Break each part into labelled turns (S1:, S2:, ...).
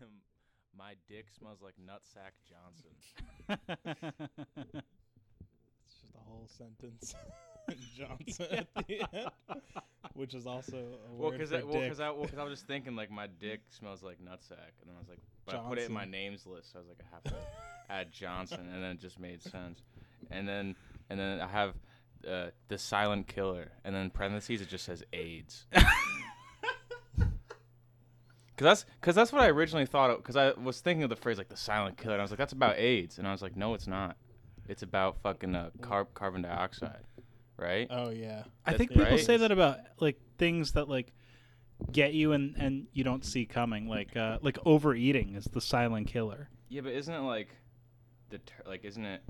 S1: My dick smells like Nutsack Johnson.
S2: It's just a whole sentence. Johnson at the end, which is also a
S1: well,
S2: word
S1: because
S2: for
S1: I, well, 'cause
S2: dick.
S1: I, well, 'cause I was just thinking like my dick smells like Nutsack, and then I was like, but I put it in
S2: Johnson.
S1: my names list, so I was like, I have to add Johnson, and then it just made sense. And then and then I have uh, the silent killer, and then parentheses it just says AIDS. Cause that's, cause that's what I originally thought. of Cause I was thinking of the phrase like the silent killer, and I was like, that's about AIDS, and I was like, no, it's not. It's about fucking uh, carb carbon dioxide, right?
S2: oh yeah,
S1: That's
S3: I think people
S1: right.
S3: say that about like things that like get you and and you don't see coming. Like uh, like overeating is the silent killer.
S1: Yeah, but isn't it like the ter- like isn't it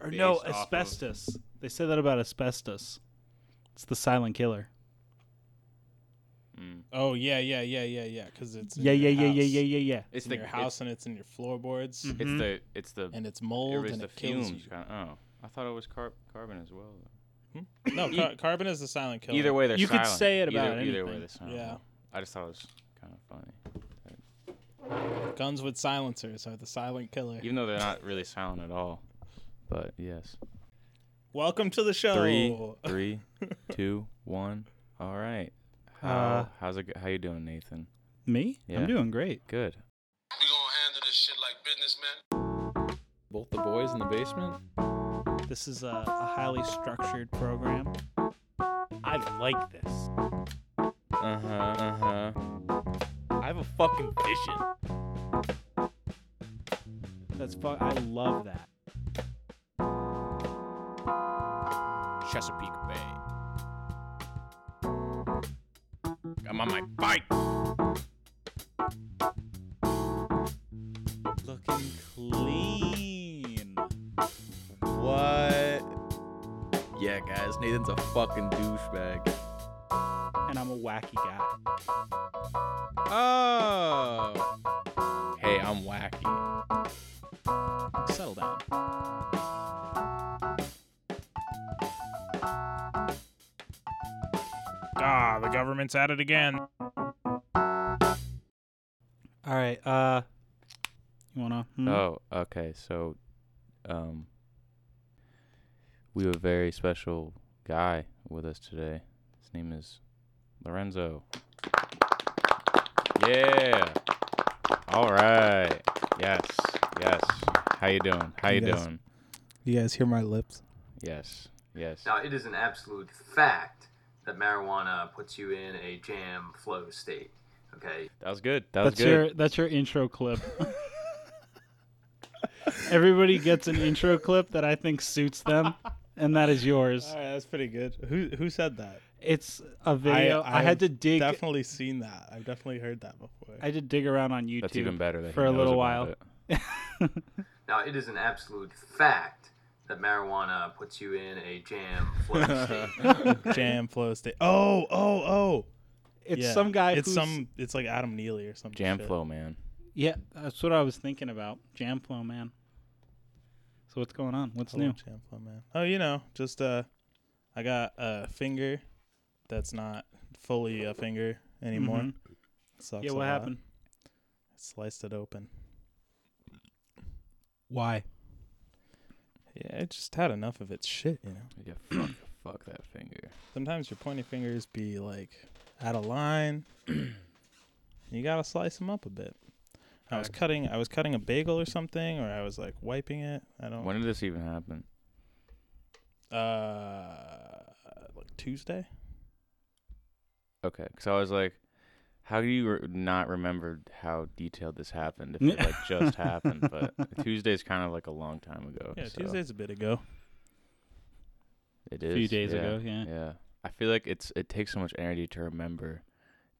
S3: Or
S1: Based
S3: no,
S1: off of-
S3: asbestos. They say that about asbestos. It's the silent killer. Mm.
S2: oh yeah, yeah, yeah, yeah, yeah. Because it's in
S3: Yeah, yeah,
S2: your
S3: yeah, yeah,
S2: house.
S3: yeah, yeah, yeah.
S1: it's
S2: It's in
S1: the
S2: your house and it's in your floorboards
S1: It's, it's the it's the
S2: Mm-hmm. and it's
S1: it
S2: mold
S1: was
S2: and
S1: the
S2: it kills
S1: fumes.
S2: you.
S1: Kind of, oh, I thought it was car- carbon as well.
S2: No, car- carbon is the silent killer.
S1: E Either way, they're
S3: You could
S1: silent.
S3: say it about
S1: either, either way.
S3: anything.
S1: They're silent.
S2: Yeah.
S1: I just thought it was kind of funny,
S2: guns with silencers are the silent killer.
S1: even though they're not really silent at all. But yes,
S2: Welcome to the show.
S1: three, three, two, one. All right. How
S3: Uh,
S1: how's it? go- How you doing, Nathan?
S3: Me?
S1: Yeah.
S3: I'm doing great.
S1: Good.
S4: We gonna handle this shit like businessmen.
S1: Both the boys in the basement.
S3: This is a, a highly structured program. I like this.
S1: Uh huh. Uh huh.
S5: I have a fucking vision.
S3: That's fun. I love that.
S5: Chesapeake Bay.
S1: I'm on my bike.
S3: Looking clean.
S5: What? Yeah, guys, Nathan's a fucking douchebag.
S3: And I'm a wacky guy.
S1: Oh. Hey, I'm wacky.
S3: Settle down.
S2: Ah, the government's at it again.
S3: All right. Uh, you wanna? hmm?
S1: Oh, okay. So, um, we have a very special guy with us today. His name is Lorenzo. Yeah. All right. Yes. Yes. How you doing? How you
S2: Yes.
S1: doing?
S2: You guys hear my lips?
S1: Yes. Yes.
S6: Now, it is an absolute fact that marijuana puts you in a jam flow state. Okay.
S1: That was good. That was
S3: that's
S1: good.
S3: your that's your intro clip. Everybody gets an intro clip that I think suits them, and that is yours.
S2: All right, that's pretty good. Who who said that?
S3: It's a video. I, had
S2: have
S3: to dig.
S2: Definitely seen that. I've definitely heard that before.
S3: I had to dig around on YouTube.
S1: That's even better. That he
S3: for a
S1: knows
S3: little
S1: about
S3: while.
S1: it.
S6: Now, it is an absolute fact that marijuana puts you in a jam flow state.
S2: Jam flow state. Oh, oh, oh.
S3: It's
S2: Yeah.
S3: some guy.
S2: It's
S3: who's,
S2: some. It's like Adam Neely or something.
S1: Jam flow, man.
S3: Yeah, that's what I was thinking about. Jam flow, man. So what's going on? What's new?
S2: Jam flow, man. Oh, you know, just uh, I got a finger that's not fully a finger anymore.
S3: Mhm.
S2: Sucks
S3: Yeah,
S2: a
S3: what
S2: lot.
S3: happened?
S2: Sliced it open.
S3: Why?
S2: Yeah, I just had enough of its shit. You know.
S1: Yeah. Fuck. fuck that finger.
S2: Sometimes your pointy fingers be like out of line. you gotta slice them up a bit. I was cutting. I was cutting a bagel or something, or I was like wiping it. I don't.
S1: When did this even happen?
S2: Uh, like Tuesday.
S1: Okay, because I was like, how do you re- not remember how detailed this happened if it like just happened? But Tuesday's kind of like a long time ago.
S2: Yeah,
S1: so
S2: Tuesday's a bit ago.
S1: It
S3: A
S1: is
S3: few days
S1: yeah,
S3: ago. Yeah.
S1: Yeah, I feel like it's it takes so much energy to remember,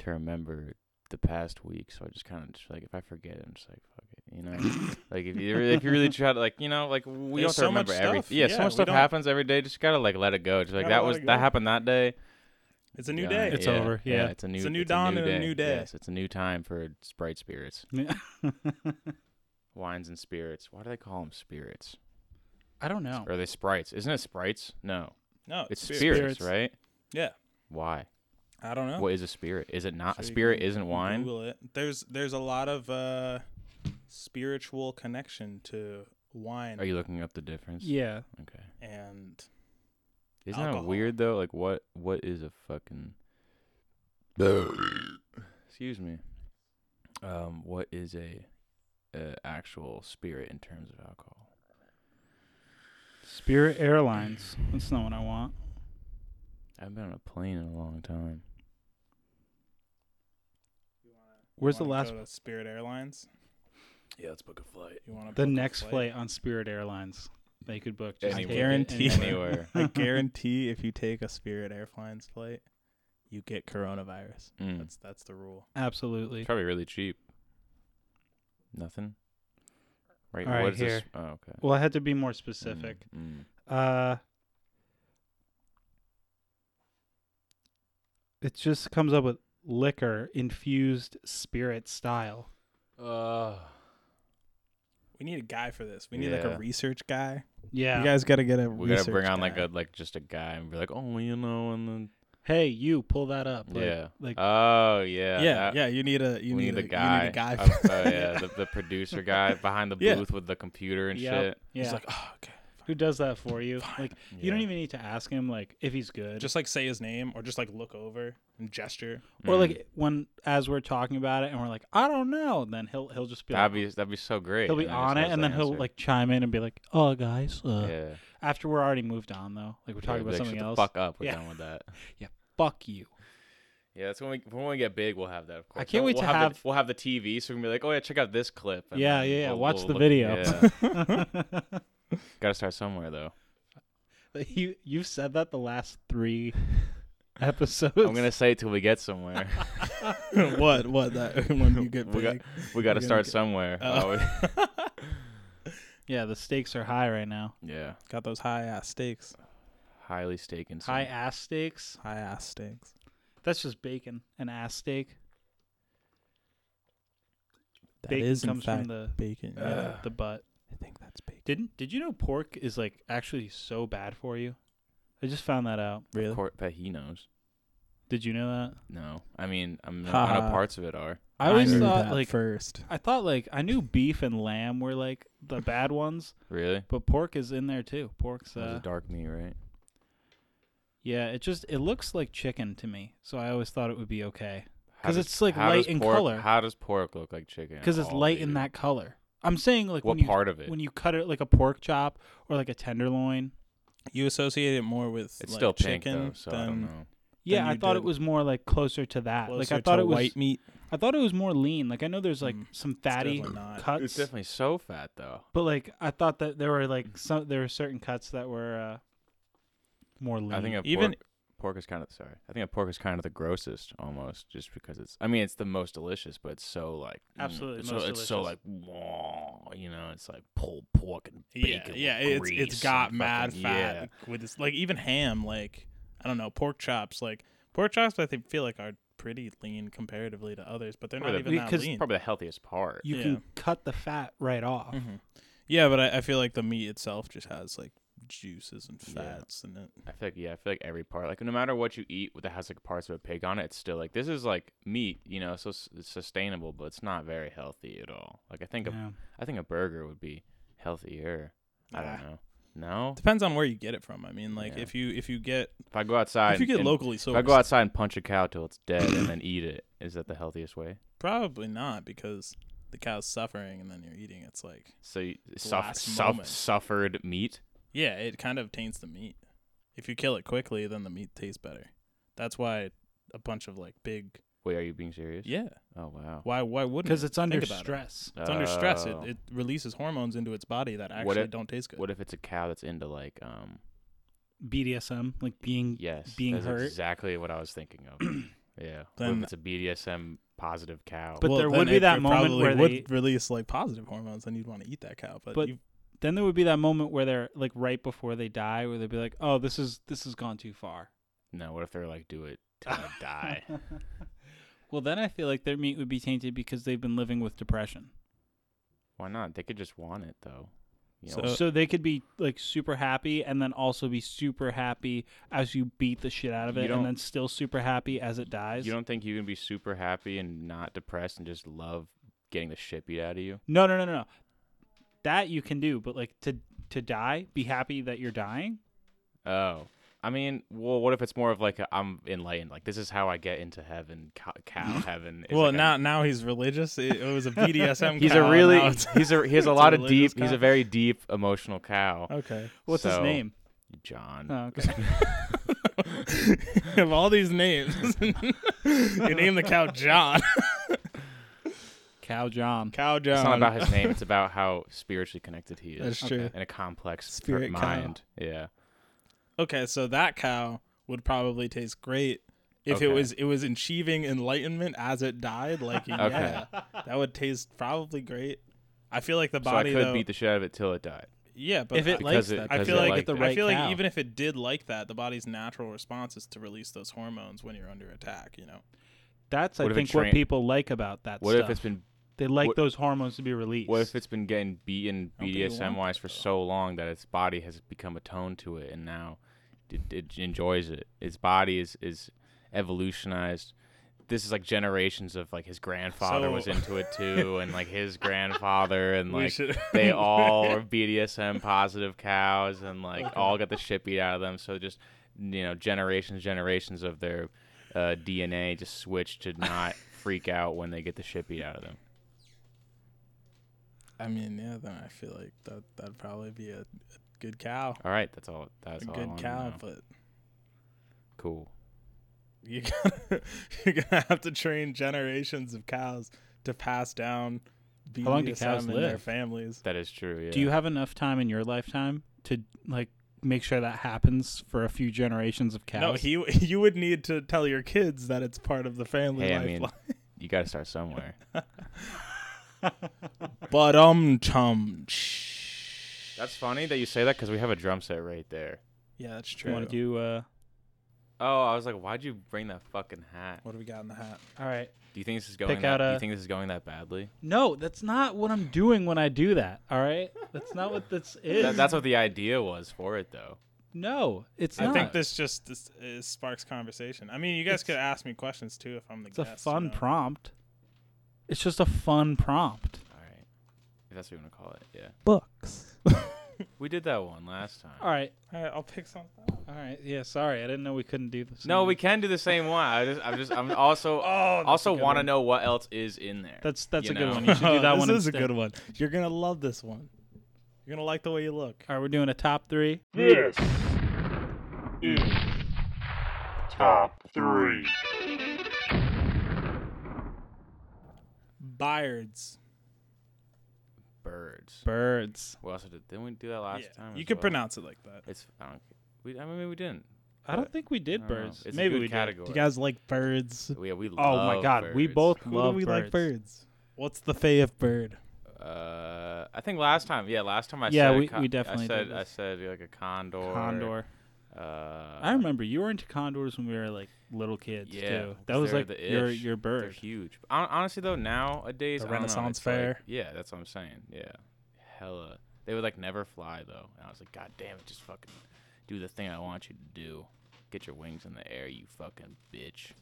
S1: to remember the past week. So I just kind of just like if I forget it, I'm just like fuck it, you know. like if you really, if you really try to like you know like we
S2: There's
S1: don't
S2: so
S1: have
S2: much
S1: to remember everything.
S2: stuff.
S1: Yeah,
S2: Yeah,
S1: so much
S2: we
S1: stuff
S2: don't-
S1: happens every day. Just gotta like let it go. Just like
S2: Gotta
S1: that
S2: let
S1: was
S2: it
S1: that
S2: go.
S1: happened that day.
S2: It's a new
S1: Yeah,
S2: day.
S3: It's
S1: yeah,
S3: over, yeah.
S1: it's a new.
S2: a new dawn and a new day.
S1: Yes, it's a new time for Sprite spirits, wines and spirits. Why do they call them spirits?
S3: I don't know.
S1: Or are they sprites? Isn't it sprites? No,
S2: no,
S1: it's
S2: spirit.
S1: spirits, right?
S2: Yeah,
S1: Why?
S2: I don't know.
S1: What is a uh, spirit? Is it not
S2: Sure
S1: a
S2: Oh. you
S1: spirit?
S2: can
S1: Isn't wine?
S2: Google it. There's there's a lot of uh, spiritual connection to wine
S1: Are you looking up the difference?
S3: Yeah.
S1: Okay.
S2: and
S1: Isn't
S2: Alcohol.
S1: that weird though? Like what what is a fucking Excuse me. Um what is a, a actual spirit in terms of alcohol?
S3: Spirit Airlines. That's not what I want.
S1: I haven't been on a plane in a long time.
S3: Where's the
S2: wanna
S3: last?
S2: go to Spirit Airlines?
S1: Yeah, let's book a flight.
S2: You want
S3: The next flight on Spirit Airlines. They could book. Just
S1: Anywhere.
S3: take it
S2: Guarantee.
S1: Anywhere.
S2: I guarantee if you take a Spirit Airlines flight, you get coronavirus.
S1: Mm.
S2: That's that's the rule.
S3: Absolutely.
S1: It's probably really cheap. Nothing. Right.
S3: All right,
S1: what is this?
S3: here.
S1: Oh, okay.
S3: Well, I had to be more specific.
S1: Mm,
S3: Uh, it just comes up with liquor infused spirit style.
S1: mm.
S2: We need a guy for this. We need like
S1: Yeah.
S2: a research guy.
S3: Yeah.
S2: You guys got to get a.
S1: we gotta
S2: research
S1: bring on like
S2: guy.
S1: a like just a guy and be like, oh, you know, and then
S3: hey, you pull that up. Like,
S1: yeah.
S3: Like
S1: oh yeah.
S2: Yeah, yeah.
S1: that-
S2: you need a. You
S1: we
S2: need,
S1: need,
S2: a
S1: the guy.
S2: You need a guy.
S1: Uh,
S2: For
S1: uh, yeah, the, the producer guy behind the
S2: Yeah.
S1: booth with the computer and
S3: Yep.
S1: shit.
S3: yeah.
S2: He's like, oh, okay.
S3: Who does that for you?
S2: Fine.
S3: Like you don't
S1: Yeah.
S3: even need to ask him like if he's good.
S2: Just like say his name, or just like look over and gesture.
S3: or
S1: Mm.
S3: like when as we're talking about it and we're like, I don't know, then he'll he'll just be like,
S1: that'd be that'd be so great.
S3: he'll be
S1: and then he
S3: on
S1: just
S3: it
S1: knows
S3: and
S1: the
S3: then he'll
S1: answer.
S3: like chime in and be like, Oh guys, uh,
S1: yeah.
S3: after we're already moved on though. Like we're
S1: Yeah, be
S3: talking about
S1: like,
S3: something
S1: Shut
S3: else.
S1: The fuck up. We're
S3: Yeah.
S1: done with that.
S3: Fuck you.
S1: Yeah, that's when we when we get big, we'll have that. Of course,
S3: I can't
S1: We'll-
S3: wait
S1: we'll
S3: to
S1: the,
S3: have-
S1: we'll have the TV, so we can be like, oh yeah, check out this clip. and
S3: Yeah,
S1: then
S3: yeah, yeah,
S1: we'll-
S3: watch
S1: we'll
S3: the
S1: look-
S3: video.
S1: yeah. Gotta start somewhere though.
S3: you you've said that the last three episodes.
S1: I'm gonna say it till we get somewhere.
S2: what? What? That when you get
S1: We got-
S2: big.
S1: we gotta
S2: gonna
S1: start
S2: get-
S1: somewhere.
S2: Oh.
S1: Oh,
S3: Yeah, the stakes are high right now.
S1: yeah,
S2: Got those high ass stakes.
S1: highly staken.
S3: High ass stakes.
S2: High ass stakes.
S3: That's just bacon. An ass steak.
S2: That
S3: bacon
S2: is in
S3: comes
S2: fact
S3: from the
S2: bacon.
S3: yeah,
S2: yeah,
S3: the butt.
S2: I think that's bacon.
S3: Didn't did you know pork is like actually so bad for you? I just found that out.
S2: Really?
S1: Court, but he knows.
S3: Did you know that?
S1: No, I mean, I'm I know
S2: Haha.
S1: parts of it are.
S3: I always
S2: knew
S3: thought
S2: that
S3: like
S2: first.
S3: I thought like I knew beef and lamb were like the bad ones,
S1: Really,
S3: but pork is in there too. Pork's
S1: It was
S3: uh,
S1: a dark meat, right?
S3: yeah, it just it looks like chicken to me, so I always thought it would be okay
S1: How
S3: 'Cause
S1: does-
S3: it's, like,
S1: how
S3: light
S1: does
S3: in
S1: pork-
S3: color.
S1: How does pork look like chicken?
S3: because it's
S1: Oh,
S3: light in
S1: dude.
S3: that color. I'm saying like
S1: What
S3: when
S1: part
S3: you
S1: of it?
S3: when you cut it like a pork chop or like a tenderloin.
S2: You associate it more with
S1: It's
S2: like,
S1: still pink
S2: chicken
S1: though, so I don't
S2: than
S1: know.
S3: Yeah,
S2: Than
S3: I
S2: you
S3: thought it
S2: did.
S3: was more like closer to that. like
S2: closer
S3: I thought
S2: to
S3: it was
S2: white meat.
S3: I thought it was more lean. Like I know there's like
S2: Mm,
S3: some fatty
S2: definitely not.
S3: cuts.
S1: It's definitely so fat though.
S3: But like I thought that there were like some there were certain cuts that were uh more lean.
S1: I think a
S2: Even-
S1: pork, pork is kind of sorry. I think a pork is kind of the grossest almost, just because it's. I mean, it's the most delicious, but it's so like mm,
S3: Absolutely,
S1: it's so,
S3: most
S1: it's so like
S3: delicious.
S1: wow, you know, it's like pulled pork and bacon.
S2: Yeah,
S1: with
S2: yeah, it's
S1: grease
S2: it's got
S1: and
S2: mad
S1: fucking-
S2: fat
S1: Yeah.
S2: with this like even ham like I don't know pork chops like pork chops I think feel like are pretty lean comparatively to others but they're not
S1: Probably the-
S2: even that
S3: because
S2: lean.
S1: Probably the healthiest part.
S3: you
S2: yeah.
S3: can cut the fat right off.
S2: Mhm. Yeah, but I, I feel like the meat itself just has like juices and
S1: Yeah.
S2: fats in it.
S1: I feel like yeah, I feel like every part, like no matter what you eat that has like parts of a pig on it, it's still like this is like meat, you know, so s- it's sustainable, but it's not very healthy at all. Like I think
S3: Yeah.
S1: a, I think a burger would be healthier. I
S2: Ah.
S1: don't know. No,
S2: Depends on where you get it from. I mean, like
S1: Yeah.
S2: if you if you get
S1: if I go outside,
S2: if you get
S1: and-
S2: locally sourced,
S1: If I go outside and punch a cow till it's dead and then eat it, is that the healthiest way?
S2: probably not because the cow's suffering and then you're eating. It's like
S1: So you suff-
S2: Last
S1: suff-
S2: moment.
S1: suffered meat.
S2: Yeah, it kind of taints the meat. If you kill it quickly, then the meat tastes better. That's why a bunch of like big
S1: Wait, are you being serious?
S2: yeah.
S1: Oh wow.
S2: Why why wouldn't?
S3: Because
S2: it?
S3: it's under
S2: Think about it.
S3: stress.
S2: It's under stress. It,
S1: Oh.
S2: it releases hormones into its body that
S1: What
S2: actually
S1: if-
S2: don't taste good.
S1: What if it's a cow that's into like um?
S3: BDSM, like being
S1: Yes,
S3: being
S1: that's
S3: hurt.
S1: Exactly what I was thinking of. yeah. what
S2: Then-
S1: if it's a BDSM positive cow?
S3: But-
S2: Well,
S3: there
S2: then
S3: would be
S2: it-
S3: that
S2: it
S3: moment
S2: probably
S3: where
S2: would
S3: they-
S2: release like positive hormones, and you'd want to eat that cow. But,
S3: But-
S2: you,
S3: Then there would be that moment where they're like right before they die, where they'd be like, "Oh, this is this has gone too far."
S1: no. What if they're like, do it till I die?
S3: well, then I feel like their meat would be tainted because they've been living with depression.
S1: Why not? They could just want it though. You know,
S2: So-
S3: so they could be like super happy and then also be super happy as you beat the shit out of
S1: You
S3: it
S1: don't-
S3: and then still super happy as it dies.
S1: you don't think you can be super happy and not depressed and just love getting the shit beat out of you.
S3: No, no, no, no, no. That you can do, but like to to die, be happy that you're dying.
S1: Oh. I mean, well, what if it's more of like a, I'm enlightened, like this is how I get into heaven, cow, cow heaven. is
S2: well,
S1: like a-
S2: now now he's religious. It, it was a BDSM.
S1: he's
S2: cow,
S1: a really
S2: now it's-
S1: he's a he has
S2: it's
S1: a lot of
S2: religious
S1: deep. He's
S2: cow. Oh.
S1: a very deep emotional cow.
S2: okay.
S3: What's his
S1: So-
S3: name?
S1: John.
S3: Oh, okay.
S2: of all these names, you name the cow John.
S3: Cow John.
S2: Cow John.
S1: It's not about his name. It's about how spiritually connected he is
S2: That's true.
S1: in a complex per-
S2: Spirit cow.
S1: mind. Yeah.
S2: Okay, so that cow would probably taste great if it
S1: Okay.
S2: was it was achieving enlightenment as it died. Like yeah, that would taste probably great. I feel like the body
S1: so I could
S2: though.
S1: beat the shit out of it till it died.
S2: yeah, but
S3: If it
S2: I-
S1: likes it- that,
S2: I
S1: does
S2: feel
S1: it
S2: like,
S1: like
S2: the
S1: that?
S2: I feel
S3: cow.
S2: like even if it did like that, the body's natural response is to release those hormones when you're under attack. You know.
S3: That's I
S1: What if it
S3: think what
S1: train-
S3: people like about that
S1: What
S3: stuff.
S1: if it's been
S3: they like
S1: what-
S3: those hormones to be released.
S1: What if it's been getting beaten
S2: don't think you want
S1: BDSM wise
S2: that,
S1: for
S2: though.
S1: so long that its body has become attuned to it and now it, it enjoys it? Its body is is evolutionized. This is like generations of like his grandfather was
S2: So-
S1: into it too, and like his grandfather, and
S2: We
S1: like
S2: should-
S1: they all are BDSM positive cows, and like all got the shit beat out of them. So just you know, generations, generations of their uh, DNA just switch to not freak out when they get the shit beat out of them.
S2: I mean, yeah. Then I feel like that that'd probably be a, a good cow,
S1: All right, that's all. That's
S2: a
S1: all. I
S2: good
S1: wanted to
S2: cow,
S1: know.
S2: but.
S1: Cool.
S2: you gotta, you're gonna have to train generations of cows to pass down BDSM
S3: How long do cows
S2: in their
S3: live?
S2: families.
S1: That is true. Yeah.
S3: Do you have enough time in your lifetime to like make sure that happens for a few generations of cows?
S2: No, he you would need to tell your kids that it's part of the family
S1: Hey, I mean-
S2: lifeline.
S1: You got to start somewhere.
S2: but um chum.
S1: That's funny that you say that because we have a drum set right there.
S2: Yeah, that's true.
S3: you want to do uh
S1: Oh, I was like, why'd you bring that fucking hat?
S2: what do we got in the hat?
S3: all right.
S1: Do you think this is going?
S3: Pick
S1: That,
S3: out
S1: do
S3: a-
S1: you think this is going that badly?
S3: No, that's not what I'm doing when I do that. All right? That's not what this is.
S1: That, that's what the idea was for it, though.
S3: No, it's
S2: I
S3: not.
S2: think this just this, uh, sparks conversation. I mean, you guys could ask me questions too if I'm the
S3: it's a
S2: guest.
S3: fun
S2: you know?
S3: prompt. It's just a fun prompt.
S1: All right, if that's what you want to call it. Yeah.
S3: Books.
S1: We did that one last time.
S3: All right.
S2: All right, I'll pick something.
S3: All right. Yeah, sorry. I didn't know we couldn't do this.
S1: No, we can do the same one. I just, I'm just, I'm also,
S3: Oh,
S1: also want to know what else is in there.
S3: That's that's
S1: you
S3: a good
S1: know.
S3: one. You should do that
S2: this
S3: one
S2: is
S3: instead.
S2: a good one. You're gonna love this one. You're gonna like the way you look.
S3: All right, we're doing a top 3.
S7: This is top three.
S2: Byards.
S1: birds.
S3: Birds.
S1: We also did. Didn't we do that last time?
S2: you
S1: as
S2: could
S1: well?
S2: pronounce it like that.
S1: It's. I don't. We. I mean, maybe we didn't.
S3: I don't think we did
S1: I don't know.
S3: birds.
S1: It's
S3: Maybe
S1: a good
S3: we did.
S1: category.
S2: Do you guys like birds?
S1: Yeah, we
S3: Oh my
S1: love
S3: god, we
S1: birds.
S3: both
S2: Who
S3: love
S2: do we
S3: birds.
S2: like birds? What's the fey of bird?
S1: Uh, I think last time, yeah, last time I
S3: Yeah,
S1: said a
S3: we-
S1: con-
S3: we definitely
S1: I said
S3: did
S1: I
S3: this.
S1: said like a condor.
S3: Condor.
S1: Uh,
S3: I remember you were into condors when we were like little kids
S1: Yeah,
S3: too.
S1: 'cause
S3: That was
S1: they're
S3: like
S1: the
S3: your
S1: ish.
S3: your
S1: they're
S3: bird.
S1: huge. Hon- honestly though, nowadays
S2: The
S1: I don't know,
S2: Renaissance
S1: it's like-
S2: Fair.
S1: yeah, that's what I'm saying. Yeah, hella. They would like never fly though, and I was like, God damn it, just fucking do the thing I want you to do. Get your wings in the air, you fucking bitch.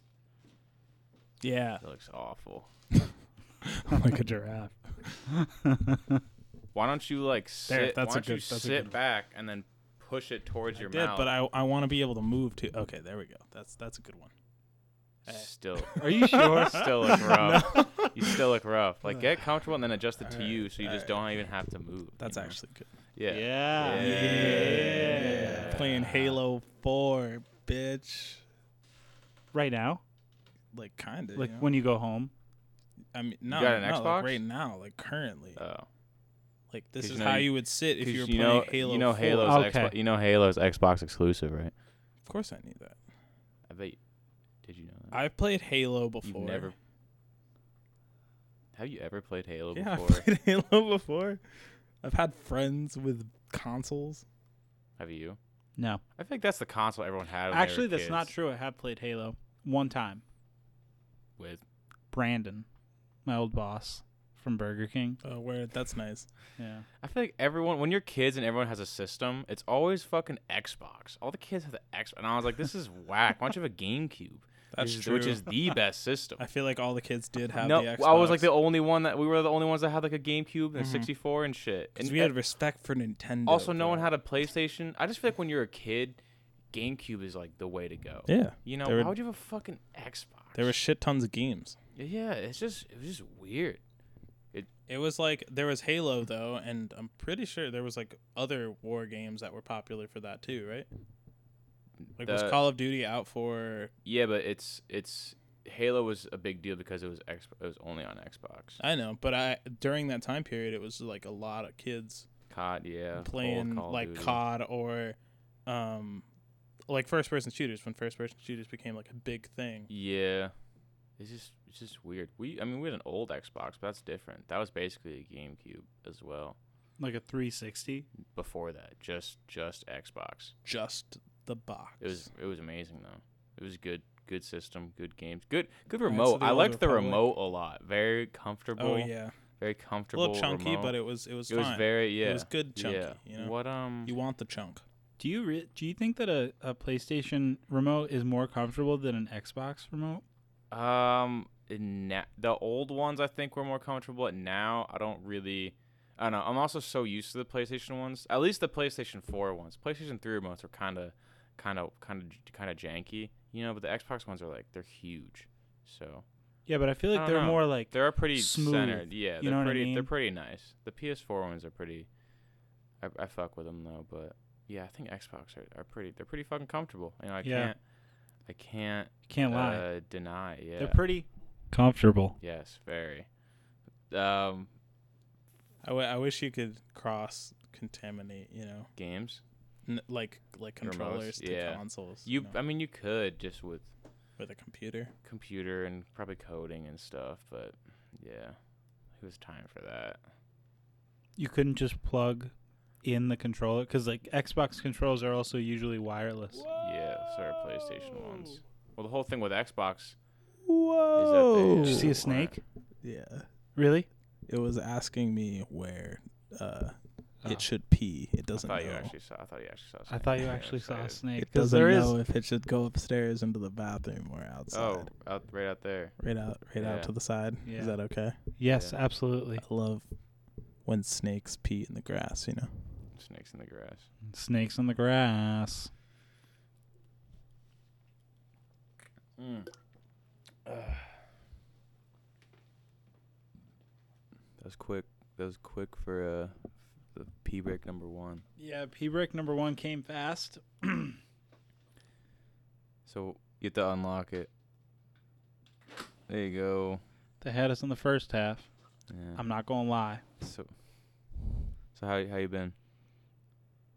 S2: Yeah,
S1: That looks awful.
S2: like a giraffe.
S1: Why don't you like sit?
S2: that's a
S1: why don't you
S2: good- that's a good
S1: sit
S2: one.
S1: back and then push it towards your
S2: Did
S1: mouth?
S2: but I I want to be able to move too. Okay, there we go. That's that's a good one.
S1: still,
S3: Are you sure?
S1: still look rough. You still look rough. Like get comfortable and then adjust it to
S2: Alright,
S1: you, so you just
S2: alright.
S1: don't even have to move.
S2: That's
S1: you know?
S2: actually good.
S1: yeah.
S3: Yeah.
S1: Yeah.
S2: Playing Halo Four, bitch.
S3: Right now,
S2: Like kind of.
S3: like
S2: you know?
S3: when you go home.
S2: I mean, no,
S1: got an
S2: no, like
S1: Xbox?
S2: right now, like currently,
S1: Oh,
S2: like this
S1: 'cause
S2: is
S1: you know
S2: how
S1: you-
S2: you would sit if
S1: 'Cause
S2: you were
S1: you
S2: playing
S1: know,
S2: Halo.
S1: you know
S2: 4.
S1: Halo's
S3: Okay.
S1: Xbox, you know Halo's Xbox exclusive, right?
S2: Of course, I knew that.
S1: I bet. You, did you know that?
S2: I've played Halo before.
S1: You've never. Have you ever played Halo
S2: Yeah,
S1: before?
S2: I've played Halo before. I've had friends with consoles.
S1: Have you?
S3: No,
S1: I think that's the console everyone had. When
S3: actually,
S1: they were
S3: that's not
S1: kids
S3: true. I have played Halo one time.
S1: With
S3: Brandon, my old boss from Burger King.
S2: Oh, where that's nice.
S3: Yeah.
S1: I feel like everyone, when you're kids and everyone has a system, it's always fucking Xbox. All the kids have the Xbox, and I was like, this is whack. Why don't you have a GameCube?
S7: That's
S1: is-
S7: true.
S1: Which is the best system.
S7: I feel like all the kids did have
S1: no,
S7: the Xbox. Mm-hmm.
S1: I was like the only one that we were the only ones that had like a GameCube and a 64 and shit.
S7: 'Cause
S1: And uh,
S7: we had respect for Nintendo.
S1: also, no
S7: bro.
S1: one had a PlayStation. I just feel like when you're a kid, GameCube is like the way to go.
S7: Yeah.
S1: You know,
S7: There
S1: why
S7: were-
S1: would you have a fucking Xbox?
S7: There were shit tons of games.
S1: yeah, it's just it was just weird.
S7: It was like there was Halo though, and I'm pretty sure there was like other war games that were popular for that too, right? Like was
S1: The-
S7: Call of Duty out for?
S1: Yeah, but it's it's Halo was a big deal because it was X, it was only on Xbox.
S7: I know, but I during that time period, it was like a lot of kids
S1: COD, yeah, old
S7: playing
S1: Call of
S7: like
S1: Duty.
S7: COD or, um, like first person shooters when first person shooters became like a big thing.
S1: Yeah, it's just it's just weird. We I mean we had an old Xbox, but that's different. That was basically a GameCube as well.
S3: like a 360.
S1: Before that, just just Xbox.
S7: Just the box.
S1: It was it was amazing though. It was good good system, good games, good good
S7: Knights of
S1: remote.
S7: the
S1: I
S7: Old
S1: liked the
S7: Republic.
S1: remote a lot. Very comfortable.
S7: oh yeah,
S1: Very
S7: a
S1: comfortable.
S7: little chunky,
S1: remote.
S7: but it was it was
S1: it was
S7: fine.
S1: very yeah.
S7: It was good chunky.
S1: Yeah.
S7: You know,
S1: What um
S7: you want the chunk.
S3: Do you re- do you think that a, a PlayStation remote is more comfortable than an Xbox remote?
S1: Um, na- the old ones I think were more comfortable. but Now I don't really. I don't know. I'm also so used to the PlayStation ones. At least the PlayStation 4 ones. PlayStation 3 remotes are kind of, kind of, kind of, kind of janky. You know, but the Xbox ones are like they're huge. So
S3: Yeah, but I feel
S1: I
S3: like
S1: don't
S3: they're
S1: know.
S3: more like
S1: they're pretty
S3: smooth,
S1: centered. Yeah,
S3: you
S1: they're
S3: know what I
S1: pretty. They're
S3: mean?
S1: pretty nice. The PS4 ones are pretty. I, I fuck with them though, but yeah, I think Xbox are, are pretty. They're pretty fucking comfortable. You know, I
S3: Yeah.
S1: can't. I can't
S3: can't lie.
S1: uh, deny. Yeah.
S3: They're pretty comfortable.
S1: Yes, very. Um,
S7: I, w- I wish you could cross contaminate, you know,
S1: games.
S7: n- like like
S1: Remotes,
S7: controllers to
S1: yeah.
S7: consoles.
S1: You,
S7: know,
S1: I mean, you could just with
S7: with a computer.
S1: computer and probably coding and stuff, but yeah, who's time for that?
S3: You couldn't just plug in the controller because like Xbox controllers are also usually wireless.
S1: Yeah, so our PlayStation ones. Well, the whole thing with Xbox.
S7: Whoa!
S3: Did you see
S1: Ooh.
S3: a snake?
S7: Yeah,
S3: Really?
S7: it was asking me where uh,
S3: Oh.
S7: it should pee. It
S1: Ah. I
S7: doesn't
S1: thought
S7: know.
S1: you actually saw. I thought you actually saw. a
S3: I
S1: snake.
S3: thought you
S1: Yeah,
S3: actually
S1: so
S3: saw a
S1: it-
S3: snake.
S7: it
S3: Because
S7: doesn't
S3: there is.
S7: know if it should go upstairs into the bathroom or outside.
S1: Oh, out, right out there.
S7: Right out, right
S1: Yeah.
S7: out to the side.
S3: Yeah.
S7: Is that okay?
S3: Yes,
S1: Yeah.
S3: absolutely.
S7: I love when snakes pee in the grass. You know.
S1: Snakes in the grass.
S3: Snakes on the grass.
S1: Mm. That was quick. That was quick for uh, the P break number one.
S3: Yeah, P brick number one came fast.
S1: So you have to unlock it. There you go.
S3: They had us in the first half.
S1: Yeah.
S3: I'm not gonna lie.
S1: So, so how how you been?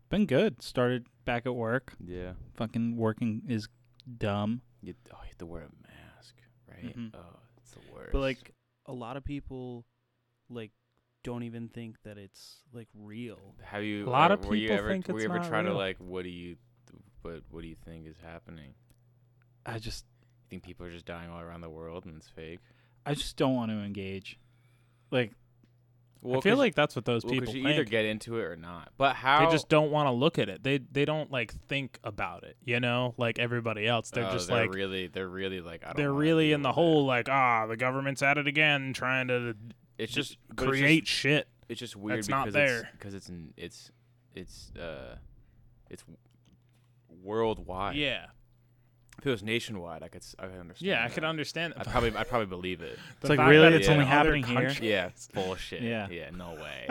S3: Been good. Started back at work.
S1: Yeah.
S3: Fucking working is dumb.
S1: You, oh, you have to wear a mask, right?
S3: Mhm.
S1: Oh, it's the worst.
S8: But like a lot of people like don't even think that it's like real.
S1: have you?
S7: a lot
S1: uh,
S7: of
S1: were you
S7: people
S1: ever,
S7: think
S1: were you
S7: it's
S1: ever
S7: not
S1: trying to
S7: real.
S1: like, what do you, what what do you think is happening?
S8: I just
S1: You think people are just dying all around the world and it's fake?
S3: I just don't want to engage. Like
S1: Well,
S7: I feel
S1: 'cause-
S7: like that's what those
S1: well, 'cause
S7: people
S1: you
S7: think.
S1: either get into it or not. But how?
S7: They just don't want to look at it. They they don't like think about it, you know, like everybody else. They're
S1: oh,
S7: just
S1: they're
S7: like
S1: really, they're really like, I don't
S7: they're
S1: wanna
S7: really
S1: deal
S7: in the
S1: with
S7: hole
S1: It.
S7: like ah, the government's at it again trying to
S1: It's just but it's just-
S7: create shit.
S1: it's just weird
S7: That's not
S1: because it's
S7: there.
S1: because it's n- it's it's uh it's w- worldwide.
S7: Yeah.
S1: If it was nationwide, I could s- I could understand.
S7: Yeah, I
S1: that.
S7: could understand
S1: I
S7: that.
S1: probably I probably believe it.
S7: The
S3: like,
S7: fact
S3: really?
S7: that
S1: It's
S7: in
S1: only
S7: other
S3: happening here?
S7: countries-
S1: Yeah, it's bullshit.
S3: Yeah.
S1: yeah, no way.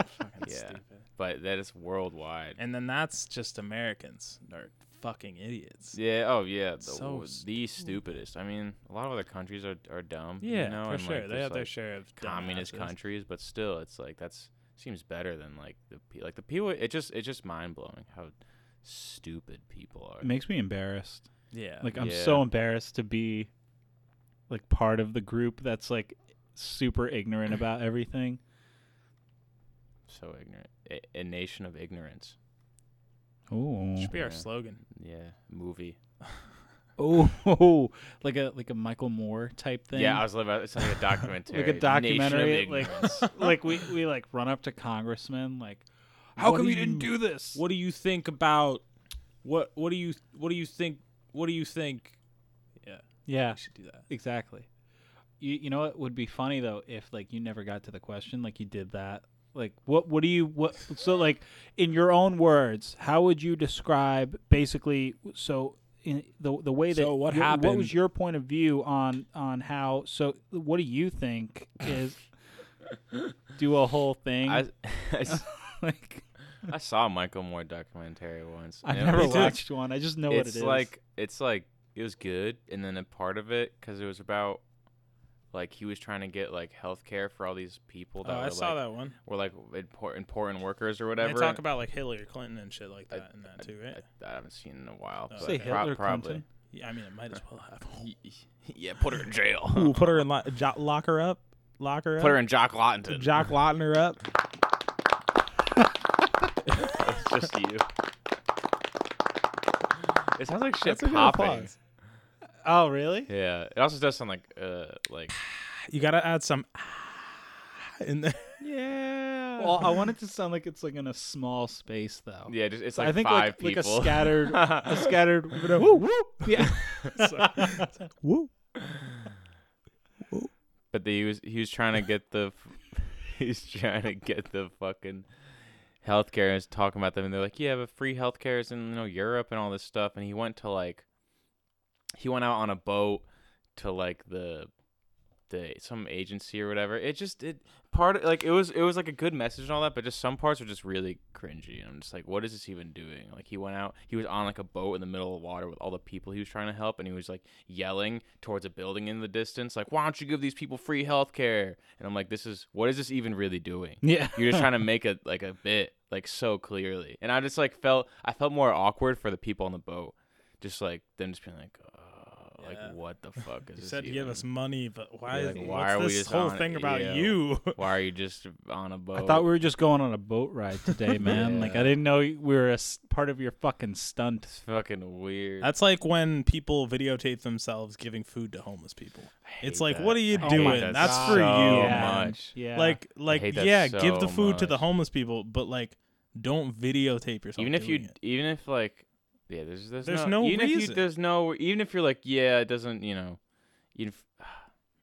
S1: yeah,
S7: stupid.
S1: but that is worldwide.
S7: And then that's just Americans are fucking idiots.
S1: yeah, oh yeah, the,
S7: So
S1: w- the stupidest. I mean, a lot of other countries are are dumb. you
S7: Yeah,
S1: know,
S7: for
S1: and,
S7: sure.
S1: Like,
S7: they
S1: there's,
S7: have their
S1: like,
S7: share of
S1: communist
S7: dumbasses.
S1: countries, but still, it's like that's seems better than like the pe- like the people. It just it's just mind blowing how stupid people are.
S3: it makes me embarrassed.
S7: Yeah.
S3: Like I'm
S1: Yeah.
S3: so embarrassed to be like part of the group that's like super ignorant about everything.
S1: so ignorant. A, a nation of ignorance.
S3: Oh.
S7: should be our
S1: Yeah.
S7: slogan.
S1: Yeah, movie.
S3: Oh, like a like a Michael Moore type thing.
S1: Yeah, I was like, it's like a documentary.
S3: like a documentary.
S1: Nation of
S3: Like
S1: ignorance.
S3: like we we like run up to congressmen like
S7: How
S3: "What
S7: come
S3: do
S7: you didn't
S3: do this?
S7: What do you think about what what do you what do you think what do you think
S3: Yeah.
S7: We should do that.
S3: Exactly. You you know what would be funny though if like you never got to the question like you did that like what what do you what so like in your own words how would you describe basically so in the the way that
S7: So what
S3: your- what
S7: happened-
S3: was your point of view on on how so what do you think is do a whole thing
S1: I, I s-
S3: like
S1: I saw a Michael Moore documentary once.
S3: I've
S1: and it
S3: never
S1: was, like,
S3: watched one I just know what
S1: it's
S3: it is
S1: like it's like it was good, and then a part of it because it was about like he was trying to get like health care for all these people
S7: Oh,
S1: that
S7: I
S1: were
S7: saw
S1: Uh, like
S7: that one.
S1: were like impor- important workers or
S7: They
S1: whatever.
S7: talk about like Hillary Clinton and shit like
S1: I-
S7: that in that too, right?
S1: I, I haven't seen it in a while.
S7: Oh.
S1: but
S7: Say
S1: pro-
S3: Hitler,
S1: probably.
S3: Clinton?
S7: Yeah, I mean, it might as well have.
S1: Yeah, put her in jail.
S7: Ooh, put her in lo- jo- lock her up, lock her up,
S1: Put her in Jock Lawton.
S7: Jock Lawton her up.
S1: It's just you. It sounds like shit
S7: That's a good
S1: popping.
S7: applause.
S3: oh really
S1: Yeah, it also does sound like uh like
S7: You gotta add some ah in there.
S1: yeah.
S3: well I want it to sound like it's like in a small space though
S1: yeah, just, it's
S3: So
S1: like
S3: I think
S1: five
S3: like, like a
S1: people.
S3: scattered, a scattered. woo, woo. Yeah,
S7: Woo!
S1: But they, he was he was trying to get the f- he's trying to get the fucking healthcare and was talking about them and they're like, Yeah, but free healthcare is in you know Europe and all this stuff and he went to like he went out on a boat to like the the some agency or whatever. It just it part of, like it was it was like a good message and all that, but just some parts were just really cringy. And I'm just like, what is this even doing? Like he went out, he was on like a boat in the middle of the water with all the people he was trying to help, and he was like yelling towards a building in the distance, like, why don't you give these people free health care? And I'm like, this is what is this even really doing?
S3: yeah.
S1: You're just trying to make a like a bit like so clearly, and I just like felt I felt more awkward for the people on the boat, just like them just being like, oh,
S7: Yeah.
S1: like what the fuck is
S7: You
S1: this?
S7: said give
S1: even?
S7: us money, but why?
S1: Yeah, like,
S7: is what's
S1: why are we
S7: this
S1: just
S7: whole
S1: on-
S7: thing about
S1: yeah.
S7: you?
S1: Why are you just on a boat?
S3: I thought we were just going on a boat ride today, man. Like I
S1: Yeah.
S3: didn't know we were a s- part of your fucking stunt.
S1: It's fucking weird.
S7: That's like when people videotape themselves giving food to homeless people. It's
S1: hate
S7: like,
S1: that.
S7: what are you
S1: I hate
S7: doing?
S1: that
S7: That's
S1: so
S7: for you, man.
S1: much.
S3: Yeah.
S7: Like, like,
S1: hate that
S7: yeah, give the
S1: so
S7: food to the
S1: much.
S7: homeless people, but like, don't videotape yourself.
S1: even if you,
S7: doing it.
S1: even if like, yeah, there's there's,
S7: There's
S1: no,
S7: no
S1: even if
S7: reason.
S1: you, there's no even if you're like, yeah, it doesn't, you know, even if,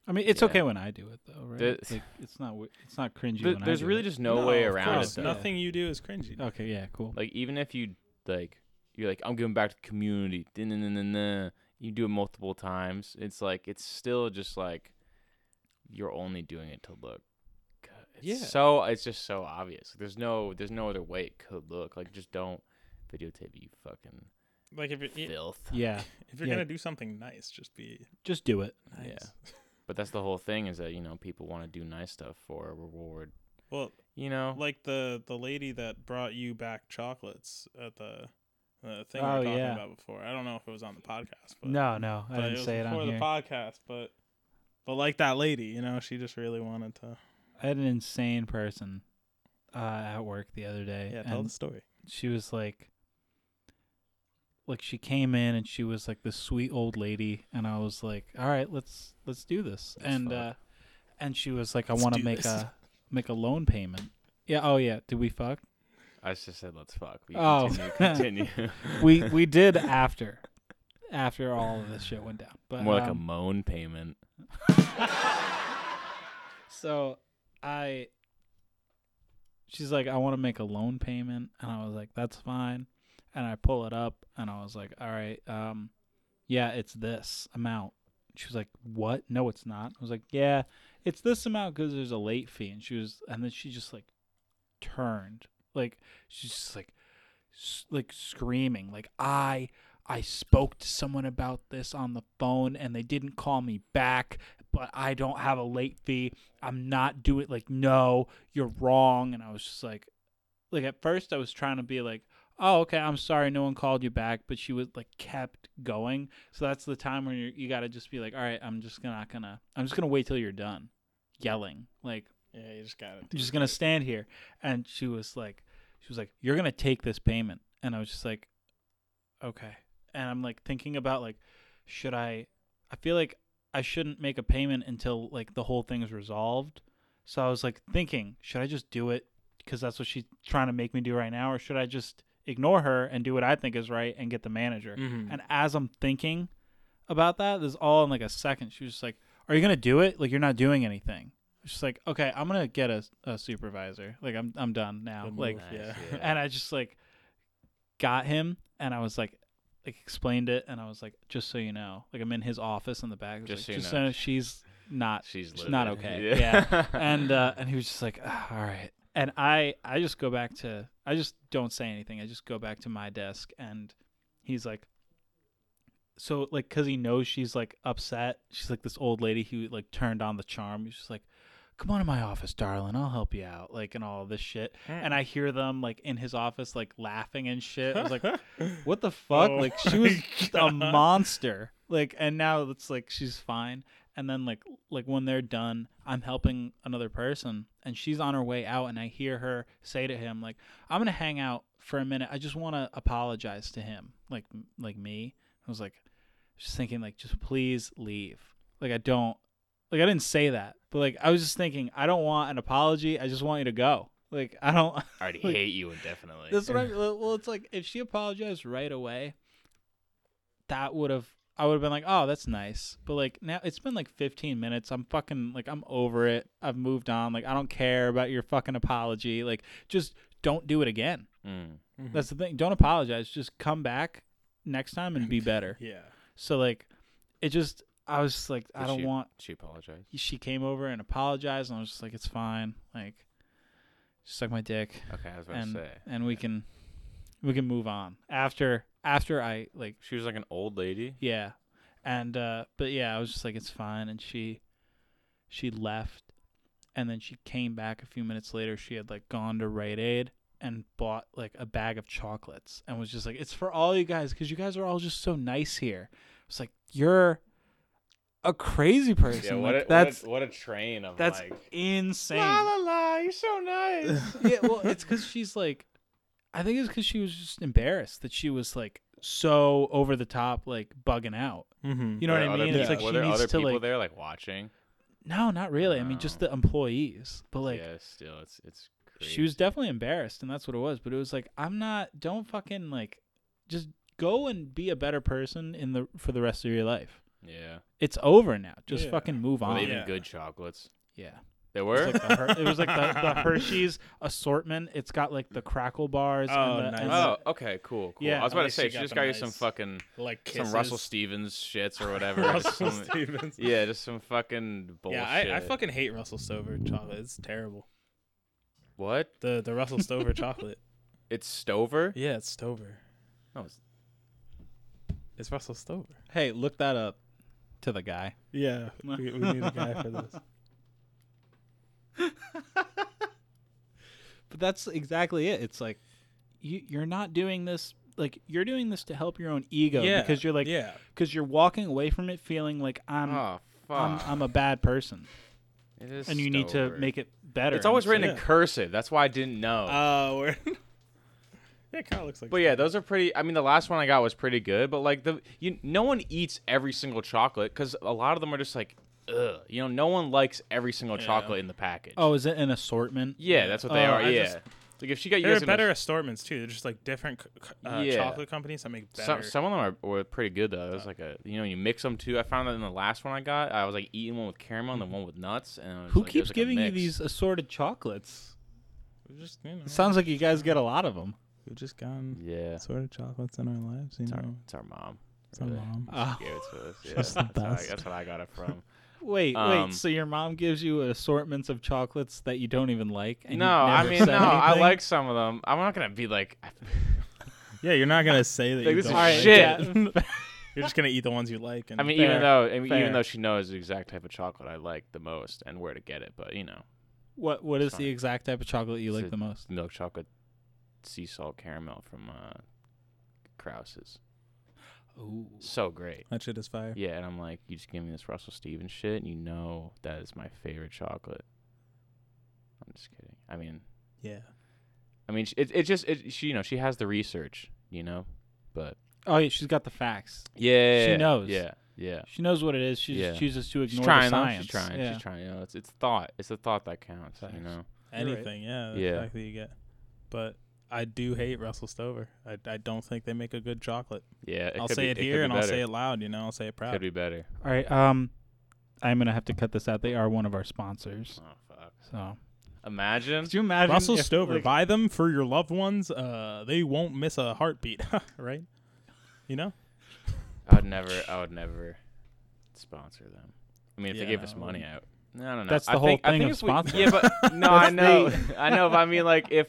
S3: I mean, it's
S1: yeah.
S3: okay when I do it though, right?
S1: The-
S3: like, it's not. w- It's not cringy.
S1: there-
S3: when I
S1: there's
S3: do
S1: really
S3: it.
S1: just no, way
S7: of
S1: around
S7: course,
S1: it. Though.
S7: Nothing you do is cringy.
S3: Okay. Yeah. Cool.
S1: Like even if you like, you're like, I'm giving back to the community. Nah, nah, nah, nah, nah. You do it multiple times. It's like it's still just like, you're only doing it to look. good. It's
S7: Yeah.
S1: So it's just so obvious. There's no there's no other way it could look. Like just don't videotape it, you fucking
S7: Like if you're,
S1: filth.
S3: Yeah.
S7: if you're
S3: Yeah.
S7: gonna do something nice, just be
S3: Just do it.
S7: nice.
S1: Yeah. But that's the whole thing is that, you know, people want to do nice stuff for a reward.
S7: Well,
S1: You know?
S7: like the the lady that brought you back chocolates at the the thing we
S3: Oh,
S7: were talking
S3: yeah.
S7: about before. I don't know if it was on the podcast, but
S3: No. No.
S7: but
S3: I didn't
S7: was
S3: say it
S7: before
S3: on
S7: the
S3: here.
S7: podcast, but but like that lady, you know, she just really wanted to.
S3: I had an insane person uh, at work the other day.
S7: Yeah, tell
S3: and
S7: the story.
S3: she was like like she came in and she was like this sweet old lady and i was like all right let's let's do this and
S1: fuck.
S3: uh and she was like i
S7: Let's
S3: want to
S7: do
S3: make
S7: this.
S3: a make a loan payment yeah oh yeah did we fuck
S1: I just said let's fuck. We
S3: Oh.
S1: continue. continue.
S3: we we did after after all of this shit went down but
S1: More like a
S3: um,
S1: moan payment.
S3: so I she's like, I want to make a loan payment and I was like, That's fine. And I pull it up and I was like, All right, um, yeah, it's this amount. She was like, What? No, it's not. I was like, Yeah, it's this amount because there's a late fee. And she was and then she just like turned. Like she's just like s- like screaming, like I I spoke to someone about this on the phone and they didn't call me back, but I don't have a late fee. I'm not doing like no, you're wrong and I was just like like at first I was trying to be like, "Oh, okay, I'm sorry no one called you back," but she was like kept going. So that's the time when you you got to just be like, "All right, I'm just gonna- not going to I'm just going to wait till you're done." Yelling. Like
S7: Yeah, you just got it.
S3: I'm just gonna stand here. And she was like, she was like, you're gonna take this payment. And I was just like, okay. And I'm like thinking about like, should I? I feel like I shouldn't make a payment until like the whole thing's resolved. So I was like thinking, should I just do it because that's what she's trying to make me do right now, or should I just ignore her and do what I think is right and get the manager?
S7: Mhm.
S3: And as I'm thinking about that. This is all in like a second. She was just like, "Are you gonna do it? Like you're not doing anything." She's like, "Okay, I'm gonna get a, a supervisor. Like I'm I'm done now."
S7: Good
S3: like,
S7: move, yeah.
S3: and I just like got him, and I was like, like explained it, and I was like, "Just so you know, like I'm in his office in the back. I was
S1: Just so
S3: like,
S1: you
S3: just
S1: know.
S3: so she's not
S1: She's
S3: She's not
S1: livid.
S3: okay. Yeah. and uh, and he was just like, "Ah, all right. And I I just go back to I just don't say anything. I just go back to my desk, and he's like, so like because he knows she's like upset. She's like this old lady who like turned on the charm. He's just like, come on to my office, darling. I'll help you out. Like and all this shit.
S7: Hmm.
S3: And I hear them like in his office like laughing and shit. I was like, what the fuck?
S7: Oh
S3: like
S7: my
S3: she was a
S7: God.
S3: monster. Like and now it's like she's fine. And then like like when they're done, I'm helping another person and she's on her way out and I hear her say to him like I'm going to hang out for a minute. I just want to apologize to him. Like like me. I was like just thinking like just please leave. Like I don't like I didn't say that, but like I was just thinking I don't want an apology. I just want you to go. Like I don't
S1: I already
S3: Like-
S1: hate you indefinitely.
S3: That's what I well, it's like if she apologized right away, that would have I would have been like, "Oh, that's nice." But like now it's been like 15 minutes. I'm fucking like I'm over it. I've moved on. Like I don't care about your fucking apology. Like just don't do it again.
S1: Mm.
S3: That's the thing. Don't apologize. Just come back next time and be better.
S7: Yeah.
S3: So like it just I was just like I
S1: Did
S3: don't
S1: she-
S3: want
S1: She apologized.
S3: she came over and apologized and I was just like it's fine. Like just suck my dick
S1: Okay, I was about
S3: and
S1: to say.
S3: and we can we can move on after after I like
S1: She was like an old lady.
S3: yeah and uh but yeah I was just like it's fine and she she left and then she came back a few minutes later she had like gone to Rite Aid and bought like a bag of chocolates and was just like it's for all you guys cuz you guys are all just so nice here it's like you're a crazy person like, that's
S1: what a train of
S3: that's insane
S1: la, you're so nice.
S3: yeah, well, it's because she's like, I think it's because she was just embarrassed that she was like so over the top, like bugging out.
S7: Mm-hmm.
S3: You know what I mean? It's like
S1: were
S3: she
S1: there
S3: needs
S1: other
S3: to
S1: people
S3: like.
S1: there like watching?
S3: No, not really. I mean, just
S1: No.
S3: the employees. But like,
S1: yeah, still, it's it's. Crazy.
S3: she was definitely embarrassed, and that's what it was. But it was like, I'm not. Don't fucking like, just go and be a better person in the for the rest of your life.
S1: Yeah.
S3: It's over now. Just
S7: Yeah.
S3: fucking move
S1: Were
S3: on.
S1: they even
S7: yeah.
S1: good chocolates?
S3: yeah.
S1: They
S3: It
S1: were.
S3: was, like the, Her- it was like the, the Hershey's assortment. It's got like the crackle bars.
S7: Oh,
S3: and the, and
S7: nice.
S3: the-
S1: oh, okay, cool, cool.
S3: Yeah,
S1: I was
S7: at
S1: about to
S7: least
S1: say
S7: she
S1: she,
S7: got
S1: just
S7: the
S1: got you some
S7: nice
S1: fucking
S7: Like
S1: some Russell Stevens shits or whatever. just
S7: Russell
S1: some-
S7: Stevens.
S1: Yeah, just some fucking bullshit.
S7: Yeah, I, I fucking hate Russell Stover chocolate. It's terrible.
S1: what?
S7: The the Russell Stover chocolate.
S1: It's Stover.
S7: Yeah, it's Stover.
S1: No, it's-
S7: It's Russell Stover.
S3: Hey, look that up to the guy.
S7: Yeah, we, we need a guy for this.
S3: But that's exactly it. It's like you you're not doing this like you're doing this to help your own ego
S7: Yeah,
S3: Oh, because you're like
S7: yeah.
S3: cuz you're walking away from it feeling like I'm
S1: oh fuck.
S3: Mm. I'm, I'm a bad person
S1: It is
S3: and you need to
S1: Stover.
S3: make it better.
S1: It's always
S3: And
S1: written in
S7: Yeah.
S1: cursive. That's why I didn't know.
S7: Uh, we're yeah, kind of looks like.
S1: But yeah, those are pretty. I mean, the last one I got was pretty good. But like the, you, no one eats every single chocolate because a lot of them are just like, ugh. You know, no one likes every single chocolate in the package.
S3: Oh, Uh, is it an assortment?
S1: yeah, that's what they
S7: Oh,
S1: are.
S7: I
S1: yeah,
S7: just-
S1: like if she got you
S7: there are
S1: guys in a-
S7: better assortments too. They're just like different c- c- uh,
S1: Yeah.
S7: chocolate companies that make
S1: Some,
S7: better.
S1: some of them are were pretty good though. It
S3: Uh.
S1: was like a you know you mix them too. I found that in the last one I got, I was like eating one with caramel and the one with nuts. And it was,
S3: Mm. Who
S1: like, it
S3: keeps
S1: was, like, a
S3: giving you
S1: mix.
S3: these assorted chocolates?
S7: We've just you know,
S3: It sounds like you guys get a lot of them.
S7: we've just gotten
S1: Yeah, it's
S7: sort of chocolates in our lives. You
S1: our,
S7: know,
S1: it's our mom.
S7: from
S1: really. Uh,
S7: mom.
S3: Oh,
S1: Gave it to us. Yeah,
S7: She's
S1: that's,
S7: the
S1: how I-
S7: best.
S1: that's what I got it from.
S3: wait,
S1: Um,
S3: wait. So your mom gives you assortments of chocolates that you don't even like? And you've
S1: no, I
S3: never
S1: mean
S3: said
S1: no, I
S3: anything?
S1: like some of them. I'm not gonna be like
S7: Yeah, you're not gonna say that.
S1: Like,
S7: you
S1: this is
S7: don't
S3: All right,
S7: like
S1: shit.
S7: it.
S3: yeah.
S7: You're just gonna eat the ones you like. And
S1: I mean,
S3: Fair,
S1: even though I mean,
S3: fair.
S1: even though she knows the exact type of chocolate I like the most and where to get it, but you know,
S3: What what is
S1: Fine.
S3: the exact type of chocolate you
S1: Is
S3: like
S1: it-
S3: the most?
S1: milk chocolate, sea salt caramel from uh, Krause's,
S3: Ooh.
S1: so great.
S7: that shit is fire.
S1: Yeah, and I'm like, you just give me this Russell Stevens shit, and you know that is my favorite chocolate. I'm just kidding. I mean,
S7: Yeah,
S1: I mean, sh- it it just it, she you know she has the research, you know, but
S3: Oh yeah, she's got the facts.
S1: yeah,
S3: She knows.
S1: Yeah, yeah.
S3: She knows what it is. She
S1: Yeah.
S3: just chooses to
S1: She's
S3: ignore the
S1: trying though.
S3: science.
S1: She's trying.
S3: Yeah.
S1: She's trying. You know, it's it's thought. It's the thought that counts. You
S7: Facts.
S1: know.
S3: You're right.
S7: anything. Yeah, the
S1: Yeah.
S7: fact that you get, but I do hate Russell Stover. I, I don't think they make a good chocolate.
S1: Yeah, it
S7: I'll
S1: could
S7: say
S1: be-
S7: it
S1: could
S7: here
S1: be
S7: and I'll
S1: better.
S7: say it loud. You know, I'll say it proud.
S1: Could be better.
S3: All right. Um, I'm gonna have to cut this out. They are one of our sponsors.
S1: Oh fuck!
S3: So
S1: Imagine.
S3: could you imagine
S7: Russell
S3: if,
S7: Stover,
S3: like-
S7: buy them for your loved ones. Uh, they won't miss a heartbeat, right? You know,
S1: I would never. I would never sponsor them. I mean, if
S7: Yeah,
S1: they gave
S7: no,
S1: us
S7: I
S1: money, I, I don't know.
S3: That's
S1: I
S3: the whole
S1: think- I
S3: thing
S1: think
S3: of
S1: if we-
S3: sponsor.
S1: Yeah, but no, I
S3: That's
S1: know.
S3: the-
S1: I know. But I mean, like, if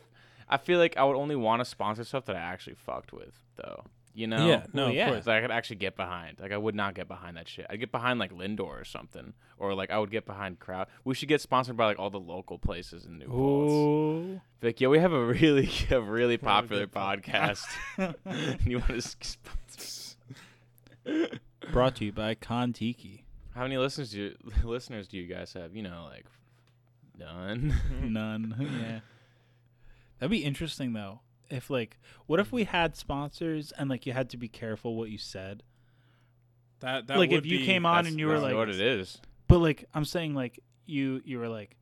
S1: I feel like I would only want to sponsor stuff that I actually fucked with, though. You know?
S7: Yeah, no, of
S1: yeah,
S7: course.
S1: That I could actually get behind. Like, I would not get behind that shit. I'd get behind like Lindor or something, or like I would get behind crowd. We should get sponsored by like all the local places in New Paltz.
S3: Ooh.
S1: Be Like, yeah, we have a really, a really popular podcast. you want to sponsor?
S3: Brought to you by Kontiki.
S1: How many listeners do you, listeners do you guys have? You know, like none.
S3: None. yeah. That'd be interesting though. If like, what if we had sponsors and like you had to be careful what you said?
S7: that that
S3: like if
S7: would
S3: you
S7: be-
S3: came on
S1: That's-
S3: and you were
S1: that's
S3: like,
S1: what it is.
S3: but like I'm saying like you you were like,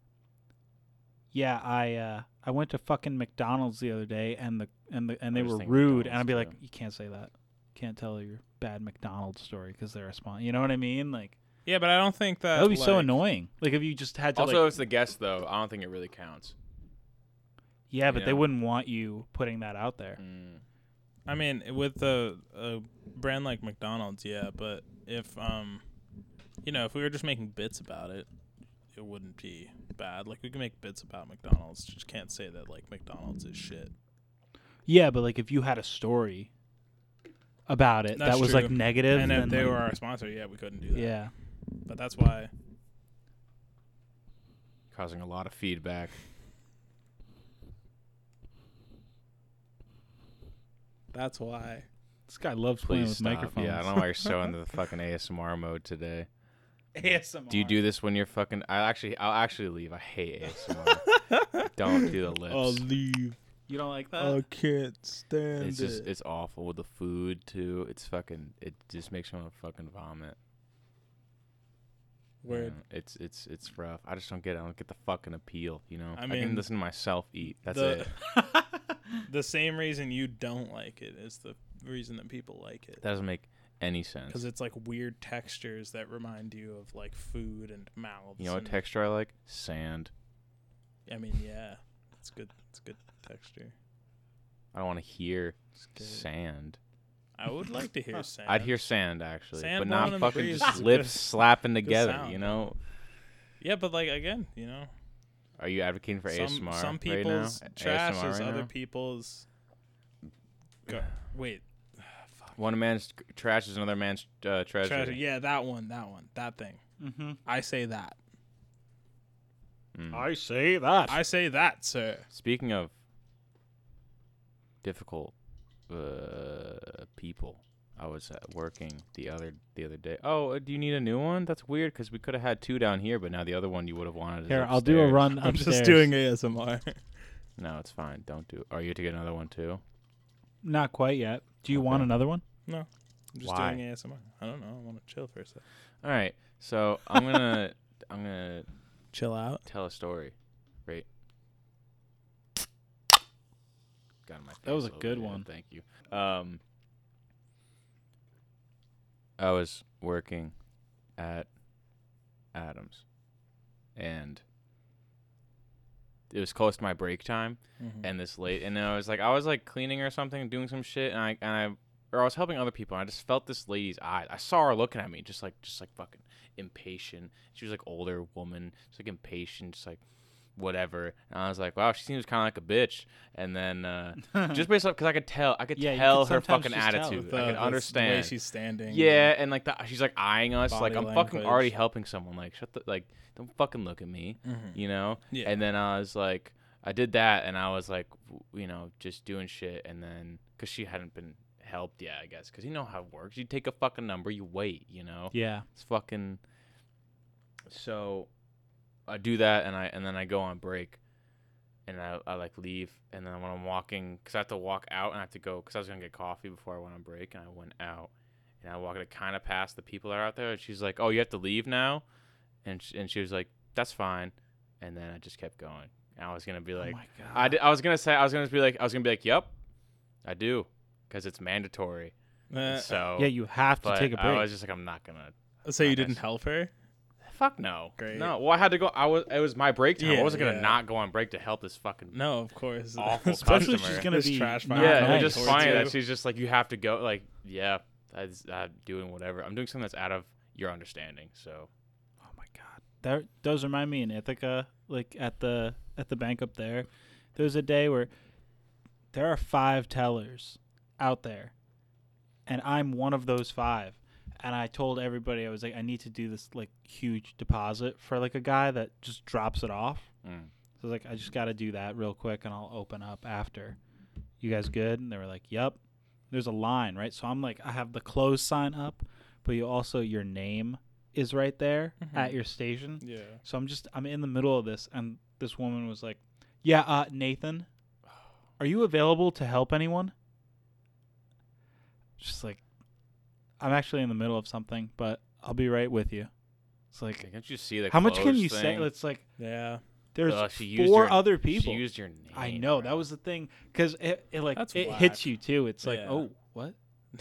S3: yeah I uh I went to fucking McDonald's the other day and the and the and they
S1: I was
S3: were
S1: thinking
S3: rude and I'd be
S1: McDonald's,
S3: like you can't say that can't tell your bad McDonald's story because they're a sponsor you know what I mean like
S7: Yeah, but I don't think that
S3: that would be so
S7: like-
S3: annoying like if you just had to
S1: Also,
S3: like,
S1: it's the guest though. I don't think it really counts.
S3: yeah but
S1: yeah.
S3: they
S1: Mm.
S3: wouldn't want you putting that out there
S7: I mean, with the a brand like McDonald's, yeah, but if um, you know, if we were just making bits about it, it wouldn't be bad. Like we can make bits about McDonald's. Just can't say that like McDonald's is shit.
S3: yeah but like if you had a story about it
S7: That's
S3: that was
S7: true.
S3: like negative
S7: And
S3: then,
S7: if they
S3: like-
S7: were our sponsor, yeah, we couldn't do that.
S3: yeah
S7: but that's why.
S1: Causing a lot of feedback.
S7: That's why.
S3: this guy loves playing
S1: Please
S3: with
S1: stop.
S3: microphones
S1: Yeah, I don't know why you're so into the fucking ASMR mode today.
S3: ASMR.
S1: Do you do this when you're fucking? I actually, I'll actually leave. I hate ASMR. don't do the lips.
S3: Oh,
S7: leave.
S3: you don't like that
S7: I can't stand
S1: Uh, it's just, it's awful with the food too. It's fucking. It just makes me want to fucking vomit. you
S7: Word.
S1: know? It's it's it's rough. I just don't get. It. I don't get the fucking appeal. You know.
S7: I
S1: I,
S7: mean,
S1: can listen to myself eat. That's
S7: the-
S1: it.
S7: The same reason you don't like it is the reason that people like it.
S1: That doesn't make any sense.
S7: because it's like weird textures that remind you of like food and mouths.
S1: You know what
S7: and-
S1: texture I like? Sand.
S7: I mean, yeah, it's good. It's good texture.
S1: I don't want to hear
S7: It's good.
S1: sand.
S7: I would like to hear sand.
S1: I'd hear sand actually,
S7: Sand
S1: but
S7: blowing
S1: not
S7: in the
S1: fucking
S7: breeze
S1: just
S7: is a
S1: lips
S7: good-
S1: slapping together.
S7: sound.
S1: You know?
S7: Yeah, but like again, you know,
S1: Are you advocating for
S7: some
S1: ASMR
S7: some
S1: right now?
S7: people's trash
S1: ASMR
S7: is
S1: right
S7: other
S1: now?
S7: people's. Go, wait,
S1: One man's c- trash is another man's uh, treasure.
S7: trash. Yeah, that one, that one, that thing.
S3: mm-hmm.
S7: I say that.
S3: I say that.
S7: I say that, sir.
S1: Speaking of uh, difficult uh, people, I was uh, working the other the other day. Oh, uh, do you need a new one? That's weird because we could have had two down here, but now the other one you would have wanted. Is
S3: Here, I'll do a
S1: upstairs.
S3: run.
S7: I'm
S3: upstairs.
S7: just doing ASMR.
S1: No, it's fine. Don't do. Are you to get another one too?
S3: Not quite yet. Do you want another one?
S7: no, I'm just
S1: Why?
S7: doing ASMR. I don't know. I want to chill for a sec.
S1: All right. So I'm gonna I'm gonna
S7: Chill out.
S1: tell a story. Right. Got in my
S3: That was
S1: face
S3: a
S1: little
S3: good
S1: bit,
S3: one.
S1: Thank you. Um, I was working at Adams, and it was close to my break time,
S3: Mm-hmm.
S1: and this late, and I was like, I was like cleaning or something, doing some shit, and I and I. Or I was helping other people, and I just felt this lady's eyes. I saw her looking at me, just like, just like fucking impatient. She was like older woman, just like impatient, just like whatever. And I was like, wow, she seems kind of like a bitch. And then uh, just based off because I could tell, I could
S3: Yeah, you
S1: tell
S3: could
S1: her
S3: sometimes
S1: fucking
S3: just tell
S1: attitude.
S3: with
S1: I
S7: The-
S1: could
S7: the way
S1: understand.
S7: she's standing.
S1: yeah, and like the, she's like eyeing us, like
S7: Body
S1: I'm fucking
S7: language.
S1: already helping someone. Like shut the like, don't fucking look at me, you know.
S7: Yeah.
S1: And then I was like, I did that, and I was like, w- you know, just doing shit. And then because she hadn't been helped yet, I guess, because you know how it works. You take a fucking number, you wait, you know.
S3: Yeah.
S1: It's fucking. So, I do that, and I and then I go on break, and I, I like leave, and then when I'm walking, cause I have to walk out, and I have to go, cause I was gonna get coffee before I went on break, and I went out, and I walked kind of past the people that are out there, and she's like, "Oh, you have to leave now," and sh- and she was like, "That's fine," and then I just kept going, And I was gonna be like,
S3: my God.
S1: I, d- I was gonna say, I was gonna be like, I was gonna be like, yep, I do, because it's mandatory.
S7: Uh,
S1: so
S3: yeah, you have to
S1: Oh. but
S3: take a break.
S1: I was just like, I'm not gonna.
S7: so you
S1: Okay.
S7: didn't help her?
S1: Fuck no.
S7: Great.
S1: No. Well, I had to go. I was. It was my break time.
S7: Yeah,
S1: I wasn't gonna
S7: yeah.
S1: not go on break to help this fucking.
S7: No, of course.
S1: Awful
S3: Especially if
S1: customer.
S3: she's gonna
S7: This
S3: be
S7: trash
S3: not
S7: fire.
S1: yeah,
S7: nice
S1: and just
S7: towards
S1: fine
S7: you.
S1: that she's just like, you have to go. Like, yeah, that's I'm doing whatever. I'm doing something that's out of your understanding. So
S3: Oh my god, that does remind me in Ithaca, like at the at the bank up there. There was a day where there are five tellers out there, and I'm one of those five. And I told everybody I was like, I need to do this like huge deposit for like a guy that just drops it off.
S1: Mm.
S3: So I was like, I just got to do that real quick, and I'll open up after. You guys good? And they were like, Yep. There's a line, right? So I'm like, I have the close sign up, but you also your name is right there at your station.
S7: Yeah.
S3: So I'm just I'm in the middle of this and this woman was like, "Yeah, uh Nathan, are you available to help anyone?" Just like I'm actually in the middle of something, but I'll be right with you. It's like
S1: can't you see the
S3: how much can
S1: clothes
S3: you say?
S1: thing?
S3: It's like
S7: Yeah.
S3: there's
S1: Ugh, Uh, she used
S3: four
S1: your-
S3: other
S1: she
S3: people.
S1: used your name.
S3: I know
S1: bro.
S3: that was the thing because it, it like
S7: That's
S3: it
S7: whack.
S3: hits you too. It's like
S7: Yeah.
S3: oh what?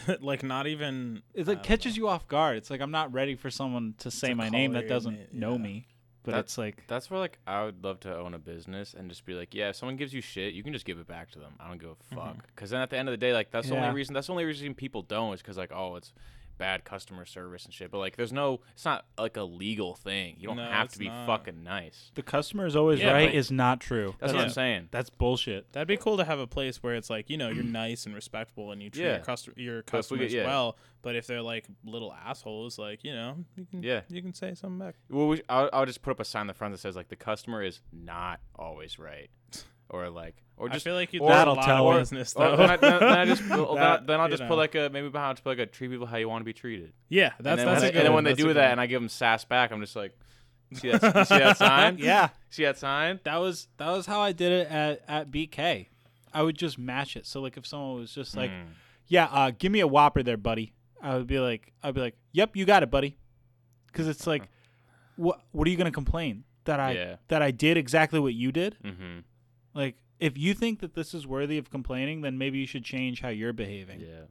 S7: like not even
S3: It
S7: I
S3: like
S7: don't
S3: catches
S7: know.
S3: you off guard. It's like I'm not ready for someone to say
S7: To
S3: my
S7: call
S3: name that
S7: your
S3: doesn't
S7: name,
S3: know
S7: yeah.
S3: me. But
S1: That-
S3: it's like
S1: That's where like I would love to own a business and just be like, yeah, if someone gives you shit, you can just give it back to them. I don't give
S7: Mm-hmm.
S1: a fuck. Because then at the end of the day, like that's the
S3: Yeah.
S1: only reason. That's the only reason people don't is because like oh, it's bad customer service and shit. But like, there's no. It's not like a legal thing. You don't
S7: No,
S1: have
S7: it's
S1: to be
S7: not.
S1: fucking nice.
S3: The customer is always
S1: Yeah,
S3: right
S1: but-
S3: is not true.
S1: That's what I'm
S7: Yeah.
S1: saying.
S3: That's bullshit.
S7: That'd be cool to have a place where it's like you know you're nice and respectful and you treat your,
S1: Yeah.
S7: custo- your
S1: But if we
S7: customers
S1: get- yeah.
S7: well. But if they're like little assholes, like you know, you can
S1: Yeah.
S7: you can say something back.
S1: Well, we, I'll, I'll just put up a sign in the front that says like the customer is not always right, or like, or
S7: I
S1: just
S7: feel like you
S1: or-
S7: did a
S3: that'll
S7: lot
S3: tell
S7: of
S3: her.
S7: business though.
S1: Or then, I, then, then I just well, then, I-
S7: That,
S1: then I'll
S7: you
S1: just
S7: know.
S1: put like a maybe behind to put like a treat people how you want to be treated.
S7: yeah.
S1: And then
S7: That's that's
S1: when
S7: a
S1: they-
S7: good
S1: and then
S7: one.
S1: when they
S7: That's a
S1: do
S7: good
S1: that
S7: one.
S1: and I give them sass back, I'm just like, see that, you see that sign?
S3: Yeah.
S1: See that sign?
S3: That was that was how I did it at, at BK. I would just mash it. So like if someone was just like,
S7: Hmm.
S3: "Yeah, uh, give me a Whopper there, buddy," I would be like, "I'd be like, yep, you got it, buddy," because it's like, what what are you gonna complain that I
S1: Yeah.
S3: that I did exactly what you did?
S7: Hmm.
S1: Mm-hmm.
S3: Like if you think that this is worthy of complaining, then maybe you should change how you're behaving.
S1: Yeah.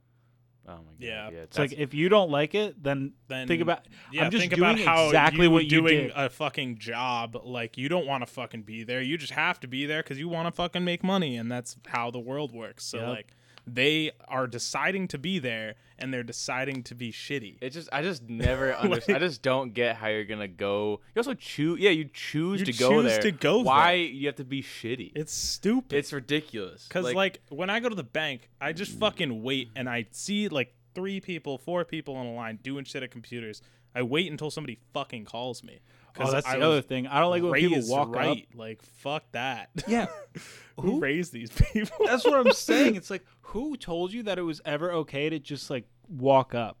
S1: Oh my god.
S7: Yeah.
S1: Yeah.
S3: It's like if you don't like it, then
S7: Then
S3: think about.
S7: Yeah,
S3: I'm just
S7: think
S3: doing
S7: about how
S3: exactly
S7: you
S3: what you
S7: doing
S3: did.
S7: a fucking job. Like you don't want to fucking be there. You just have to be there because you want to fucking make money, and that's how the world works. So
S3: Yep.
S7: like they are deciding to be there, and they're deciding to be shitty.
S1: It just I just never understand. I just don't get how you're gonna go. You also choose. Yeah, you choose
S7: You
S1: to go
S7: choose
S1: there.
S7: to go
S1: Why
S7: there.
S1: you have to be shitty?
S7: It's stupid.
S1: It's ridiculous.
S7: Cause like, when I go to the bank, I just fucking wait and I see like three people, four people in a line doing shit at computers. I wait until somebody fucking calls me.
S3: Oh, that's
S7: I
S3: the other
S7: was
S3: thing. I don't like when people
S7: raised
S3: walk up.
S7: right. Like fuck that.
S3: Yeah.
S7: Who
S3: Who-
S7: raised these people?
S3: That's what I'm saying. It's like, who told you that it was ever okay to just like walk up?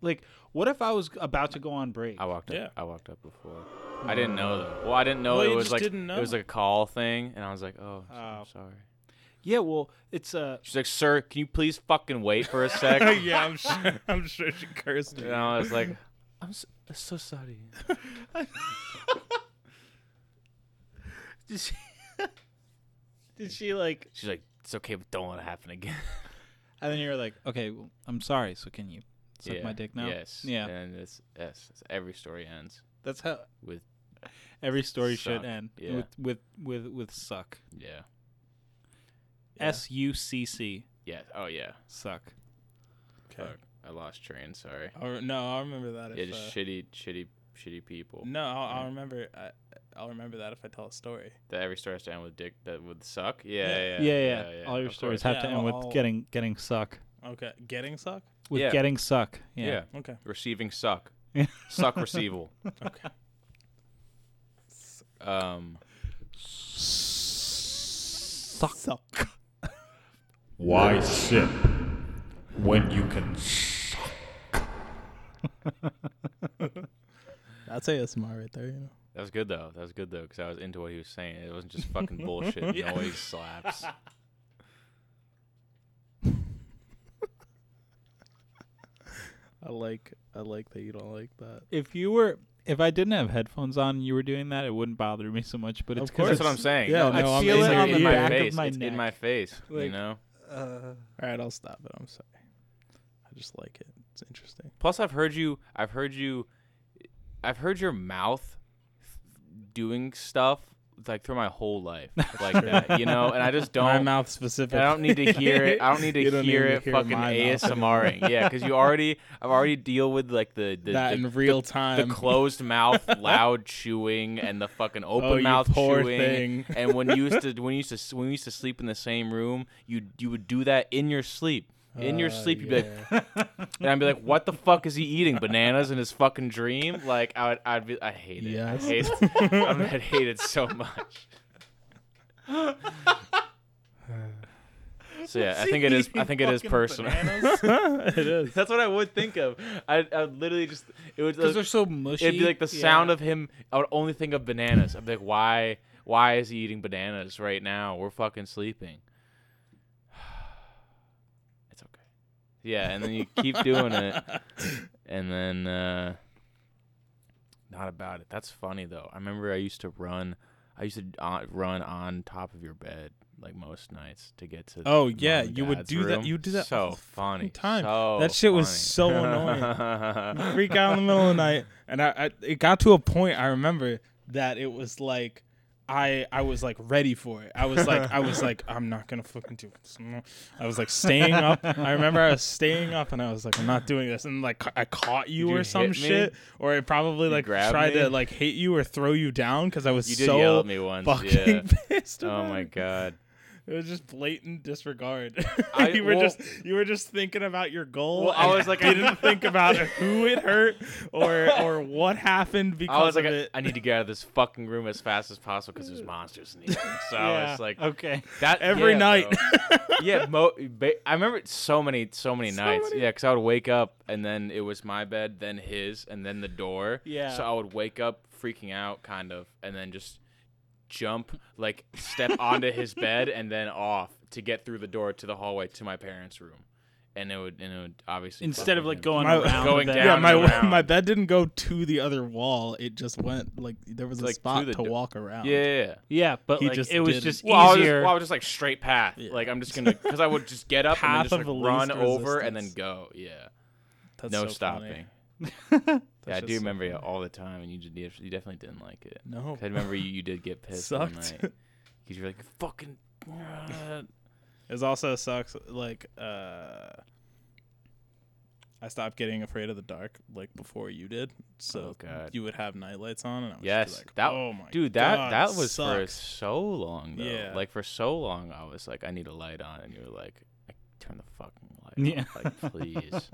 S3: Like, what if I was about to go on break?
S1: I walked up.
S7: Yeah.
S1: I walked up before. I didn't know though. Well, I didn't know
S7: Well,
S1: it
S7: you
S1: was
S7: just
S1: like
S7: didn't
S1: it was
S7: know.
S1: like a call thing, and I was like, oh,
S3: Oh.
S1: I'm sorry.
S3: Yeah, well, it's uh,
S1: She's like, sir, can you please fucking wait for a sec?
S7: yeah, I'm sure. I'm sure she cursed me.
S1: And I was like,
S3: I'm so, so sorry. did she? did she like?
S1: she's like, it's okay, but don't let it happen again.
S3: And then you're like, okay, well, I'm sorry. So can you suck my dick now?
S1: Yes.
S3: Yeah.
S1: And it's yes. it's- every story ends
S3: That's how
S1: with
S3: every story should
S1: Suck.
S3: end.
S1: Yeah.
S3: With with with with suck.
S1: yeah.
S3: S U C C.
S1: Yeah. Oh yeah.
S3: Suck.
S1: Fuck. I lost train. Sorry.
S3: Oh,
S7: Or, no, I'll remember that.
S1: yeah,
S7: If,
S1: just
S7: uh,
S1: shitty, shitty, shitty people.
S7: no, I'll, I'll remember. I, uh, I'll remember that if I tell a story.
S1: That every story has to end with dick. That would suck. Yeah. Yeah.
S3: Yeah, yeah. All your
S1: of
S3: stories
S1: course.
S3: have to
S7: Yeah,
S3: end
S7: I'll-
S3: with getting getting suck.
S7: Okay, getting suck.
S3: With
S1: Yeah.
S3: getting suck.
S1: Yeah.
S3: Yeah.
S7: Okay.
S1: Receiving suck.
S3: Yeah.
S1: suck receival.
S7: Okay.
S1: Um.
S3: Suck. Suck.
S9: Why sip when you can
S7: That's ASMR right there. You know.
S1: That was good though. That was good though, because I was into what he was saying. It wasn't just fucking bullshit noise slaps.
S7: I like I like that you don't like that.
S3: If you were if I didn't have headphones on, and you were doing that, it wouldn't bother me so much. But it's 'cause
S7: Of course.
S1: That's what I'm
S3: it's-
S1: saying.
S3: Yeah,
S1: No,
S3: no,
S1: I
S3: I'm
S1: feel
S3: in
S1: it
S3: the
S1: in
S3: back
S1: my
S3: of
S1: face.
S3: my
S1: it's
S3: neck.
S1: in my face. you
S3: Like-
S1: know.
S7: All right, I'll stop it. I'm sorry. I just like it. It's interesting.
S1: Plus, I've heard you. I've heard you. I've heard your mouth doing stuff like through my whole life, like that. You know, and I just don't.
S7: My mouth specifically.
S1: I don't need to hear it. I don't need to
S7: You don't
S1: hear
S7: need to
S1: it
S7: hear
S1: fucking
S7: my mouth
S1: ASMRing. yeah, because you already, I've already deal with like the the,
S7: that
S1: the,
S7: in real
S1: the
S7: time.
S1: closed mouth, loud chewing, and the fucking open
S7: Oh, you
S1: mouth
S7: poor
S1: chewing.
S7: thing.
S1: And when you used to when you used to when we used to sleep in the same room, you you would do that in your sleep. In your
S7: Uh,
S1: sleep, you'd be
S7: yeah.
S1: like, and I'd be like, "What the fuck is he eating? Bananas in his fucking dream?" Like I would, I'd be, I hate it.
S7: Yes.
S1: I hate it. I would hate it so much. So yeah, I think it is. I think it is personal.
S7: it is.
S1: That's what I would think of. I, I would literally just it would
S3: Because they're so mushy.
S1: It'd be like the sound of him. I would only think of bananas. I'd be like, why? Why is he eating bananas right now? We're fucking sleeping. It's okay. Yeah, and then you keep doing it, and then uh, not about it. That's funny though. I remember I used to run. I used to uh, run on top of your bed like most nights to get to.
S7: Oh
S1: mom
S7: yeah,
S1: and
S7: you would
S1: dad's
S7: do that.
S1: room.
S7: You would do that
S1: So
S7: all the
S1: funny.
S7: fucking time.
S1: So
S7: that shit was
S1: funny.
S7: so annoying. I'd
S1: annoying.
S7: freak out in the middle of the night, and I, I it got to a point I remember that it was like. I, I was like ready for it. I was like I was like I'm not gonna fucking do this. I'm not- I was like staying up. I remember I was staying up and I was like I'm not doing this. And like ca- I caught you,
S1: Did you
S7: or some
S1: hit me?
S7: shit, or I probably like
S1: grabbed
S7: tried
S1: me?
S7: to like hit you or throw you down because I was
S1: You did
S7: so
S1: yell at me once.
S7: fucking
S1: yeah.
S7: pissed.
S1: Oh
S7: about
S1: my
S7: it.
S1: god.
S7: It was just blatant disregard.
S1: I-
S7: you were
S1: well-
S7: just you were just thinking about your goal.
S1: Well, I
S7: and
S1: was like, I-
S7: didn't think about who it hurt or or what happened because
S1: I was like,
S7: of
S1: I,
S7: it.
S1: I need to get out of this fucking room as fast as possible because there's monsters in here. So
S7: Yeah.
S1: it's like
S3: Okay.
S1: that
S7: Every
S1: yeah,
S7: night.
S1: bro. yeah, mo- ba- I remember so many, so many
S7: So
S1: nights.
S7: many-
S1: Yeah, because I would wake up and then it was my bed, then his, and then the door.
S3: Yeah.
S1: So I would wake up freaking out, kind of, and then just jump, like step onto his bed and then off to get through the door to the hallway to my parents' room, and it would, and it would obviously fuck
S3: Instead of
S1: with
S3: like
S1: him.
S3: going
S7: My-
S3: around.
S1: Going
S3: the bed.
S1: down
S7: yeah, my
S1: and around.
S7: my bed didn't go to the other wall. It just went like there was a
S1: Like, to
S7: spot
S1: the
S7: to
S1: do-
S7: walk around.
S1: Yeah, yeah, yeah.
S3: Yeah, but
S7: He
S3: like,
S7: just
S3: it was
S7: didn't.
S3: just
S1: Well, I was just,
S3: easier.
S1: well, I was just like straight path.
S7: Yeah.
S1: Like I'm just gonna because I would just get up and then
S7: Path
S1: just like,
S7: of the
S1: run
S7: least
S1: over and then
S7: resistance.
S1: go. Yeah,
S7: That's
S1: no
S7: so
S1: stopping. Yeah,
S7: funny.
S1: I
S7: That's
S1: do
S7: just so
S1: remember you all the time, and you did, you definitely didn't like it.
S7: No,
S1: 'Cause I remember you, you did get pissed one
S7: sucked.
S1: night because you're like fucking. uh,
S7: It also sucks. Like, uh, I stopped getting afraid of the dark like before you did. So
S1: Oh, God.
S7: you would have night lights on, and I was
S1: yes,
S7: just like,
S1: that
S7: oh my
S1: dude, that
S7: God,
S1: that was for
S7: sucks.
S1: so long though.
S7: Yeah.
S1: Like for so long, I was like, I need a light on, and you were like, I turn the fucking light
S3: Yeah.
S1: off, like please.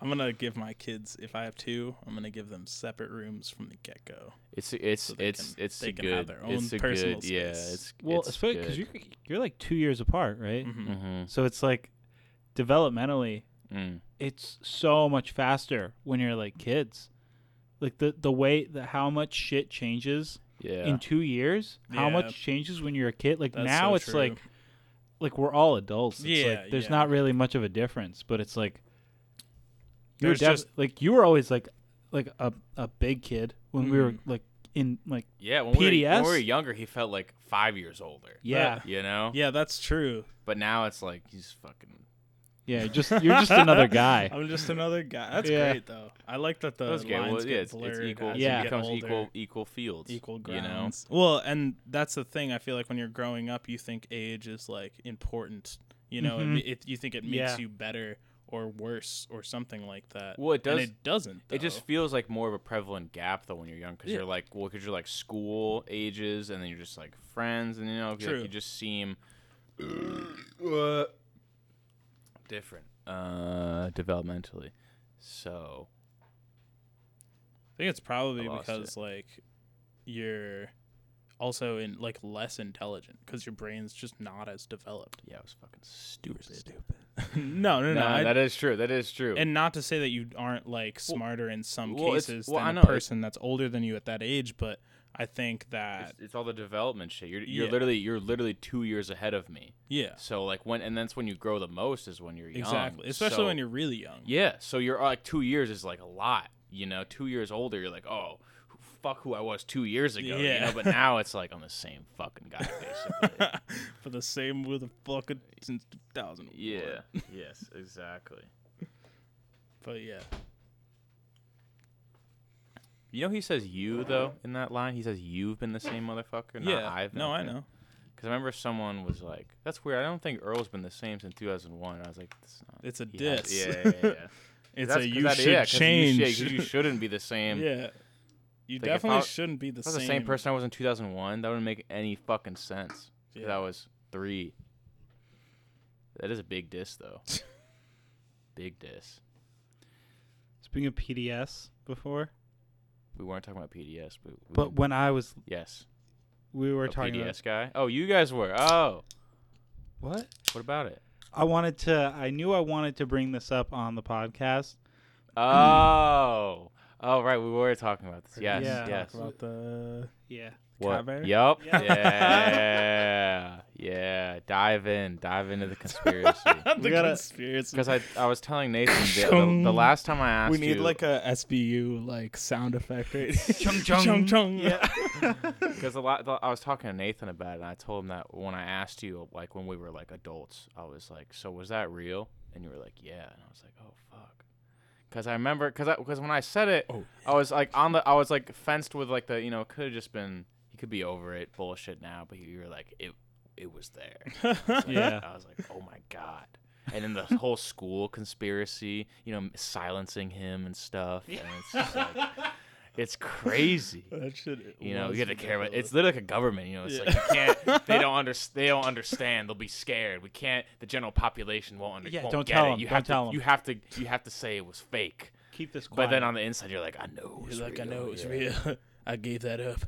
S7: I'm gonna give my kids if I have two, I'm gonna give them separate rooms from the get go.
S1: It's it's
S7: So they
S1: it's
S7: can-
S1: it's
S7: they
S1: a
S7: can
S1: good.
S7: have their
S1: It's
S7: own
S1: a
S7: personal
S1: good. Yeah,
S7: space.
S1: it's
S3: well,
S1: it's
S3: especially because
S1: good.
S3: you're you're like two years apart, right?
S7: Mhm.
S1: Mm-hmm.
S3: So it's like developmentally,
S1: Mm.
S3: it's so much faster when you're like kids. Like the the way that how much shit changes
S1: Yeah.
S3: in two years, how
S7: Yeah.
S3: much changes when you're a kid. Like
S7: That's
S3: now,
S7: so
S3: it's
S7: true.
S3: like like we're all adults. It's
S7: Yeah,
S3: like, there's
S7: yeah.
S3: not really much of a difference, but it's like you're
S7: There's
S3: def-
S7: just-
S3: like you were always like like a a big kid when we were
S7: Mhm.
S3: like in like
S1: yeah. When we, were, when
S3: PDS?
S1: we were younger, he felt like five years older. Uh,
S3: yeah
S1: You know.
S7: Yeah, that's true.
S1: But now it's like he's fucking.
S3: yeah you're just you're just another guy.
S7: I'm just another guy. That's
S3: Yeah.
S7: great though. I like that the
S1: That's good.
S7: lines
S1: Well,
S7: get
S1: yeah, it's,
S7: blurred.
S1: it's equal.
S7: as
S1: it
S7: you
S3: Yeah.
S7: get
S1: becomes
S7: older.
S1: equal equal fields.
S7: equal
S1: You know.
S7: grounds. Well, and that's the thing. I feel like when you're growing up, you think age is like important. You know,
S3: Mhm.
S7: it, it, you think it makes
S3: Yeah.
S7: you better or worse or something like that.
S1: Well, it does-
S7: And it doesn't.
S1: It just
S7: though.
S1: feels like more of a prevalent gap though when you're young because
S7: Yeah.
S1: you're like well because you're like school ages and then you're just like friends and you know if you- like,
S7: True.
S1: you just seem different uh developmentally so
S7: I think it's probably
S1: I lost
S7: because like you're also in like less intelligent because your brain's just not as developed.
S1: yeah it was fucking stupid
S7: no, no, no.
S1: no
S7: I-
S1: that is true that is true
S7: and not to say that you aren't like smarter in some
S1: well, it's-
S7: cases
S1: well, I
S7: than
S1: know,
S7: a
S1: it-
S7: person that's older than you at that age, but I think that
S1: it's, it's all the development shit. You're you're
S7: Yeah.
S1: literally you're literally two years ahead of me.
S7: yeah,
S1: So like when and that's when you grow the most is when you're young.
S7: Exactly. Especially
S1: So-
S7: when you're really young.
S1: yeah. So you're like two years is like a lot. you know, two years older, you're like, oh, who- fuck who I was two years ago. You
S7: Yeah.
S1: know? But now it's like I'm the same fucking guy, basically.
S7: for the same with a fucking since 2000.
S1: yeah. yes, exactly.
S7: But yeah.
S1: You know, he says you, though, in that line. He says you've been the same motherfucker, not
S7: yeah.
S1: I've been.
S7: no, I know.
S1: Because I remember someone was like, that's weird. I don't think Earl's been the same since 2001. And I was like, that's not.
S7: It's a
S1: he has- Yeah,
S7: diss.
S1: yeah, yeah. yeah.
S7: It's
S1: That's
S7: a
S1: 'cause
S7: you
S1: that-
S7: should
S1: yeah, 'cause
S7: change.
S1: You, should- 'cause you shouldn't be the same.
S7: yeah. You
S1: Like, if
S7: definitely
S1: I-
S7: shouldn't be the
S1: If I
S7: same.
S1: was the same person I was in 2001, that wouldn't make any fucking sense. 'Cause
S7: Yeah.
S1: I was three. That is a big diss, though. big diss.
S3: Speaking of PDS before,
S1: We weren't talking about PDS, but we
S3: but when I was,
S1: yes,
S3: we were
S1: a
S3: talking
S1: PDS
S3: about
S1: guy. Oh, you guys were. Oh,
S3: what?
S1: what about it?
S3: I wanted to. I knew I wanted to bring this up on the podcast.
S1: Oh, oh right, we were talking about this. Yes,
S3: Yeah.
S1: yes.
S7: About the
S3: Yeah.
S1: What?
S7: Cavern?
S1: Yup.
S3: Yeah.
S1: Yeah, yeah. Dive in, dive into the conspiracy.
S7: the
S3: gotta-
S7: conspiracy.
S1: Because I, I was telling Nathan the, the, the last time I asked
S7: we need
S1: you,
S7: like a SBU like sound effect. Right?
S3: Chung chung.
S7: chung chung.
S3: Yeah.
S1: Because a lot, I was talking to Nathan about it, and I told him that when I asked you, like when we were like adults, I was like, "So was that real?" And you were like, "Yeah," and I was like, "Oh fuck," because I remember, because because when I said it,
S7: Oh,
S1: I was like on the, I was like fenced with like the, you know, it could have just been he could be over it, bullshit now, but you were like, it, it was there.
S3: Yeah.
S1: I was like, oh my god. And then the whole school conspiracy, you know, silencing him and stuff. And it's, just like, it's crazy.
S7: that shit.
S1: You know,
S7: was
S1: you have to care about.
S7: ridiculous.
S1: It's literally like a government. You know, it's
S7: Yeah.
S1: like you can't. They don't understand. They don't understand. They'll be scared. We can't. The general population won't understand.
S3: Yeah,
S1: won't
S3: don't
S1: get
S3: tell
S1: it.
S3: 'em,
S1: You
S3: don't
S1: have to.
S3: tell 'em.
S1: You have to. You have to say it was fake.
S3: Keep this
S1: But
S3: quiet.
S1: then on the inside, you're like, I know.
S7: You're
S1: it's
S7: like, I
S1: real,
S7: know it's
S1: yeah.
S7: real. I gave that up.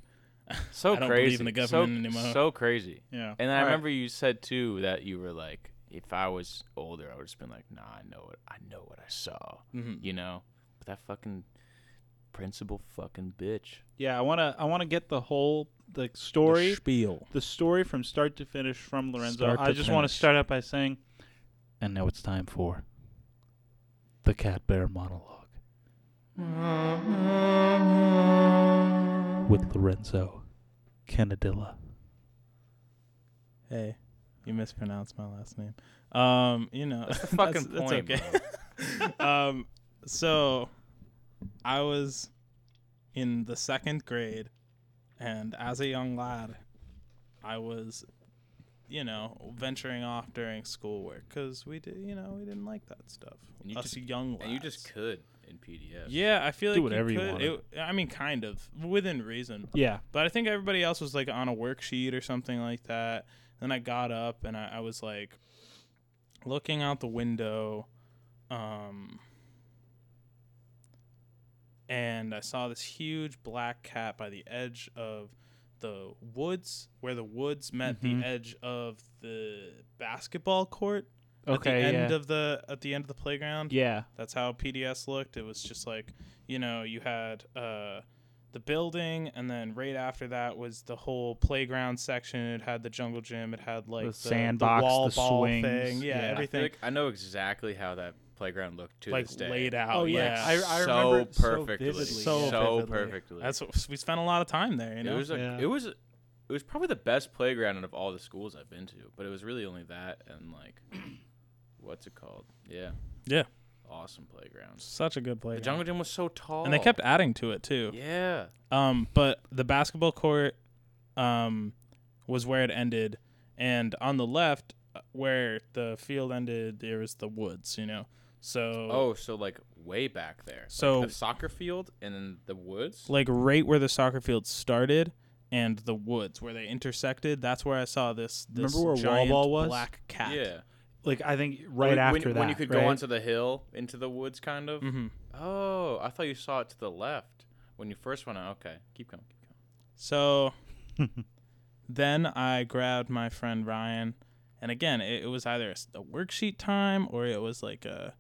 S1: So
S7: I don't
S1: crazy.
S7: believe in the government
S1: so,
S7: anymore.
S1: So crazy.
S3: yeah.
S1: And then I remember you said too that you were like, if I was older, I would just been like, nah, I know it. I know what I saw.
S7: Mhm.
S1: You know, but that fucking principal fucking bitch.
S3: Yeah. I wanna. I wanna get the whole the story.
S7: The spiel.
S3: the story from start to finish from Lorenzo.
S7: Start
S3: I
S7: to
S3: just want
S7: finish.
S3: to start out by saying, and now it's time for the Cat Bear monologue with Lorenzo Canadilla.
S7: Hey, you mispronounced my last name. Um, you know,
S1: That's the fucking
S7: that's
S1: point,
S7: okay.
S1: bro.
S7: um, so I was in the second grade, and as a young lad, I was, you know, venturing off during schoolwork because we did, you know, we didn't like that stuff.
S1: And you
S7: Us
S1: just-
S7: young lads.
S1: And you just could in PDF.
S7: yeah, I feel
S3: Do
S7: like
S3: whatever you
S7: you could.
S3: wanted.
S7: it- I mean, kind of within reason,
S3: Yeah.
S7: but I think everybody else was like on a worksheet or something like that. Then I got up and I, I was like looking out the window, um, and I saw this huge black cat by the edge of the woods, where the woods met
S3: Mhm.
S7: the edge of the basketball court
S3: Okay.
S7: at the
S3: yeah.
S7: end of the at the end of the playground.
S3: yeah.
S7: That's how PDS looked. It was just like, you know, you had uh, the building, and then right after that was the whole playground section. It had the jungle gym. It had like
S3: The
S7: the,
S3: sandbox,
S7: the wall
S3: the
S7: ball
S3: swings.
S7: thing. Yeah,
S3: Yeah. I
S1: I,
S7: everything
S1: feel like I know exactly how that playground looked to
S7: like
S1: this day.
S7: laid out.
S3: Oh,
S7: yeah,
S3: yeah. I- I
S1: so
S3: remember it so
S1: perfectly,
S3: vividly,
S7: so,
S3: yeah.
S1: so
S7: vividly.
S1: perfectly.
S7: That's what, we spent a lot of time there. You know,
S1: it was. A,
S3: Yeah.
S1: It was. It was probably the best playground out of all the schools I've been to, but it was really only that and like, what's it called? Yeah,
S7: yeah,
S1: awesome playground.
S7: such a good
S1: The
S7: playground.
S1: jungle gym was so tall,
S7: and they kept adding to it too.
S1: Yeah,
S7: Um, but the basketball court um, was where it ended, and on the left uh, where the field ended, there was the woods. You know, so
S1: Oh, so like way back there.
S7: So-
S1: like the soccer field and then the woods.
S7: like right where the soccer field started and the woods where they intersected, that's where I saw this. this
S3: Remember where wall
S7: giant
S3: ball was?
S7: Black cat.
S1: yeah.
S3: Like I think right
S1: when,
S3: after
S1: when,
S3: that.
S1: when you could
S3: right? Mm-hmm.
S1: go onto the hill into the woods, kind of.
S7: hmm
S1: Oh, I thought you saw it to the left when you first went out. Okay, keep going. Keep going.
S7: So then I grabbed my friend Ryan, and again, it, it was either a, s- a worksheet time or it was like a.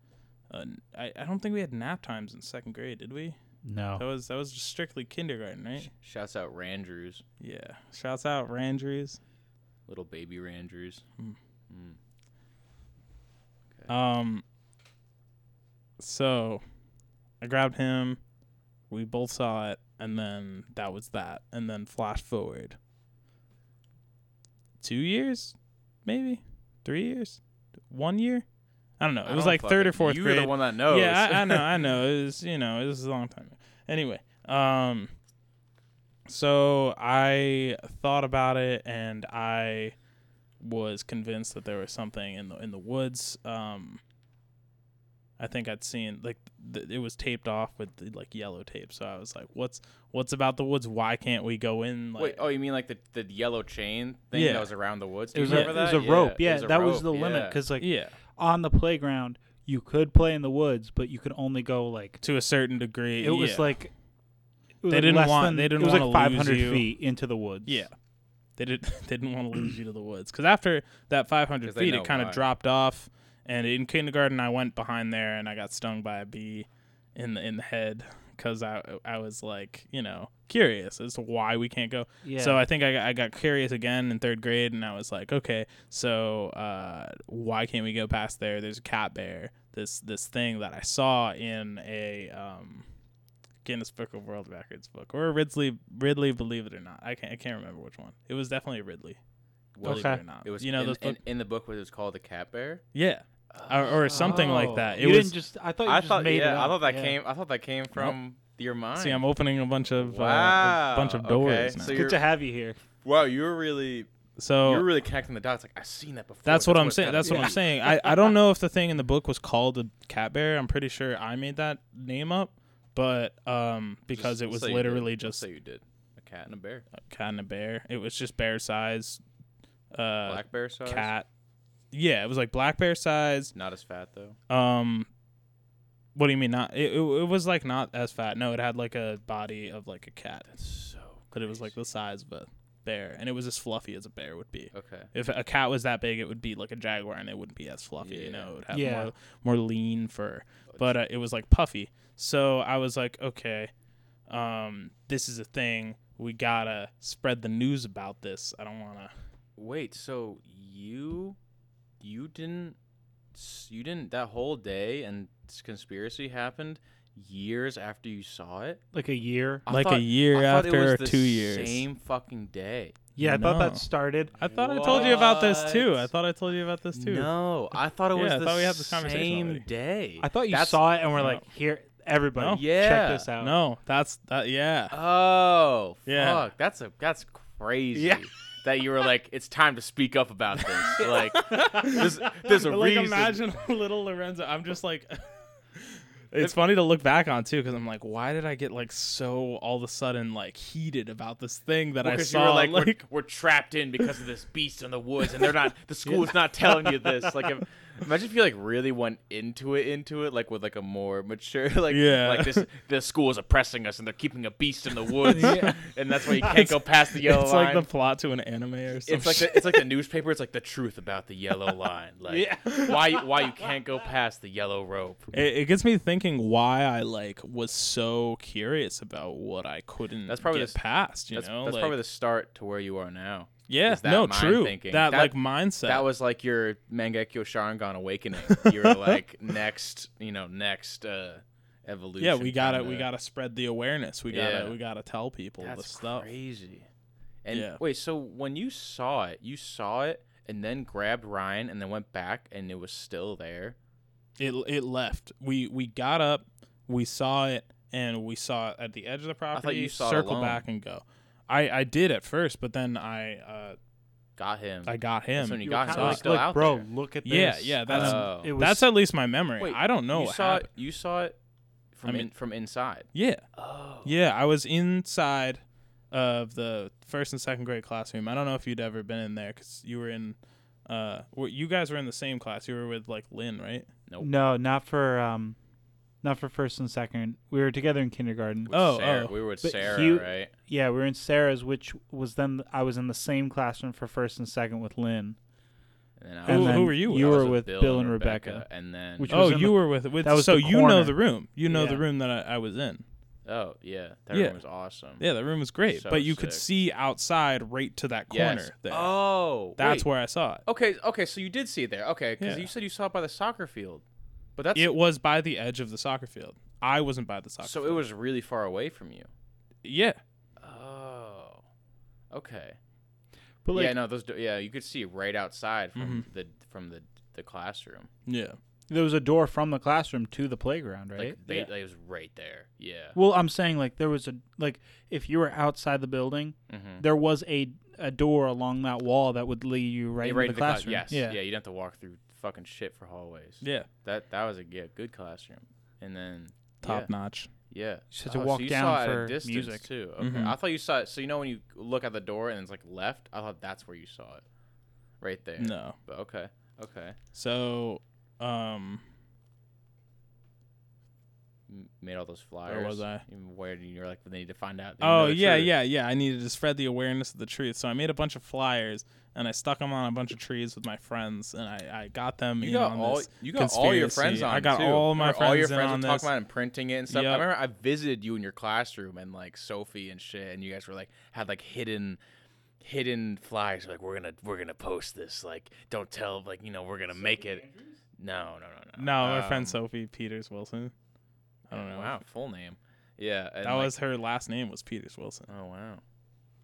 S7: a uh, I, I don't think we had nap times in second grade, did we? That
S3: No.
S7: was that was just strictly kindergarten, right?
S1: Shouts out Randrews,
S7: Yeah. Shouts out Randrews.
S1: little baby Randrews.
S3: Hmm.
S1: Hmm.
S7: Um. So, I grabbed him, We both saw it, and then that was that. And then flash forward two years, maybe three years, one year. I don't know. It was like third or fourth
S1: you
S7: grade.
S1: You're the one that knows.
S7: Yeah, I, I know, I know. It was you know, it was a long time. ago. Anyway, um, so I thought about it and I was convinced that there was something in the in the woods. Um, I think I'd seen like th- it was taped off with like yellow tape, so I was like, "What's what's about the woods? Why can't we go in?" Like,
S1: Wait, oh, you mean like the, the yellow chain thing
S7: Yeah.
S1: that was around the woods? Do you
S3: It was, a,
S1: remember
S3: it
S1: that?
S3: was a rope.
S1: it
S3: Yeah,
S1: a
S3: that was
S1: rope,
S3: the limit
S1: yeah.
S3: because like
S7: yeah,
S3: on the playground you could play in the woods, but you could only go like
S7: to a certain degree,
S3: it was
S7: yeah.
S3: like it was
S7: They
S3: like
S7: didn't
S3: less
S7: want-
S3: than-
S7: they didn't
S3: it was
S7: wanna
S3: like
S7: lose
S3: 500
S7: you.
S3: feet into the woods.
S7: Yeah. They did they didn't want to lose you to the woods because after that 500
S1: 'Cause they
S7: feet,
S1: know
S7: it kind
S1: why.
S7: of dropped off. And in kindergarten, I went behind there and I got stung by a bee in the in the head because I I was like you know curious as to why we can't go.
S3: yeah.
S7: So I think I got, I got curious again in third grade, and I was like, okay, so uh, why can't we go past there? There's a cat bear. This this thing that I saw in a um, Guinness Book of World Records book or a Ridley Ridley, believe it or not, I can't I can't remember which one. It was definitely a Ridley. Believe
S3: Okay.
S7: it or not,
S1: It was
S7: you know
S1: in,
S7: those
S1: in,
S7: book-
S1: in the book where it was called the cat bear.
S7: yeah, or, or something like that. It
S3: you
S7: was.
S3: didn't just. I thought you
S1: I
S3: just
S1: thought
S3: made it.
S1: yeah, I
S3: up.
S1: thought that
S3: Oh. Yeah.
S1: came I thought that came from your mind.
S7: see, I'm opening a bunch of uh,
S1: Wow,
S7: a bunch of
S1: okay,
S7: doors now.
S1: so you're-
S3: Good to have you here.
S1: wow, you were really
S7: So
S1: you were really connecting the dots. Like I've seen that before.
S7: Oh. That's what I'm
S1: it's
S7: saying.
S1: gotta
S7: That's
S1: be.
S7: what I'm saying. I, I don't know if the thing in the book was called a cat bear. I'm pretty sure I made that name up, but um, because
S1: Just
S7: it was
S1: say you did.
S7: literally just
S1: say you did a cat and a bear,
S7: a cat and a bear. It was just bear size, uh,
S1: black bear size.
S7: cat. Yeah, it was like black bear size.
S1: not as fat though.
S7: Um, what do you mean not? It, it, it was like not as fat. No, it had like a body of like a cat,
S1: So
S7: but it was like the size of a bear, and it was as fluffy as a bear would be
S1: okay.
S7: if a cat was that big, it would be like a jaguar, and it wouldn't be as fluffy. You
S1: Yeah.
S7: know, it would have
S3: Yeah.
S7: more more lean fur, but uh, it was like puffy. So I was like, okay, um, this is a thing. We gotta spread the news about this. I don't wanna.
S1: Wait, so you you didn't s- you didn't that whole day and s- conspiracy happened years after you saw it?
S3: Like a year.
S1: I
S7: Like a
S1: thought-
S7: year
S1: I thought it
S7: after
S1: was
S7: or
S1: the
S7: two years.
S1: Same fucking day.
S3: Yeah, I thought
S7: No.
S3: that started.
S7: I thought I told you about this too. I
S1: What?
S7: thought I told you about this too.
S1: No, I thought it
S7: Yeah,
S1: was
S7: I
S1: the
S7: thought we had this conversation
S1: same
S7: already.
S1: day.
S3: I thought you
S1: That's-
S3: saw it and we're
S7: No.
S3: like, here, everybody,
S7: No.
S1: Yeah.
S3: check this out.
S7: No, that's that. Yeah,
S1: Oh,
S7: Yeah.
S1: fuck. That's a that's crazy.
S3: Yeah.
S1: That you were like, it's time to speak up about this. Like, there's, there's a
S7: But, like
S1: reason.
S7: imagine little Lorenzo. I'm just like. It's funny to look back on too, because I'm like, why did I get like so all of a sudden like heated about this thing that I
S1: Because
S7: saw?
S1: you were like,
S7: like,
S1: we're, we're trapped in because of this beast in the woods, and they're not. The school's not telling you this. Like, im- imagine if you like really went into it, into it, like with like a more mature, like,
S7: Yeah.
S1: like this. The school is oppressing us, and they're keeping a beast in the woods, and that's why you can't
S7: It's-
S1: go past the yellow
S7: it's
S1: line.
S7: like the plot to an anime or something.
S1: it's like the, it's like the newspaper. It's like the truth about the yellow line. Like why you- why you can't go past the yellow rope.
S7: it, it gets me thinking why I like was so curious about what I couldn't.
S1: That's probably
S7: get
S1: the s-
S7: past. You
S1: That's,
S7: know,
S1: that's
S7: like,
S1: probably the start to where you are now.
S7: yeah.
S1: is that
S7: no,
S1: mind
S7: true.
S1: thinking.
S7: That,
S1: That-
S7: like mindset.
S1: That was like your Mangekyo Sharingan awakening. You're like next, you know, next uh, evolution.
S7: yeah. We gotta we
S1: kinda.
S7: gotta spread the awareness. We gotta
S1: Yeah.
S7: we gotta tell people
S1: That's
S7: the stuff.
S1: crazy. And
S7: Yeah.
S1: wait, so when you saw it, you saw it and then grabbed Ryan and then went back and it was still there.
S7: It it left. We we got up, we saw it, and we saw it at the edge of the property.
S1: you saw it
S7: circle
S1: alone.
S7: back and go. I I did at first, but then I
S1: Got him.
S7: uh I got
S1: That's when
S7: him.
S1: you
S3: You
S1: got
S3: were
S1: him.
S3: kinda
S1: It was
S3: like,
S1: still
S3: look,
S1: out
S3: bro,
S1: there.
S3: look at
S7: Yeah,
S3: this.
S7: yeah, that's-
S1: Oh.
S3: it was,
S7: That's at least my memory. I don't know.
S1: You
S7: what
S1: saw
S7: happened.
S1: it. You saw it from
S7: I mean-
S1: in, from inside.
S7: Yeah. Yeah, I was inside of the first and second grade classroom. I don't know if you'd ever been in there because you were in. Uh, were- you guys were in the same class. You were with like Lynn, right?
S3: No, not for um, not for first and second. We were together in kindergarten.
S1: With
S7: Oh,
S1: Sarah.
S7: oh.
S1: we were with
S3: But
S1: Sarah,
S3: Hugh-
S1: right?
S3: Yeah, we were in Sarah's, which was then I was in the same classroom for first and second with Lynn,
S1: And I
S7: Who-
S1: was-
S7: who were you
S1: I
S7: with?
S3: You
S1: was
S3: were with Bill and Rebecca,
S1: and then
S3: which
S7: Oh,
S3: was in
S7: you
S3: the-
S7: were with with.
S3: that was
S7: so
S3: the
S7: you know
S3: corner.
S7: the room. You know the
S3: Yeah.
S7: room that I, I was in.
S1: oh yeah, that
S7: Yeah.
S1: room was awesome.
S7: Yeah, the room was great,
S1: So
S7: but you could
S1: sick.
S7: see outside right to that corner
S1: Yes.
S7: there.
S1: Oh,
S7: That's
S1: wait.
S7: where I saw it.
S1: Okay, okay, so you did see it there. Okay, because
S7: Yeah.
S1: you said you saw it by the soccer field, but that's
S7: It was by the edge of the soccer field. I wasn't by the soccer.
S1: So it
S7: field.
S1: was really far away from you.
S7: yeah.
S1: Oh. Okay.
S3: But like
S1: yeah, no, those. do- Yeah, you could see right outside from
S7: Mm-hmm.
S1: the from the the classroom.
S7: Yeah.
S3: there was a door from the classroom to the playground, right?
S1: Like, ba- like, it was right there. Yeah.
S3: Well, I'm saying like there was a like if you were outside the building,
S1: Mhm.
S3: there was a a door along that wall that would lead you right,
S1: Yeah,
S3: into
S1: right
S3: the
S1: in cla-
S3: classroom.
S1: yes.
S3: Yeah.
S1: you'd have to walk through fucking shit for hallways.
S7: Yeah.
S1: That that was a yeah, good classroom. And then
S7: Top
S1: yeah,
S7: notch.
S1: Yeah.
S3: Just had to
S1: Oh,
S3: walk
S1: so you
S3: down
S1: saw it at
S3: for
S1: a distance
S3: music.
S1: too. Okay.
S7: Mhm.
S1: I thought you saw it. So you know when you look at the door and it's like left, I thought that's where you saw it. Right there.
S7: No.
S1: But okay. Okay.
S7: So, um,
S1: M- Made all those flyers.
S7: was I?
S1: And where did you were like they need to find out? they know
S7: oh
S1: the
S7: yeah,
S1: truth.
S7: yeah, yeah. I needed to spread the awareness of the truth, so I made a bunch of flyers and I stuck them on a bunch of trees with my friends, and I, I got them.
S1: You
S7: in
S1: got
S7: on
S1: all
S7: this
S1: you got all your
S7: conspiracy.
S1: friends on.
S7: I got
S1: too.
S7: all my
S1: Remember
S7: friends
S1: all your
S7: in
S1: friends
S7: on
S1: were talking
S7: this.
S1: about and printing it and stuff. I
S7: Yep.
S1: remember I visited you in your classroom and like Sophie and shit, and you guys were like had like hidden hidden flyers like we're gonna we're gonna post this like don't tell like you know we're gonna make it. No, no, no, no.
S7: No, my
S1: Um,
S7: friend Sophie Peters Wilson. I don't know.
S1: Wow, full name. Yeah, and
S7: That
S1: like-
S7: was her last name was Peters Wilson.
S1: Oh wow,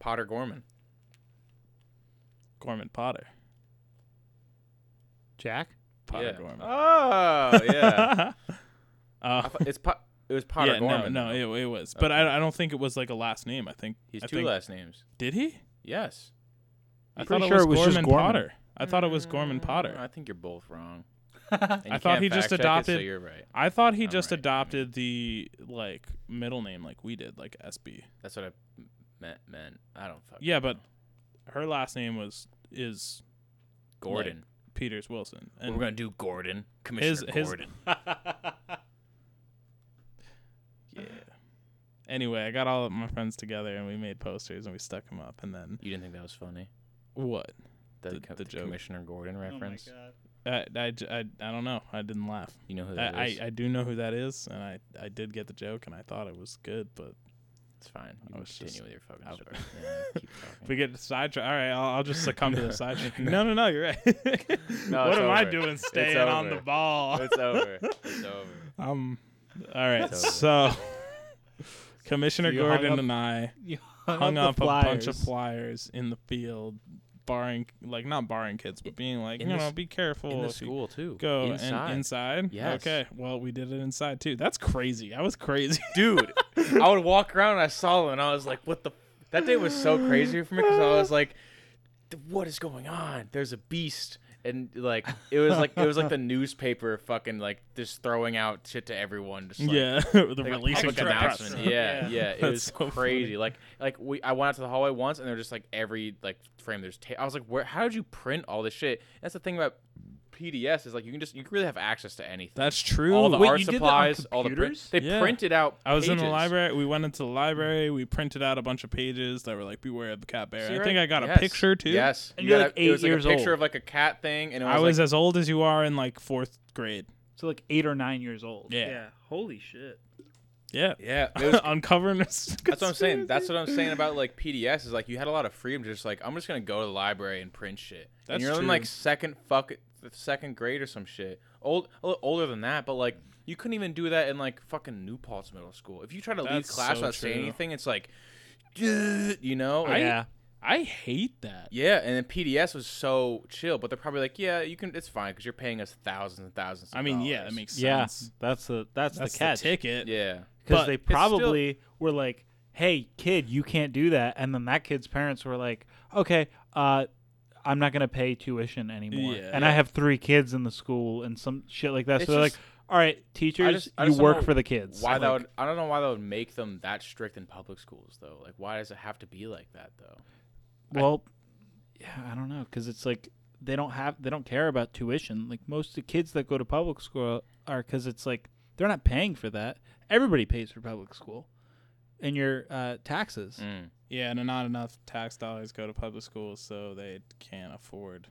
S1: Potter Gorman.
S7: Gorman Potter.
S3: Jack.
S7: Potter
S1: yeah.
S7: Gorman.
S1: Oh yeah,
S7: Uh,
S1: I thought- it's po- it was Potter
S7: yeah,
S1: Gorman.
S7: no, no, it, it was, but
S1: Okay.
S7: I, I don't think it was like a last name. I think
S1: he's
S7: I
S1: two
S7: think-
S1: last names.
S7: Did he?
S1: Yes.
S7: I
S3: pretty
S7: thought it
S3: sure
S7: was,
S3: it was just
S7: Gorman
S3: Gorman.
S7: Potter. I thought it was Gorman
S1: Mm, I
S7: Potter.
S1: think you're both wrong.
S7: I thought he just adopted-
S1: It, so you're right.
S7: I thought he
S1: I'm
S7: just
S1: right, I mean-
S7: adopted the like middle name like we did, like SB.
S1: That's what I m- meant. meant. I don't fucking.
S7: Yeah,
S1: know.
S7: but her last name was is
S1: Gordon.
S7: Peters Wilson. And
S1: We're gonna do Gordon.
S7: his
S1: Commissioner
S7: his
S1: Gordon.
S7: Yeah. Anyway, I got all of my friends together and we made posters and we stuck them up and then
S1: You didn't think that was funny?
S7: what?
S1: The,
S7: The-
S1: co- the
S7: the joke. Oh
S1: Commissioner Gordon reference.
S7: I, I, j- I, I don't know. I didn't laugh.
S1: you know who
S7: I,
S1: that is?
S7: I, I do know who that is, and I, I did get the joke, and I thought it was good, but
S1: it's fine. You
S7: I
S1: can
S7: was
S1: continue
S7: just-
S1: with your fucking
S7: I-
S1: story. Yeah, keep talking.
S7: if we get sidetracked, all right, I'll, I'll just succumb to the sidetrack. No, no, no, you're right.
S1: No,
S7: what
S1: it's
S7: am I
S1: over.
S7: doing
S1: It's
S7: staying on the
S1: over.
S7: ball?
S1: it's over. It's over.
S7: um, all right,
S1: It's over.
S7: so Commissioner
S3: you hung
S7: Gordon
S3: up-
S7: and I
S3: You
S7: hung up
S3: the
S7: a bunch of
S3: flyers.
S7: flyers in the field, barring like not barring kids, but being like,
S1: In
S7: you
S1: the
S7: know,
S1: s-
S7: be careful.
S1: In the
S7: if you
S1: school too.
S7: Go
S1: inside.
S7: and inside.
S1: Yes.
S7: Okay. Well, we did it inside too. That's crazy. I was crazy.
S1: dude. I would walk around and I saw them and I was like, what the? That day was so crazy for me because I was like, "Th- what is going on? There's a beast. And like it was like it was like the newspaper fucking like just throwing out shit to everyone just like
S7: yeah, the
S1: like a
S7: release of
S1: public
S7: the press.
S1: announcement. Yeah, yeah, It
S7: That's
S1: was
S7: so funny.
S1: crazy. Like like we I went out to the hallway once and they're just like every like frame there's ta- I was like where how did you print all this shit? That's the thing about PDS is like you can just you can really have access to anything.
S7: That's true.
S1: all the
S3: Wait,
S1: art
S3: you did that on
S1: supplies, all the print.
S3: computers?
S1: They
S7: Yeah.
S1: printed out.
S7: I was in the
S1: pages.
S7: library. We went into the library. We printed out a bunch of pages that were like "Beware of the cat bear."
S1: So you're
S7: I think
S1: right.
S7: I got
S1: Yes.
S7: a picture too.
S1: Yes,
S3: And
S1: You
S3: you're
S1: got
S3: like
S1: a- it was
S3: eight
S1: like
S3: years
S1: a picture
S3: old.
S1: of like a cat thing, and it was
S7: I was
S1: like,
S7: as old as you are in like fourth grade.
S3: So like eight or nine years old.
S7: Yeah.
S8: Holy shit.
S7: Yeah.
S1: yeah. It was,
S7: Uncovering.
S1: that's what I'm saying. That's what I'm saying about like PDS is like you had a lot of freedom to just like I'm just gonna go to the library and print shit.
S7: That's
S1: and you're in
S7: true.
S1: like second fuck second grade or some shit. Old a little older than that, but like you couldn't even do that in like fucking New Paltz Middle School. If you try to leave
S7: That's
S1: class
S7: so
S1: without saying
S7: true.
S1: anything, it's like, you know, like-
S7: Yeah. I hate that.
S1: Yeah, and then PDS was so chill, but they're probably like, yeah, you can, it's fine because you're paying us thousands and thousands. Of
S7: I mean, yeah,
S1: dollars.
S7: that makes
S3: Yeah.
S7: sense.
S3: That's the that's,
S7: That's
S3: the
S7: the,
S3: catch.
S7: ticket.
S1: yeah,
S3: because
S7: But
S3: they
S7: it's
S1: still-
S3: probably were like, "Hey, kid, you can't do that," and then that kid's parents were like, "Okay, uh, I'm not gonna pay tuition anymore,"
S7: Yeah.
S3: and I have three kids in the school and some shit like that.
S1: It's
S3: so they're
S1: just-
S3: like, "All right, teachers,
S1: just- I
S3: you
S1: just don't
S3: work
S1: know
S3: for the kids."
S1: Why
S3: like,
S1: that would I don't know why that would make them that strict in public schools though. Like why does it have to be like that though?
S3: Well, yeah, I don't know, because it's like they don't have they don't care about tuition. Like most of the kids that go to public school are because it's like they're not paying for that. Everybody pays for public school, and your uh, taxes.
S7: Yeah, and not enough tax dollars go to public schools, so they can't afford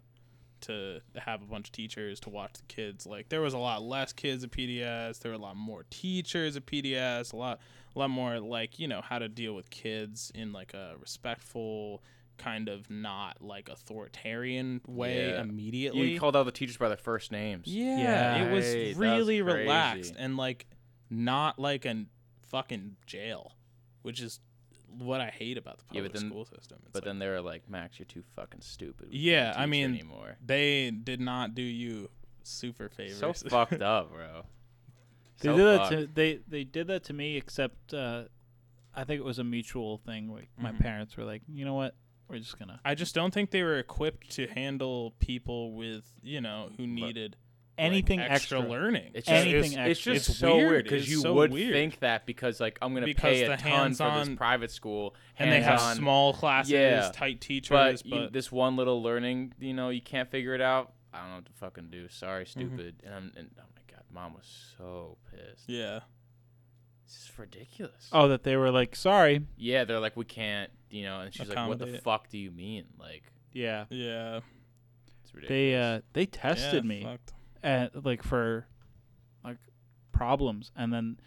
S7: to have a bunch of teachers to watch the kids. Like there was a lot less kids at PDS. There were a lot more teachers at PDS. A lot, a lot more like you know how to deal with kids in like a respectful kind of not like authoritarian way
S1: Yeah.
S7: immediately.
S1: You called all the teachers by their first names.
S7: Yeah, it was
S1: Right, that's
S7: really
S1: crazy.
S7: relaxed and like not like in fucking jail, which is what I hate about the
S1: Yeah,
S7: public
S1: but then-
S7: school system. It's
S1: But
S7: like,
S1: then they were like, Max, you're too fucking stupid. We can't
S7: Yeah, I
S1: teach you
S7: mean,
S1: anymore.
S7: they did not do you super favors.
S1: So fucked up, bro.
S3: They
S1: So
S3: did that
S1: fucked.
S3: to they they did that to me. Except uh, I think it was a mutual thing. Like my
S7: Mhm.
S3: parents were like, you know what, we're just gonna
S7: I just don't think they were equipped to handle people with you know who needed like,
S3: anything
S7: extra,
S3: extra.
S7: learning.
S1: It's just,
S3: anything
S1: it's,
S3: extra.
S1: it's just
S7: It's
S1: so
S7: weird.
S1: weird because
S7: It's
S1: you
S7: so
S1: would
S7: weird.
S1: think that because like I'm gonna
S7: Because
S1: pay
S7: the
S1: a ton for
S7: hands-on-
S1: this private school
S7: and they have
S1: hands-on,
S7: small classes,
S1: yeah,
S7: tight teachers,
S1: but,
S7: but,
S1: you- this one little learning, you know, you can't figure it out. I don't know what to fucking do.
S7: Mm-hmm.
S1: Sorry, stupid. And, I'm, and oh my god, mom was so pissed.
S7: yeah,
S1: This is ridiculous.
S3: Oh, that they were like, sorry.
S1: Yeah, they're like, we can't, you know. And she's like, what the
S7: Accommodate it.
S1: fuck do you mean? Like,
S3: Yeah.
S7: yeah,
S1: it's ridiculous.
S3: They uh they
S7: Yeah,
S3: tested me.
S7: fucked.
S3: at like for like problems and then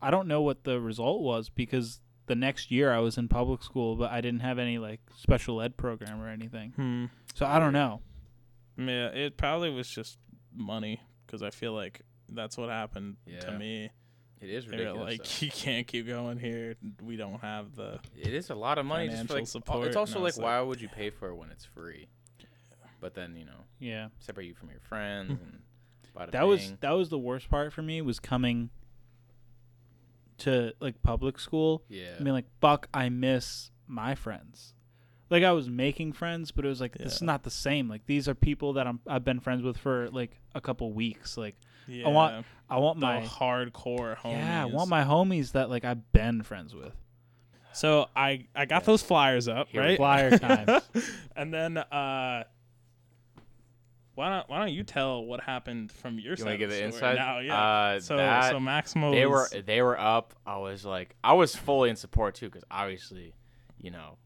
S3: i don't know what the result was because the next year i was in public school but i didn't have any like special ed program or anything
S7: Hmm.
S3: so i don't know
S7: Yeah, it probably was just money because I feel like that's what happened to
S1: Yeah.
S7: me.
S1: it is
S7: They were
S1: ridiculous.
S7: like,
S1: though.
S7: you can't keep going here. We don't have the.
S1: It is a lot of money. Just for,
S7: Financial
S1: like,
S7: support,
S1: It's also
S7: and I
S1: like,
S7: was
S1: why would you pay for it when it's free? But then you know,
S3: yeah
S1: separate you from your friends
S7: Hmm.
S1: and. Bada
S3: that was
S1: bing.
S3: that was the worst part for me was coming to like public school
S1: Yeah.
S3: i mean like fuck i miss my friends like i was making friends but it was like this is
S7: Yeah.
S3: not the same like these are people that I'm, i've been friends with for like a couple weeks like
S7: Yeah,
S3: want i want
S7: the
S3: my
S7: hardcore homies.
S3: Yeah, I want my homies that like I've been friends with.
S7: So I I got those flyers up
S1: Here we
S7: right,
S3: Flyer times.
S7: and then uh. Why don't Why don't you tell what happened from your
S1: You
S7: side?
S1: want to
S7: of
S1: give
S7: the
S1: the
S7: story
S1: inside?
S7: Now, yeah.
S1: Uh,
S7: so
S1: that-
S7: so Maximo.
S1: they were
S7: was-
S1: they were up. I was like, I was fully in support too, because obviously, you know,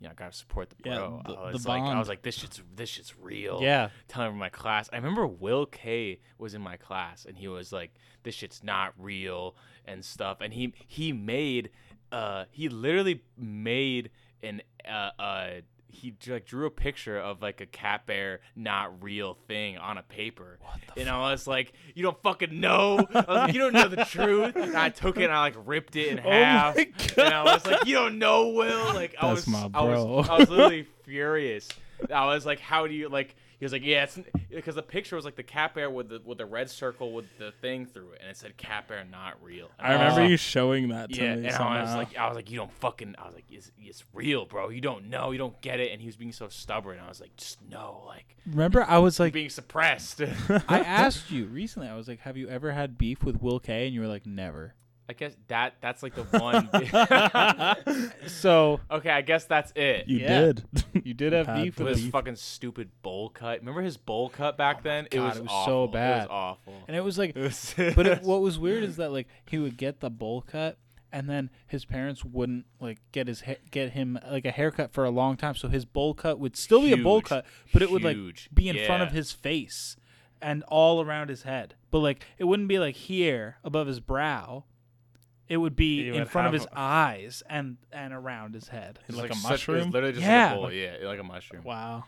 S1: you know, I gotta support the
S7: Yeah,
S1: bro.
S7: the-
S1: I
S7: the
S1: was like, I
S7: bond.
S1: was like, this shit's this shit's real.
S3: Yeah.
S1: telling everyone in my class. I remember Will K was in my class, and he was like, this shit's not real and stuff. And he he made uh he literally made an uh uh. He like drew a picture of like a cat bear not real thing on a paper, and I was like, "You don't fucking know." I was like, "You don't know the truth." And I took it and I like ripped it in half, and I was like, "You don't know, Will." Like I
S3: Oh That's
S1: was,
S3: my
S1: I was,
S3: bro.
S1: I was literally furious. I was like, "How do you like?" He was like, "Yeah, it's because the picture was like the cat bear with the with the red circle with the thing through it, and it said cat bear not real." And
S7: I remember
S1: was
S7: you showing that to
S1: yeah,
S7: me.
S1: and I
S7: somehow.
S1: was like, I was like, you don't fucking. I was like, it's, it's real, bro. You don't know. You don't get it. And he was being so stubborn. I was like, just no, like
S3: Remember, I was like,
S1: being suppressed.
S3: I asked you recently. I was like, have you ever had beef with Will K? And you were like, never.
S1: I guess that that's like the one.
S3: So
S1: okay, I guess that's it.
S7: you
S3: yeah.
S7: did.
S3: you did have
S7: Had
S3: beef
S1: With
S3: with
S1: his
S3: him,
S1: fucking stupid bowl cut. Remember his bowl cut back then?
S3: God,
S1: it was,
S3: it was so
S1: awful. It was
S3: bad.
S1: awful.
S3: and it was like,
S1: It was-
S3: but it, what was weird is that like he would get the bowl cut. And then his parents wouldn't like get his ha- get him like a haircut for a long time, so his bowl cut would still be a bowl
S1: Huge.
S3: cut, but it would like
S1: Huge.
S3: be in front of
S1: Yeah.
S3: his face and all around his head. But like it wouldn't be like here above his brow. It would be
S7: He
S3: in
S7: would
S3: front of
S7: have
S3: his eyes and and around his head.
S1: It was
S7: like a
S1: such- It
S7: mushroom?
S1: was literally just like
S3: Yeah.
S1: a bowl. Yeah, like a mushroom.
S7: wow,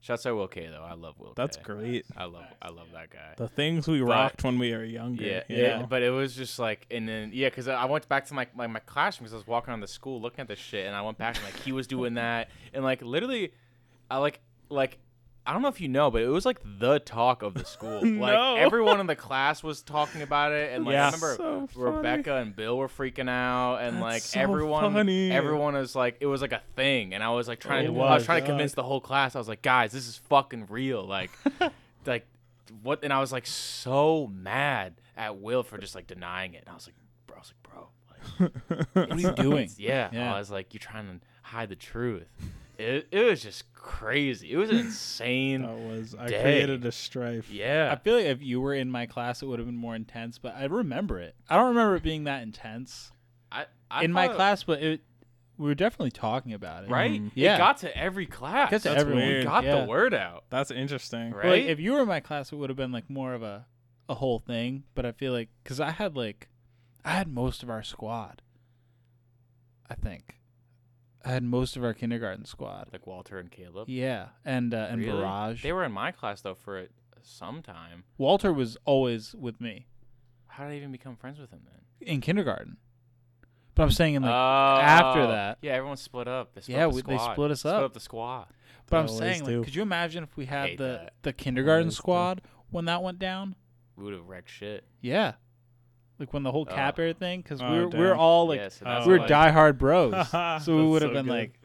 S1: Shouts out Will K though. I love Will.
S7: that's
S1: K.
S7: great.
S1: I love I love that guy.
S7: The things we rocked when we were younger.
S1: Yeah,
S7: you
S1: yeah,
S7: know?
S1: But it was just like, and then yeah, because I went back to my my, my classroom because I was walking around the school looking at this shit, and I went back and like he was doing that, and like literally, I like like. I don't know if you know, but it was like the talk of the school. Like
S7: No.
S1: everyone in the class was talking about it, and like I
S3: Yeah.
S1: remember
S7: So funny.
S1: Rebecca and Bill were freaking out, and
S7: That's
S1: like
S7: so
S1: everyone,
S7: funny.
S1: everyone was like, it was like a thing, and I was like trying to,
S7: Oh
S1: I was
S7: my
S1: trying to
S7: God.
S1: convince the whole class. I was like, guys, this is fucking real. Like, like what and I was like so mad at Will for just like denying it. And I was like, bro, I was like, bro, like,
S3: What are you doing?
S1: yeah.
S3: Yeah.
S1: I was like, you're trying to hide the truth. It, it was just crazy. It was an insane.
S3: Oh.
S7: That was I
S1: Dang.
S7: created a strife.
S1: yeah.
S3: I feel like if you were in my class, it would have been more intense. But I remember it. I don't remember it being that intense
S1: I, I
S3: in my
S1: thought-
S3: class, but it we were definitely talking about it.
S1: right?
S3: Yeah.
S1: It got to every class.
S3: Got to
S1: That's
S3: everyone.
S1: We got
S3: Yeah.
S1: the word out,
S7: That's interesting.
S1: right?
S3: But, like, if you were in my class, it would have been like more of a a whole thing. But I feel like because I had like I had most of our squad. I think I had most of our kindergarten squad.
S1: like Walter and Caleb.
S3: Yeah, and uh, and
S1: Really?
S3: Barrage.
S1: They were in my class though for some time.
S3: Walter was always with me.
S1: How did I even become friends with him then?
S3: in kindergarten. But I'm saying in like
S1: Oh,
S3: that-
S1: yeah, everyone split up. They split
S3: Yeah,
S1: up the
S3: we- they
S1: squad.
S3: split us up.
S1: Split up the squad.
S3: But I'm
S2: Always
S3: saying, like,
S2: do.
S3: could you imagine if we had
S1: Hate
S3: the
S1: that.
S3: the kindergarten
S2: Always do.
S3: squad when that went down?
S1: We would have wrecked shit.
S3: Yeah, like when the whole cap
S1: Oh.
S3: air thing, because
S7: Oh,
S3: we were we were
S7: damn.
S3: all like
S1: yeah, so
S7: oh,
S1: that's
S3: we were
S1: like-
S3: diehard bros,
S7: That's
S3: so we would have
S7: so
S3: been
S7: good.
S3: like,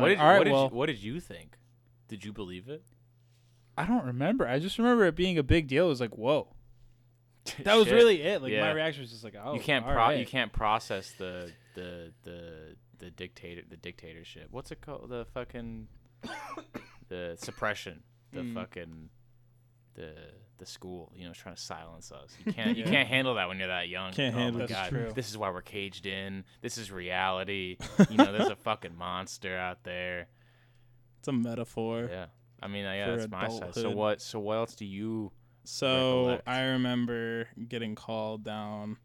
S1: What
S3: like,
S1: did,
S3: all
S1: what,
S3: right,
S1: did
S3: well,
S1: you, what did you think? Did you believe it?
S3: I don't remember. I just remember it being a big deal. It was like, whoa, that was
S1: Shit.
S3: really it. Like my
S1: Yeah.
S3: reaction was just like, oh,
S1: you can't
S3: all
S1: pro- you
S3: right.
S1: can't process the the the the dictator the dictatorship. What's it called? The fucking the suppression. The
S7: Mm.
S1: fucking the the school. You know, is trying to silence us. You can't you can't handle that when you're that young.
S7: Can't
S1: oh
S7: handle
S1: my
S7: it. That's
S1: God.
S3: true.
S1: This is why we're caged in. This is reality. You know, there's a fucking monster out there.
S7: It's a metaphor.
S1: Yeah. I mean, I- yeah,
S7: For
S1: that's my side. So
S7: adulthood.
S1: what? So what else do you?
S7: So
S1: Recollect.
S7: I remember getting called down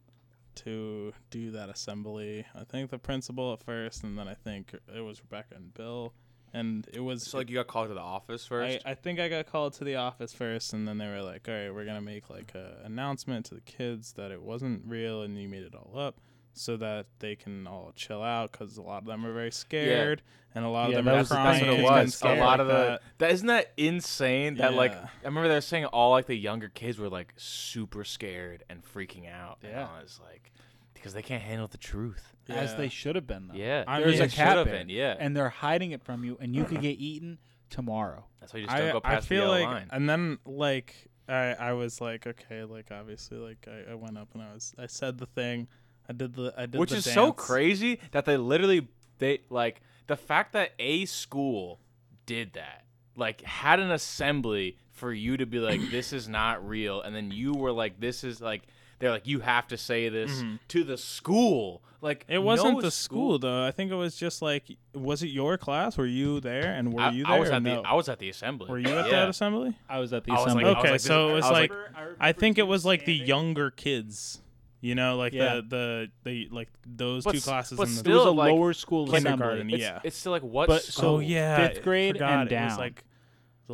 S7: to do that assembly. I think the principal at first, and then I think it was Rebecca and Bill, and it was.
S5: So like you got called to the office
S7: I,
S5: first.
S7: I think I got called to the office first, and then they were like, "All right, we're gonna make like a announcement to the kids that it wasn't real, and you made it all up, so that they can all chill out, because a lot of them are very scared, and a lot
S3: Yeah,
S7: of them
S3: that
S7: are
S3: was- that's
S7: crying.
S3: what it
S7: and
S3: was.
S7: scared
S1: a lot
S7: like
S1: of the
S7: that.
S1: that isn't that insane that like
S7: Yeah.
S1: I remember they were saying all like the younger kids were like super scared and freaking out. Yeah,
S3: Yeah.
S1: and I was like because they can't handle the truth.
S3: as
S7: Yeah.
S3: they should have been though.
S1: Yeah,
S7: I
S3: there's
S7: mean,
S3: a
S7: it
S1: should have
S3: cap air,
S1: been, yeah.
S3: and they're hiding it from you, and you could get eaten tomorrow.
S1: that's why you just don't go past
S7: I feel
S1: the yellow
S7: like,
S1: line.
S7: and then like I, I was like, okay, like obviously, like I, I went up and I was, I said the thing, I did the, I did
S1: which
S7: the
S1: is so
S7: dance.
S1: crazy that they literally they like the fact that a school did that like had an assembly for you to be like this is not real and then you were like this is like they're like you have to say this to the school like
S7: Mm-hmm. It wasn't
S1: no
S7: the school, though. I think it was just like, was it your class? Were you there? And were
S1: I,
S7: you there?
S1: I was
S7: or
S1: at
S7: no?
S1: the I was at the assembly
S7: were you at
S1: yeah.
S7: that assembly?
S3: I was at the
S1: I was like, oh,
S3: assembly.
S1: I was
S7: Okay,
S1: like, this-
S7: so it was
S1: I
S7: like-
S1: like
S7: I think it was like the younger kids. You know, like
S3: Yeah.
S7: the, the the like those
S1: But
S7: two
S1: s-
S7: classes.
S1: but
S7: and the
S3: it was
S1: still,
S3: a
S1: like,
S3: lower school
S7: kindergarten,
S3: assembly.
S1: it's,
S7: yeah.
S1: it's still like what
S3: But-
S1: school?
S7: oh yeah,
S3: fifth grade
S7: I
S3: and
S7: forgot it was,
S3: down.
S7: like the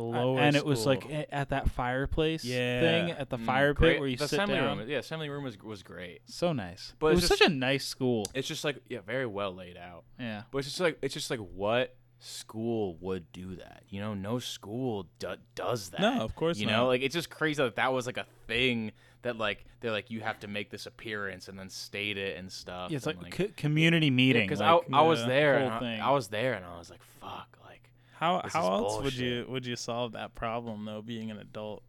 S3: A-
S7: lower
S3: and it was
S7: school.
S3: like a- at that fireplace
S7: Yeah.
S3: thing at the fire
S1: Mm,
S3: pit
S1: Great-
S3: where you
S1: the
S3: sit
S1: assembly
S3: down.
S1: room yeah assembly room was was great
S3: So nice.
S1: But
S3: it
S1: it's
S3: was
S1: just-
S3: such a nice school.
S1: it's just like yeah very well laid out
S3: Yeah.
S1: But it's just like it's just like what school would do that? You know, no school do- does that.
S7: No, of course
S1: You
S7: not.
S1: know, like it's just crazy that that was like a thing that like they're like you have to make this appearance and then state it and stuff.
S3: Yeah, it's
S1: and,
S3: like, co- community meeting.
S1: because
S3: like,
S1: I, I was
S7: the
S1: there
S3: whole
S1: and I,
S3: thing.
S1: I was there and I was like fuck like
S7: How
S1: This
S7: how
S1: is
S7: else would
S1: bullshit.
S7: you would you solve that problem though? Being an adult,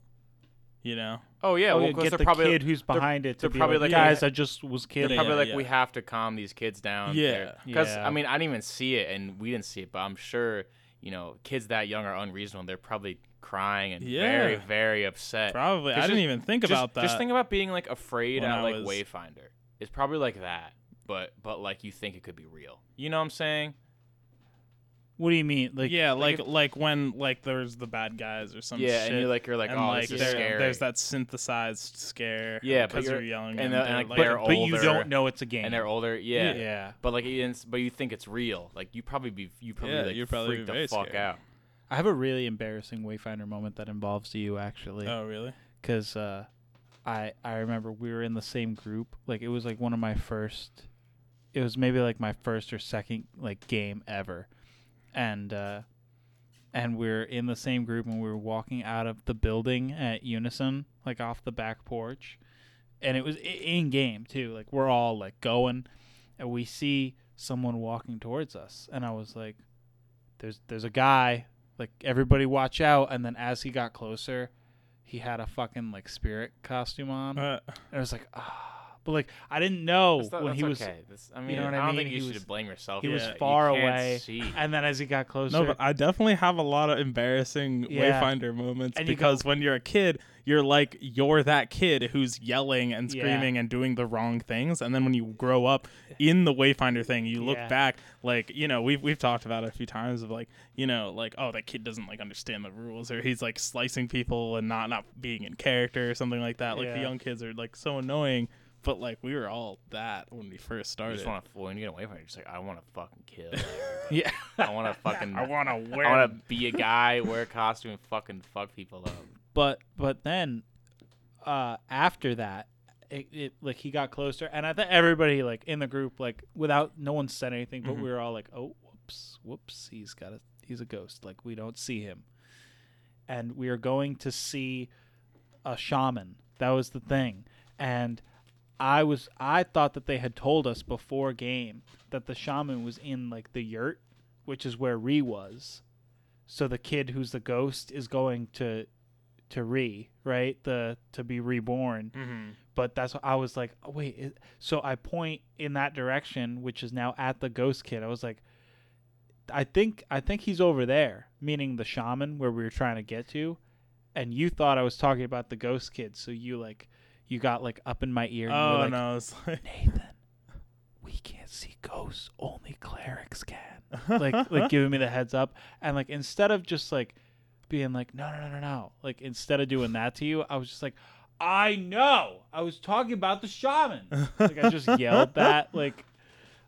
S7: you know.
S1: oh yeah
S3: oh,
S1: well
S3: yeah,
S1: 'cause
S3: get
S1: they're
S3: the
S1: probably
S3: kid who's behind it. To
S1: they're
S3: be
S1: probably
S3: like,
S1: like,
S3: guys,
S1: yeah.
S3: I just was
S1: they're
S3: kidding.
S1: probably
S7: Yeah,
S1: like we
S7: yeah.
S1: have to calm these kids down.
S7: Yeah.
S1: because
S3: Yeah.
S1: I mean I didn't even see it and we didn't see it, but I'm sure you know kids that young are unreasonable. They're probably crying and very
S7: Yeah.
S1: very upset.
S7: Probably. I
S1: Just-
S7: didn't even think
S1: just,
S7: about that.
S1: Just think about being like afraid
S7: when
S1: at
S7: I
S1: like
S7: was-
S1: Wayfinder. It's probably like that, but but like you think it could be real. You know what I'm saying?
S3: what do you mean? Like,
S7: yeah, like
S1: if-
S7: like when like there's the bad guys or some
S1: yeah,
S7: Um, shit.
S1: and you're like you're like
S7: and
S1: oh
S7: like
S1: this is
S7: there-
S1: scary.
S7: there's that synthesized scare.
S1: Yeah, but
S7: because you're,
S1: you're-
S7: young
S1: and the- and, like, they're
S3: but you
S1: older.
S3: don't know it's a game.
S1: and they're older. Yeah.
S3: Yeah.
S1: But like you didn't- but you think it's real. Like you probably be you probably
S7: Yeah,
S1: like
S7: you'd probably
S1: freak
S7: be
S1: the
S7: very
S1: fuck
S7: scared.
S1: out.
S3: I have a really embarrassing Wayfinder moment that involves you actually.
S7: Oh really?
S3: because uh, I I remember we were in the same group. Like it was like one of my first. It was maybe like my first or second like game ever, and uh, and we were in the same group and we were walking out of the building at unison, like off the back porch, and it was i- in game too. Like we're all like going, and we see someone walking towards us, and I was like, "There's there's a guy." Like everybody, watch out! And then as he got closer, he had a fucking like spirit costume on,
S7: Uh,
S3: and I was like, ah. But like, I didn't know
S1: That's not-
S3: when
S1: that's
S3: he was,
S1: okay. That's- I mean,
S3: know what I
S1: I don't
S3: mean?
S1: think you
S3: He
S1: should
S3: was-
S1: blame yourself.
S3: he
S1: for
S3: was
S1: that. You
S3: far
S1: can't
S3: away,
S1: see.
S3: and then as he got closer,
S7: no, but I definitely have a lot of embarrassing
S3: Yeah.
S7: Wayfinder moments
S3: And you
S7: because when you're a kid, you're like you're that kid who's yelling and
S3: Yeah.
S7: screaming and doing the wrong things, and then when you grow up in the Wayfinder thing, you look
S3: Yeah.
S7: back like you know we've we've talked about it a few times of like you know like oh that kid doesn't like understand the rules or he's like slicing people and not not being in character or something like that. Like the
S3: Yeah.
S7: young kids are like so annoying, but like we were all that when we first
S1: You
S7: started.
S1: just want to when you get away from it. You're just like I want to fucking kill.
S3: yeah,
S1: I want to fucking.
S7: I want to wear.
S1: I want to be a guy, wear a costume, and fucking fuck people up.
S3: but but then uh, after that, it, it like he got closer, and I think everybody like in the group like without no one said anything, but we were all like, oh whoops, whoops, he's got a he's a ghost. Like we don't see him, and we are going to see a shaman. That was the thing, and I was I thought that they had told us before game that the shaman was in like the yurt, which is where Ree was. So the kid who's the ghost is going to to Ree, right? The to be reborn.
S7: Mm-hmm.
S3: But that's what I was like, oh, wait. It, so I point in that direction, which is now at the ghost kid. I was like, I think I think he's over there, meaning the shaman where we were trying to get to. And you thought I was talking about the ghost kid, so you like you got like up in my ear. and you were
S7: Oh
S3: like,
S7: no, it's like
S3: Nathan, we can't see ghosts. Only clerics can. Like, like giving me the heads up, and like instead of just like being like, no, no, no, no, no. Like instead of doing that to you, I was just like, I know. I was talking about the shaman. Like I just yelled that. Like,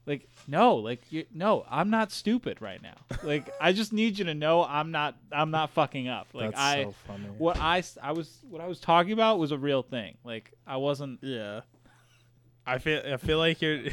S3: like no, like you, no, I'm not stupid right now. Like I just need you to know I'm not. I'm not fucking up. Like
S7: That's
S3: I.
S7: so funny.
S3: What I, s- I was what I was talking about was a real thing. Like I wasn't
S7: Yeah. I feel I feel like you're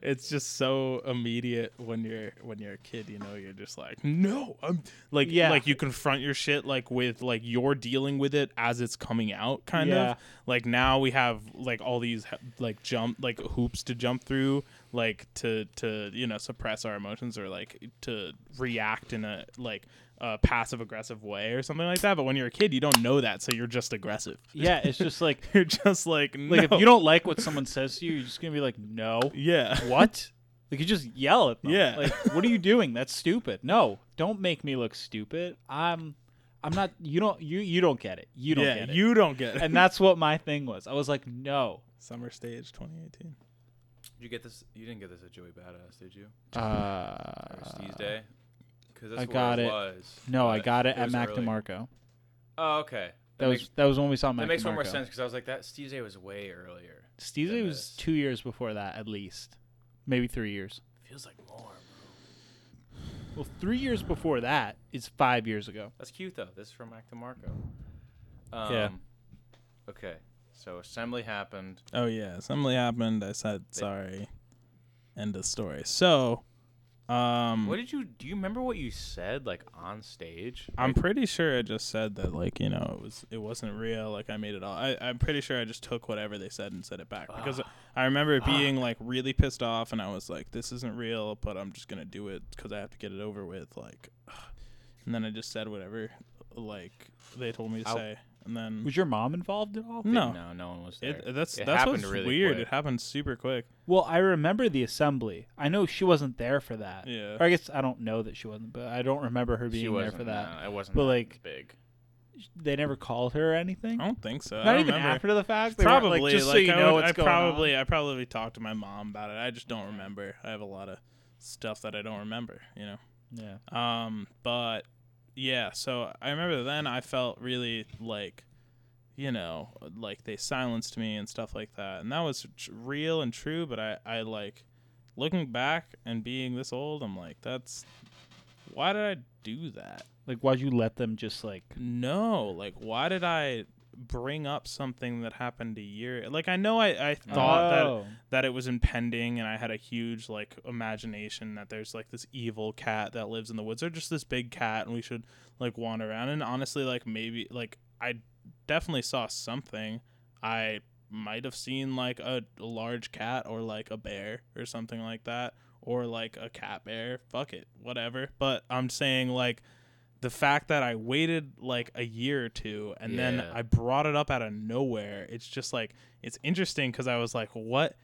S7: it's just so immediate when you're when you're a kid, you know, you're just like, "No, I'm like
S3: Yeah.
S7: like you confront your shit like with like you're dealing with it as it's coming out kind
S3: Yeah.
S7: of. Like now we have like all these like jump like hoops to jump through like to to you know suppress our emotions or like to react in a like a passive aggressive way or something like that, but when you're a kid, you don't know that, so you're just aggressive.
S3: Yeah, it's just like
S7: You're just like no.
S3: like if you don't like what someone says to you, you're just gonna be like, no,
S7: Yeah.
S3: what? Like you just yell at them.
S7: Yeah.
S3: Like what are you doing? That's stupid. No, don't make me look stupid. I'm, I'm not. You don't. You you don't get it. You don't
S7: yeah,
S3: get it.
S7: you don't get it.
S3: and that's what my thing was. I was like, no.
S7: Summer Stage 2018.
S1: Did you get this? You didn't get this at Joey Badass, did you? Or
S3: Uh,
S1: Steve's Day? Because that's
S3: I
S1: where
S3: got
S1: it,
S3: it.
S1: was.
S3: no, I
S1: but
S3: got it at
S1: was
S3: Mac
S1: early.
S3: DeMarco.
S1: Oh, okay.
S3: That was that was when we saw Mac.
S1: That makes
S3: DeMarco.
S1: one more sense because I was like, that Steve's Day was way earlier.
S3: Steve's
S1: than
S3: was
S1: this.
S3: two years before that, at least, maybe three years.
S1: Feels like more. bro.
S3: Well, three years before that is five years ago.
S1: That's cute though. This is from Mac DeMarco. Um,
S3: Yeah.
S1: Okay. So assembly happened.
S7: Oh, yeah. Something happened. I said sorry. End of story. So, um,
S1: What did you? Do you remember what you said like on stage?
S7: I'm pretty sure I just said that, like, you know, it was it wasn't real. Like, I made it all. I, I'm pretty sure I just took whatever they said and said it back because I remember it being like really pissed off, and I was like, "This isn't real," but I'm just gonna do it because I have to get it over with. Like, and then I just said whatever, like they told me to
S1: I-
S7: say, and then
S3: Was your mom involved at all?
S7: no,
S1: No, no one was there.
S7: It, that's
S1: It
S7: that's
S1: happened
S7: what's
S1: really
S7: weird.
S1: quick.
S7: It happened super quick.
S3: Well, I remember the assembly. I know she wasn't there for that.
S7: Yeah.
S3: Or I guess I don't know that she wasn't, but I don't remember her
S1: She
S3: being there
S1: wasn't
S3: for that.
S1: no, it wasn't.
S3: But,
S1: that
S3: like,
S1: big.
S3: They never called her or anything.
S7: I don't think so. I
S3: Not
S7: don't
S3: even
S7: remember.
S3: after the fact. They weren't,
S7: probably
S3: like, just so
S7: like,
S3: you
S7: I
S3: know
S7: would-
S3: what's
S7: I
S3: going
S7: probably
S3: on.
S7: I probably talked to my mom about it. I just don't remember. I have a lot of stuff that I don't remember. You know.
S3: Yeah.
S7: Um, but yeah, so I remember then I felt really like, you know, like they silenced me and stuff like that, and that was tr- real and true. But I, I like looking back and being this old, I'm like, that's why did I do that?
S3: Like, why'd you let them just like?
S7: No, like why did I bring up something that happened a year? Like I know I, I thought that
S3: Oh.
S7: that it was impending and I had a huge like imagination that there's like this evil cat that lives in the woods or just this big cat and we should like wander around and honestly like maybe like I definitely saw something. I might have seen like a, a large cat or like a bear or something like that or like a cat bear. Fuck it, whatever. But I'm saying like the fact that I waited like a year or two and then
S1: Yeah.
S7: I brought it up out of nowhere. It's just like it's interesting because I was like, what?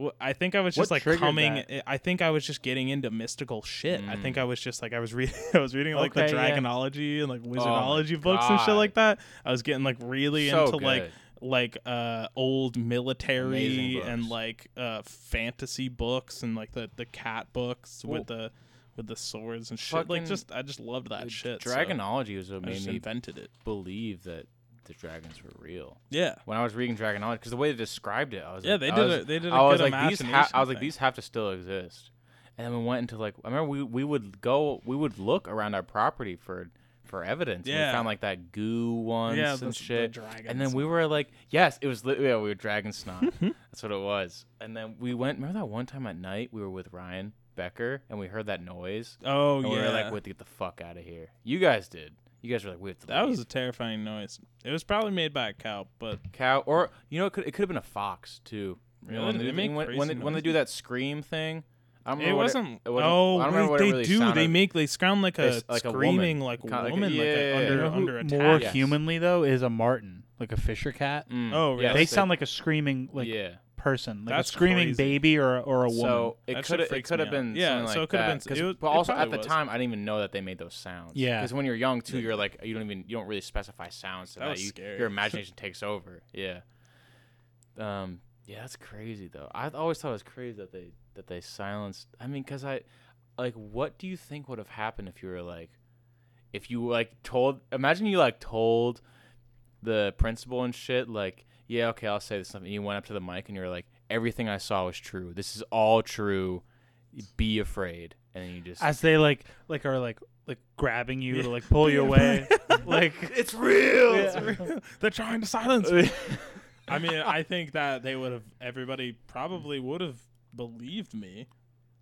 S7: Wh- I think I was just
S3: What
S7: like
S3: triggered
S7: coming.
S3: that?
S7: I think I was just getting into mystical shit.
S1: Mm.
S7: I
S1: Oh
S7: think I was just like I was reading. I was reading like
S3: Okay,
S7: the
S3: yeah.
S7: dragonology and like
S1: my
S7: wizardology books and shit
S1: God.
S7: like that. I was getting like really
S1: So
S7: into like
S1: good.
S7: like uh old military
S1: Amazing
S7: and
S1: books.
S7: like uh fantasy books and like the the cat books with the with the swords and shit. like
S1: Fucking-
S7: just I just loved that shit. so
S1: Dragonology was what
S7: I
S1: made
S7: just
S1: me
S7: invented it.
S1: believe that the dragons were real.
S7: Yeah.
S1: when I was reading Dragonology, because the way they described it, I was
S7: Yeah,
S1: like,
S7: they
S1: I
S7: did
S1: was-
S7: a- they did a
S1: I was
S7: good
S1: like these ha-
S7: imagination
S1: I was like
S7: thing.
S1: these have to still exist, and then we went into like I remember we we would go we would look around our property for for evidence. And
S7: Yeah.
S1: we found like that goo once
S7: Yeah, the-
S1: and
S7: the
S1: shit.
S7: dragon
S1: and then we were like, yes, it was. Li- yeah, we were dragon snot. That's what it was. And then we went. Remember that one time at night we were with Ryan Becker and we heard that noise.
S7: Oh
S1: and
S7: yeah,
S1: we were like, we have to get the fuck out of here. You guys did. You guys were like, we have to.
S7: that
S1: leave.
S7: was a terrifying noise. It was probably made by a cow, but
S1: cow, or you know, it could it could have been a fox too. You know,
S7: Really?
S1: when
S7: They
S1: they,
S7: make
S1: when, when they,
S7: crazy
S1: when they do that scream thing, I don't
S7: it
S1: remember what
S7: wasn't,
S1: it wasn't-
S7: Oh,
S1: I don't remember what
S7: wait, they
S1: it really
S7: do. They
S1: sounded-
S7: make they sound like
S1: They
S7: a
S1: s- like a woman.
S7: screaming like a
S1: Kinda like a-
S7: woman, like, a
S1: yeah.
S7: under
S1: You know who-
S7: under attack.
S3: More
S1: Yes.
S3: humanly though is a martin, like a fisher cat.
S1: Mm,
S7: Oh, really?
S1: yes,
S3: They sound like a screaming like
S1: yeah.
S3: person, like
S7: That's
S3: a screaming
S7: crazy.
S3: baby or a- or a woman.
S1: So it
S7: That shit
S1: could it
S7: freaks
S1: could
S7: me
S1: have
S7: out.
S1: been
S7: Yeah,
S1: something
S7: so
S1: like
S7: it could have
S1: that,
S7: been-
S1: 'cause-
S7: it was-
S1: but
S7: it
S1: also at
S7: probably
S1: the
S7: was.
S1: time I didn't even know that they made those sounds.
S3: Yeah.
S1: because when you're young too, you're like you don't even you don't really specify sounds. To
S7: That
S1: that,
S7: was
S1: You-
S7: scary.
S1: Your imagination takes over. Yeah. Um. Yeah, that's crazy though. I always thought it was crazy that they that they silenced. I mean, cause I, like, what do you think would have happened if you were like, if you like told? Imagine you like told the principal and shit, like, yeah, okay, I'll say this something. You went up to the mic and you were like, everything I saw was true. This is all true. Be afraid. And then you just,
S3: as they like like are like like grabbing you to like pull you away, like
S1: it's real.
S7: They're trying to silence me. I mean, I think that they would have. Everybody probably would have believed me,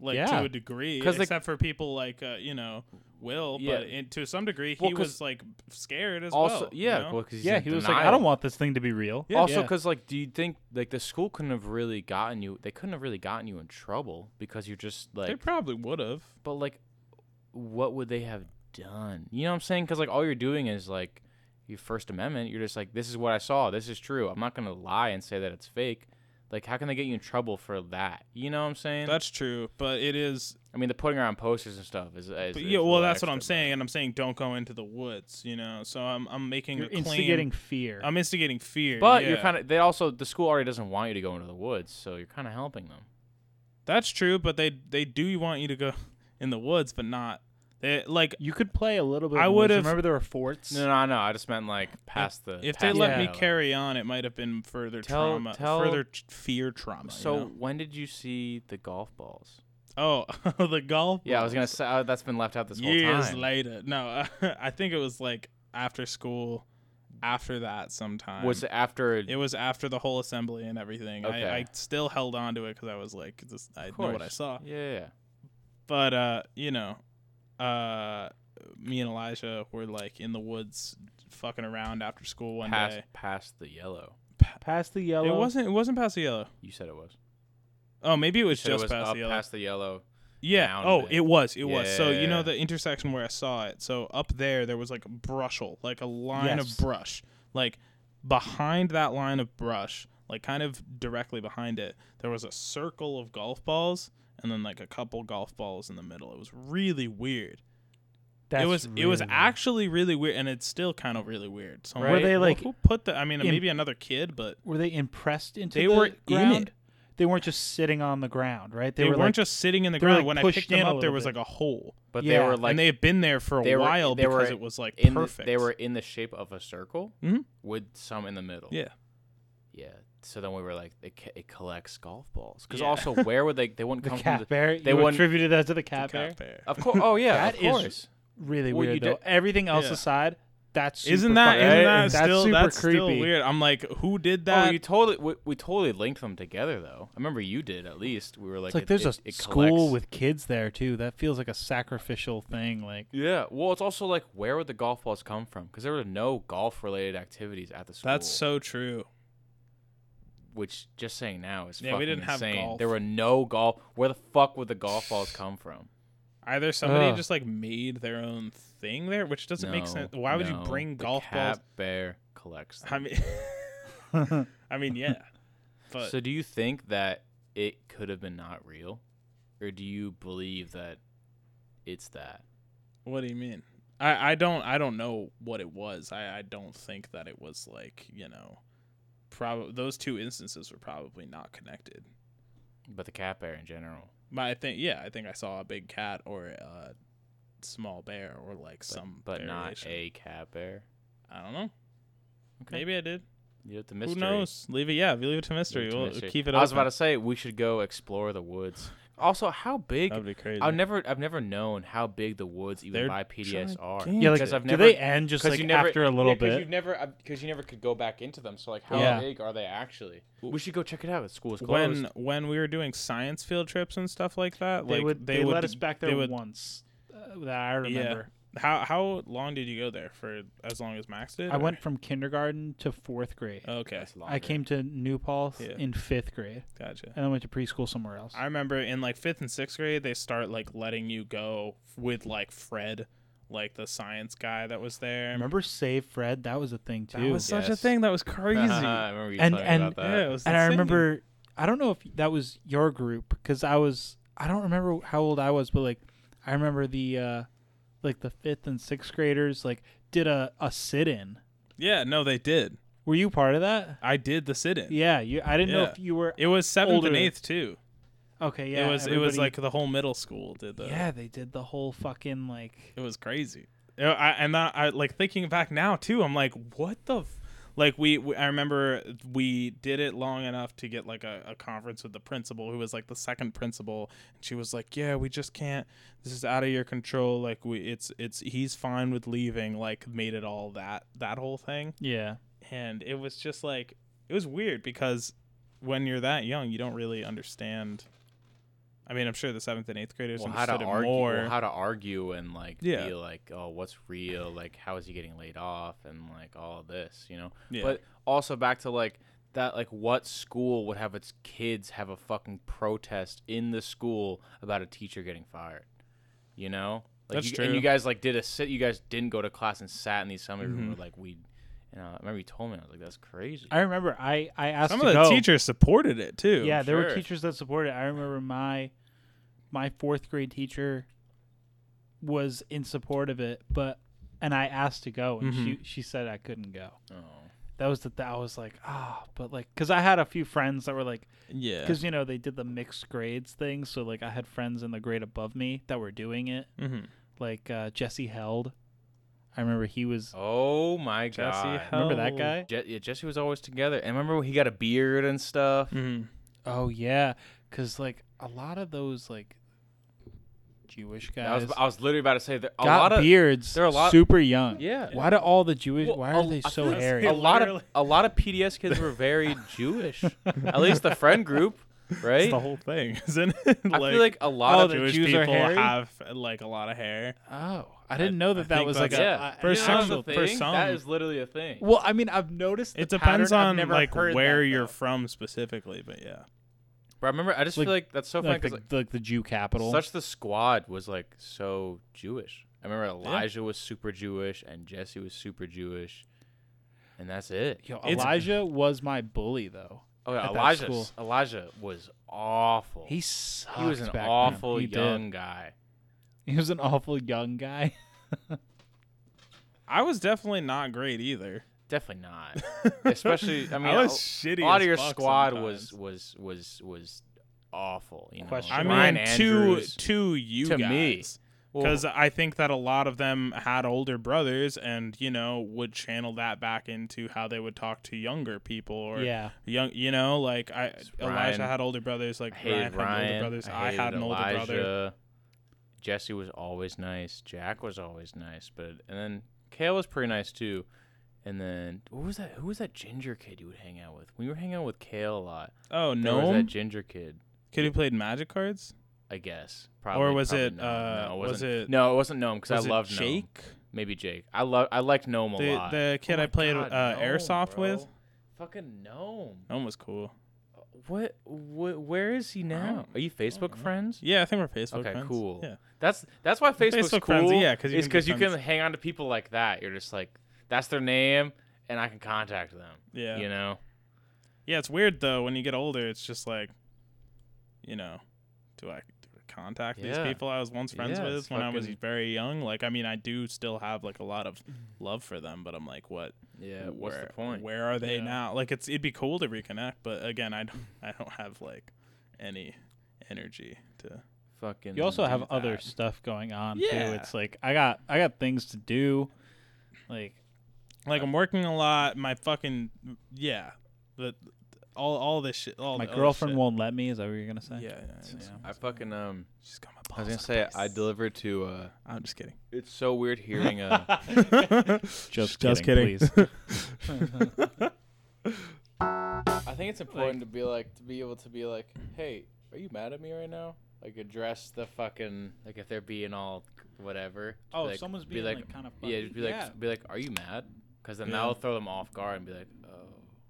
S7: like
S3: Yeah.
S7: to a degree,
S1: 'Cause, like-
S7: except for people like uh, you know Will.
S1: Yeah.
S7: But in, to some degree,
S1: Well,
S7: he
S1: 'cause-
S7: was like scared as
S1: Also,
S7: well. you
S1: yeah,
S7: know?
S1: well, 'cause he's
S3: yeah.
S1: in
S3: He was like,
S1: denial.
S3: I don't want this thing to be real.
S1: Also,
S3: Yeah.
S1: because like, do you think like the school couldn't have really gotten you? They couldn't have really gotten you in trouble because you're just
S7: they
S1: like.
S7: probably would have.
S1: but like, what would they have done? You know what I'm saying? Because like, all you're doing is like your First Amendment. You're just like, this is what I saw. This is true. I'm not gonna lie and say that it's fake. Like, how can they get you in trouble for that? You know what I'm saying?
S7: That's true, but it is.
S1: I mean, the putting around posters and stuff is. is is
S7: But yeah,
S1: a
S7: well,
S1: little
S7: that's
S1: extra,
S7: what I'm
S1: but-
S7: saying, and I'm saying don't go into the woods. You know, so I'm I'm making
S3: You're
S7: a claim.
S3: instigating fear.
S7: I'm instigating fear,
S1: But you're
S7: yeah.
S1: kind of. They also the school already doesn't want you to go into the woods, so you're kind of helping them.
S7: That's true, but they they do want you to go in the woods, but not they like
S3: you could play a little bit.
S7: I
S3: more.
S7: would've-
S3: remember there were forts.
S1: No, no, no. I just meant like past the.
S7: if they
S1: past
S7: let
S1: the
S7: me
S1: dialogue.
S7: carry on, it might have been further
S1: Tell-
S7: trauma,
S1: tell-
S7: further t- fear trauma.
S1: So
S7: So
S1: when did you see the golf balls?
S7: oh, the golf.
S1: Yeah, I was gonna
S7: balls.
S1: say uh, that's been left out this whole
S7: years
S1: time.
S7: later. No, I think it was like after school, after that sometime.
S1: Was it after?
S7: It was after the whole assembly and everything.
S1: Okay.
S7: I, I still held on to it because I was like, this, I
S1: Of
S7: know what
S1: course.
S7: I saw.
S1: Yeah, yeah, yeah.
S7: But uh, you know, uh, me and Elijah were like in the woods, fucking around after school one
S1: past
S7: day.
S1: past the yellow.
S3: past the yellow.
S7: It wasn't. It wasn't past the yellow.
S1: You said it was.
S7: Oh, maybe it was
S1: You said it
S7: just
S1: was
S7: past
S1: up
S7: the yellow.
S1: past the yellow.
S7: yeah.
S1: down a
S7: Oh,
S1: bit.
S7: it was. It was. So you
S1: Yeah.
S7: know the intersection where I saw it. So up there, there was like a brushel, like a line
S3: Yes.
S7: of brush. Like behind that line of brush, like kind of directly behind it, there was a circle of golf balls, and then like a couple golf balls in the middle. It was really weird.
S3: That's
S7: it was it
S3: really
S7: was
S3: weird.
S7: actually really weird, and it's still kind of really weird. So I'm
S3: Were they,
S7: well,
S3: like,
S7: who put the? I mean,
S3: in-
S7: maybe another kid, but
S3: Were they impressed into
S7: They
S3: the
S7: were in
S3: ground?
S7: it.
S3: They weren't just sitting on the ground, right?
S7: they,
S3: were
S7: were not
S3: like,
S7: just sitting in the
S3: they were,
S7: ground.
S3: like,
S7: when I
S3: pushed
S7: picked
S3: in
S7: them
S3: a
S7: up, there
S3: little
S7: was
S3: bit.
S7: like a hole,
S1: But
S3: Yeah,
S1: they were like
S7: and they had been there for
S1: they
S7: a
S1: were-
S7: while
S1: they were
S7: because it was like
S1: in the-
S7: perfect.
S1: they were in the shape of a circle
S3: Mm-hmm.
S7: Mhm.
S1: with some in the middle.
S7: yeah.
S1: Yeah. So then we were like, it, ca- it collects golf balls. Because
S7: Yeah.
S1: also, where would they? They wouldn't
S3: the
S1: come
S3: cat
S1: from. The,
S3: bear.
S1: they
S3: you
S1: wouldn't-
S3: attributed that to the cat
S7: Cat
S3: bear.
S7: bear.
S1: of course. Oh yeah.
S3: That
S1: of
S3: is-
S1: course.
S3: Really
S1: Well, you
S3: weird. Though.
S1: did-
S3: Everything else
S7: Yeah.
S3: aside, that's super
S7: Isn't that
S3: fucking-
S7: isn't
S1: Right?
S7: that still
S3: super
S7: that's
S3: creepy.
S7: still weird? I'm like, who did
S1: Oh,
S7: that?
S1: you totally we, we totally linked them together though. I remember you did at least. We were like,
S3: It's like
S1: it-
S3: there's
S1: it-
S3: a
S1: it
S3: school
S1: collects.
S3: with kids there too. That feels like a sacrificial thing. Like
S1: Yeah, well, it's also like where would the golf balls come from? Because there were no golf-related activities at the school.
S7: that's so true.
S1: Which just saying now is
S7: Yeah, we
S1: fucking
S7: didn't have
S1: insane.
S7: golf.
S1: There were no golf. Where the fuck would the golf balls come from?
S7: Either somebody
S3: Ugh.
S7: just like made their own thing there, which doesn't make
S1: No,
S7: sense. Why would you
S1: no,
S7: bring
S1: the
S7: golf
S1: cat
S7: balls?
S1: Bear collects. Them.
S7: I mean, I mean, yeah, but
S1: so do you think that it could have been not real, or do you believe that it's that?
S7: What do you mean? I, I don't I don't know what it was. I, I don't think that it was like you know, probably those two instances were probably not connected.
S1: But the cat bear in general.
S7: But I think yeah, I think I saw a big cat or a small bear or like
S1: but-
S7: some
S1: but not
S7: variation.
S1: a cat bear.
S7: I don't know.
S1: Okay.
S7: Maybe I did.
S1: You have to mystery.
S7: Who knows? Leave it. Yeah, leave it to
S1: Leave
S7: mystery.
S1: it to
S7: we'll
S1: mystery.
S7: keep it.
S1: I was
S7: open.
S1: about to say we should go explore the woods. Also, how big?
S7: That'd be crazy.
S1: I've never, I've never known how big the woods even
S7: They're
S1: by PDS are.
S7: gigantic.
S3: Yeah, like,
S1: because I've
S3: do
S1: never.
S3: they end just
S1: 'cause
S3: like
S1: you never-
S3: after a little
S1: yeah, 'cause
S3: bit?
S1: You've never, because you never could go back into them. So like, how
S3: Yeah.
S1: big are they actually? We should go check it out. The school is closed.
S7: when when we were doing science field trips and stuff like that,
S3: they
S7: like
S3: would they, let us back
S7: they
S3: there
S7: would-
S3: once uh, that I remember.
S7: Yeah. How how long did you go there for? As long as Max did.
S3: I
S7: or-
S3: went from kindergarten to fourth grade.
S7: Oh, Okay,
S3: I came to New Paltz
S7: Yeah.
S3: in fifth grade,
S7: gotcha.
S3: and I went to preschool somewhere else.
S7: I remember in like fifth and sixth grade, they start like letting you go with like Fred, like the science guy that was there.
S3: remember Save Fred? That was a thing too.
S7: That was such a
S1: Yes.
S7: thing. That was crazy.
S1: Uh-huh, I remember you
S3: And-
S1: telling
S3: and-
S1: me about that.
S7: yeah, it was
S3: and I
S7: insane.
S3: remember, I don't know if that was your group because I was, I don't remember how old I was, but like, I remember the, uh, like the fifth and sixth graders like did a, a sit in.
S7: Yeah, no, they did.
S3: Were you part of that?
S7: I did the sit-in.
S3: Yeah, you. I didn't know
S7: Yeah.
S3: if you were.
S7: It was seventh
S3: Older.
S7: and eighth too.
S3: Okay, yeah.
S7: it was it was like
S3: everybody-
S7: the whole middle school did that.
S3: yeah, they did the whole fucking like.
S7: It was crazy. You know, I, and I, I like thinking back now too. I'm like, what the, f-? like we, we I remember we did it long enough to get like a, a conference with the principal who was like the second principal, and she was like, yeah, we just can't. This is out of your control. Like we, it's it's he's fine with leaving. Like made it all that that whole thing,
S3: Yeah.
S7: and it was just like it was weird because when you're that young, you don't really understand. I mean, I'm sure the seventh and eighth graders
S1: Well, how
S7: understood
S1: to
S7: it
S1: argue?
S7: more.
S1: well, how to argue and like
S7: Yeah.
S1: be like, oh, what's real? Like, how is he getting laid off? And like all of this, you know.
S7: Yeah.
S1: But also back to like that, like what school would have its kids have a fucking protest in the school about a teacher getting fired? You know, like
S7: That's
S1: you, And you
S7: true.
S1: guys like did a sit. You guys didn't go to class and sat in the assembly
S7: Mm-hmm.
S1: room. Where, like we, you know, I remember you told me I was like, that's crazy.
S3: I remember I I asked
S7: Some
S3: to
S7: of the
S3: go.
S7: teachers supported it too.
S3: Yeah, there were
S1: sure.
S3: teachers that supported. it. I remember my my fourth grade teacher was in support of it, but and I asked to go, and she she said I couldn't go.
S1: oh.
S3: That was the that I was like ah, but like because I had a few friends that were like
S7: Yeah.
S3: because you know they did the mixed grades thing, so like I had friends in the grade above me that were doing it,
S7: Mhm.
S3: like uh, Jesse Held. I remember he was.
S1: Oh my god.
S3: Remember that guy?
S1: Je- yeah, Jesse was always together. And remember when he got a beard and stuff?
S7: Mhm.
S3: Oh yeah, because like a lot of those like Jewish
S1: I
S3: guys
S1: was, I was literally about to say that a
S3: got
S1: lot of
S3: beards.
S1: there are a lot-
S3: super young.
S1: Yeah.
S3: Why do all the Jewish?
S1: Well,
S3: why
S1: a-
S3: are they
S1: I
S3: so
S1: feel like
S3: hairy?
S1: A lot of
S7: Literally.
S1: a lot of PDS kids were very Jewish. At least the friend group, right?
S7: It's the whole thing, isn't it?
S1: I feel like a lot
S3: oh,
S1: of
S3: the
S7: Jewish
S3: Jews are
S7: people
S3: hairy?
S7: have like a lot of hair.
S3: oh, I didn't know that
S7: I
S3: that
S7: think
S3: was like
S7: that's-
S1: yeah,
S3: a I-
S7: For
S3: I didn't know
S7: some-
S3: that
S1: That's a
S7: for
S1: thing.
S7: some-
S1: that is literally a thing.
S3: was- Well, I mean, I've noticed.
S7: It
S3: the
S7: depends
S3: pattern. I've
S7: on
S3: never
S7: like
S3: heard
S7: where
S3: that,
S7: you're
S3: though.
S7: from specifically, but yeah.
S1: But I remember, I just
S3: Like-
S1: feel like that's so funny
S3: Like,
S1: because
S3: the, like the Jew capital.
S1: such the squad was like so Jewish. I remember Elijah was super Jewish and Jesse was super Jewish, and that's it.
S3: Yo,
S7: it's-
S3: Elijah was my bully though.
S1: Oh yeah,
S3: at that
S1: Elijah.
S3: school.
S1: Elijah was awful.
S3: He sucked.
S1: he was an
S3: back then.
S1: awful
S3: He did.
S1: young guy.
S3: He was an awful young guy.
S7: I was definitely not great either.
S1: Definitely not. Especially, I mean,
S7: I was
S1: a-
S7: shitty
S1: A lot
S7: as
S1: of your
S7: fuck
S1: squad
S7: sometimes.
S1: was was was was awful. You know,
S3: Question.
S7: I
S1: Ryan
S7: mean, two
S1: Andrews,
S7: two you
S1: to me.
S7: guys.
S1: well,
S7: because I think that a lot of them had older brothers, and you know would channel that back into how they would talk to younger people or
S3: Yeah.
S7: young, you know, like I
S1: Ryan.
S7: Elijah had older brothers,
S1: I
S7: like
S1: hated
S7: Ryan, had older
S1: Ryan.
S7: brothers.
S1: I, hated
S7: had an older
S1: Elijah.
S7: brother.
S1: Jesse was always nice. Jack was always nice, but and then Kale was pretty nice too. And then what was that? Who was that ginger kid you would hang out with? We were hanging out with Kale a lot.
S7: Oh
S1: There was
S7: no,
S1: that ginger kid.
S7: kid who played Magic cards.
S1: I guess. Probably,
S7: was
S1: probably
S7: it,
S1: Noam.
S7: uh,
S1: no, it
S7: was
S1: wasn't,
S7: it-
S1: No, it wasn't Noam because I
S7: Was it
S1: loved Noam.
S7: Jake,
S1: Maybe Jake. I love. I liked Noam a
S7: the
S1: lot.
S7: the kid
S1: Oh my
S7: I played
S1: God,
S7: uh,
S1: Noam,
S7: airsoft
S1: bro.
S7: with.
S1: Fucking Noam.
S7: Noam was cool.
S1: What? Wh- where is he now? Mm-hmm. Are you Facebook friends?
S7: Yeah, I think we're Facebook
S1: Okay,
S7: friends.
S1: cool.
S7: Yeah,
S1: That's that's why Facebook's
S7: Facebook
S1: cool.
S7: friends, yeah, 'cause you
S1: is
S7: can be
S1: because you can
S7: friends.
S1: hang on to people like that. You're just like, that's their name, and I can contact them.
S7: Yeah.
S1: You know.
S7: yeah. It's weird though when you get older. It's just like, you know, do I, do I contact
S1: Yeah.
S7: these people I was once friends
S1: Yeah,
S7: with
S1: it's
S7: when I was
S1: fucking-
S7: very young? Like, I mean, I do still have like a lot of love for them, but I'm like, what?
S1: Yeah. What's
S7: where,
S1: the point?
S7: Where are they now? Like it's it'd be cool to reconnect, but again, I don't I don't have like any energy to.
S1: Fucking.
S3: You also have
S1: do
S3: other
S1: that.
S3: stuff going on
S7: Yeah.
S3: too. It's like I got I got things to do. Like
S7: Like I'm working a lot. My fucking yeah, the all all this shit.
S1: Oh,
S7: All
S3: My
S7: the other
S3: girlfriend
S7: shit.
S3: won't let me. Is that what you're gonna say?
S7: Yeah, yeah, yeah.
S1: I fucking um.
S7: She's got my
S1: I was
S7: balls.
S1: gonna say I delivered to. uh
S7: I'm just kidding.
S1: It's so weird hearing uh, a.
S3: Just,
S7: Just
S3: kidding.
S7: kidding.
S3: Please.
S1: I think it's important to be like to be able to be like, hey, are you mad at me right now? Like address the fucking like if they're being all whatever.
S3: Oh,
S1: like,
S3: if someone's
S1: be
S3: being,
S1: like,
S3: like, kind of
S1: yeah,
S3: fucking-
S1: just be like
S3: yeah.
S1: be like, are you mad? Because then
S7: Yeah.
S1: that'll throw them off guard and be like, oh,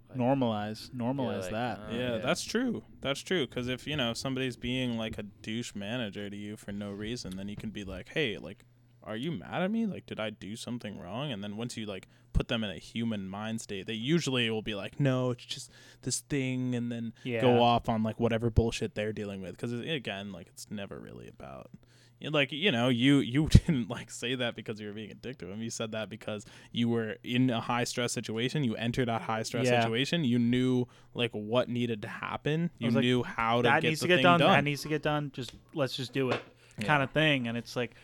S1: like,
S3: normalize, normalize
S1: like,
S3: that.
S1: uh,
S7: yeah,
S1: yeah.
S7: that's true. That's true. Because if you know somebody's being like a douche manager to you for no reason, then you can be like, "Hey, like, are you mad at me? Like, did I do something wrong?" And then once you like put them in a human mind state, they usually will be like, "No, it's just this thing," and then
S3: Yeah.
S7: go off on like whatever bullshit they're dealing with. Because again, like, it's never really about. you- Like you know, you you didn't like say that because you were being addictive. to him. You said that because you were in a high stress situation. You entered a high stress
S2: Yeah.
S7: situation. You knew like what needed to happen. You
S2: was like,
S7: knew how to
S2: that
S7: get
S2: needs
S7: the
S2: to get
S7: thing
S2: done,
S7: done.
S2: That needs to get done. Just let's just do it, kind of thing. And it's like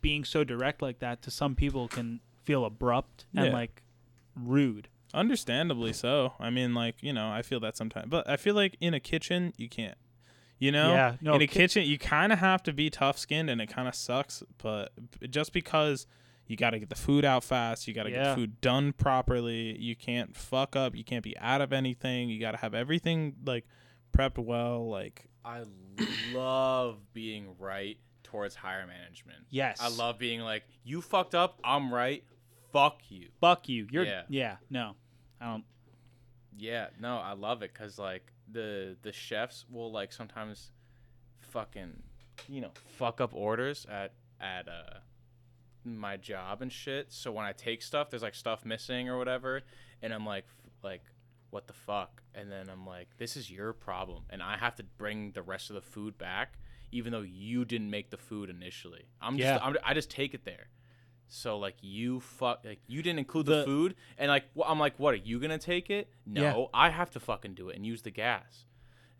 S2: being so direct like that to some people can feel abrupt and
S7: Yeah.
S2: like rude.
S7: Understandably so. I mean, like you know, I feel that sometimes, but I feel like in a kitchen you can't. You know,
S2: Yeah, no,
S7: in a
S2: ki-
S7: kitchen you kind of have to be tough skinned, and it kind of sucks. But b- just because you got to get the food out fast, you got to
S2: Yeah.
S7: get food done properly. You can't fuck up. You can't be out of anything. You got to have everything like prepped well. Like
S1: I love being right towards higher management.
S2: Yes.
S1: I love being like, you fucked up, I'm right, fuck you.
S2: Fuck you. You're yeah.
S1: Yeah.
S2: no, I don't.
S1: Yeah, no, I love it because like the the chefs will like sometimes fucking you know fuck up orders at at uh my job and shit. So when I take stuff, there's like stuff missing or whatever, and I'm like f- like what the fuck? And then I'm like, this is your problem, and I have to bring the rest of the food back, even though you didn't make the food initially. I'm
S2: Yeah.
S1: just I'm, I just take it there. So like you fuck like you didn't include the,
S2: The-
S1: food and like wh- I'm like what are you gonna take it? No,
S2: Yeah.
S1: I have to fucking do it and use the gas.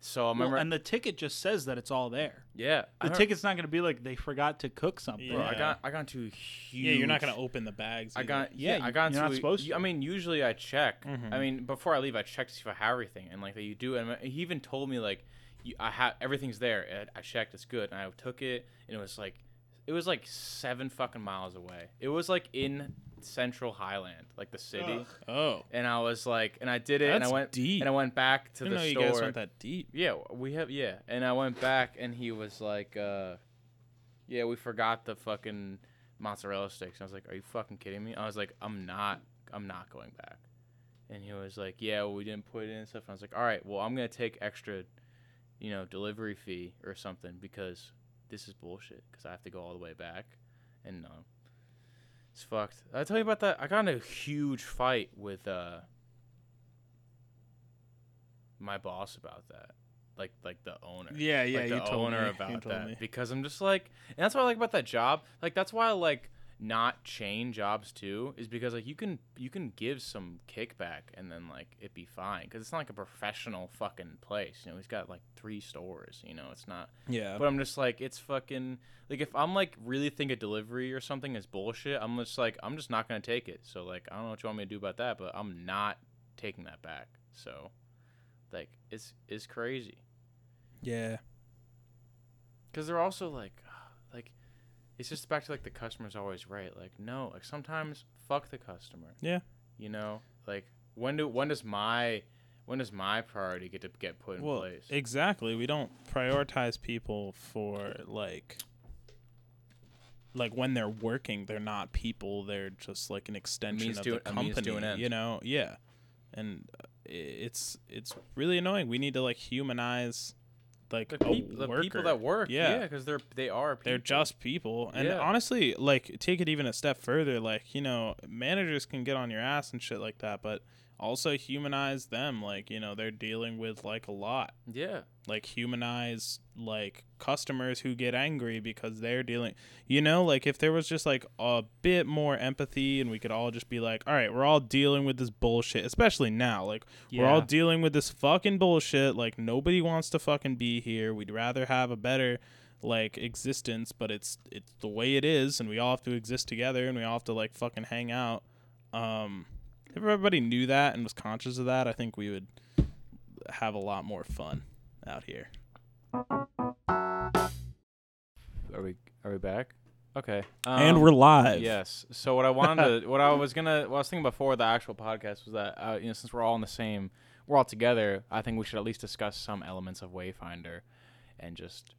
S1: So I
S2: Well,
S1: remember
S2: and the ticket just says that it's all there.
S1: yeah I
S2: The
S1: remember-
S2: ticket's not going to be like they forgot to cook something.
S1: bro, I
S7: Yeah.
S1: got I got into huge
S7: yeah, you're not gonna open the bags.
S1: I
S7: either.
S1: got
S2: Yeah,
S1: yeah,
S2: you-
S1: I got
S2: you're not
S1: into-
S2: supposed
S1: you- I mean, usually I check.
S7: Mm-hmm.
S1: I mean, before I leave, I check to see if I have everything, and like that you do. And uh, he even told me like, you, I have everything's there. And I checked, it's good, and I took it, and it was like, it was like seven fucking miles away. It was like in Central Highland, like the city.
S7: Oh,
S1: And I was like, and I did it, and I
S7: That's
S1: went
S7: deep.
S1: and I went back to
S7: I
S1: the
S7: didn't know you
S1: store.
S7: guys went that deep.
S1: Yeah, we have yeah. And I went back and he was like, uh Yeah, we forgot the fucking mozzarella sticks. I was like, Are you fucking kidding me? I was like, I'm not I'm not going back. And he was like, Yeah, well, we didn't put it in and stuff. And I was like, All right, well I'm gonna take extra, you know, delivery fee or something because this is bullshit because I have to go all the way back and no. It's fucked. Did I tell you about that I got in a huge fight with uh my boss about that. Like like the owner.
S7: Yeah, yeah,
S1: Like
S7: you
S1: the
S7: told
S1: owner
S7: me.
S1: about
S7: You told
S1: that.
S7: me.
S1: Because I'm just like and that's what I like about that job. Like that's why I like not chain jobs too is because like you can you can give some kickback and then like it be fine because it's not like a professional fucking place you know he's got like three stores you know it's not
S7: Yeah,
S1: but I'm just like, it's fucking like if I'm like really think a delivery or something is bullshit, I'm just like, I'm just not gonna take it. So like, I don't know what you want me to do about that, but I'm not taking that back. So like, it's it's crazy
S7: yeah.
S1: because they're also like, like it's just back to like the customer's always right. Like no, like sometimes fuck the customer.
S7: Yeah.
S1: You know, like when do when does my when does my priority get to get put in place?
S7: Exactly. We don't prioritize people for like like when they're working, they're not people. They're just like an extension
S1: means
S7: of
S1: to
S7: the
S1: an- a means to
S7: company.
S1: an end.
S7: You know? Yeah. And uh, i- it's it's really annoying. We need to like humanize like
S1: the,
S7: a
S1: peop- the
S7: worker.
S1: people that work, yeah,
S7: Yeah.
S1: because they're they are people.
S7: They're just people. And
S1: Yeah.
S7: honestly, like take it even a step further, like, you know, managers can get on your ass and shit like that, but also humanize them. Like, you know, they're dealing with like a lot
S1: yeah.
S7: like humanize like customers who get angry because they're dealing you know like if there was just like a bit more empathy and we could all just be like all right we're all dealing with this bullshit especially now like we're all
S2: Yeah.
S7: dealing with this fucking bullshit like nobody wants to fucking be here we'd rather have a better like existence but it's it's the way it is and we all have to exist together and we all have to like fucking hang out um if everybody knew that and was conscious of that i think we would have a lot more fun out here.
S1: Are we are we back? Okay.
S7: and
S1: um,
S7: we're live.
S1: Yes. So what I wanted to, what I was gonna, what I was thinking before the actual podcast was that uh, you know since we're all in the same, we're all together. I think we should at least discuss some elements of Wayfinder, and just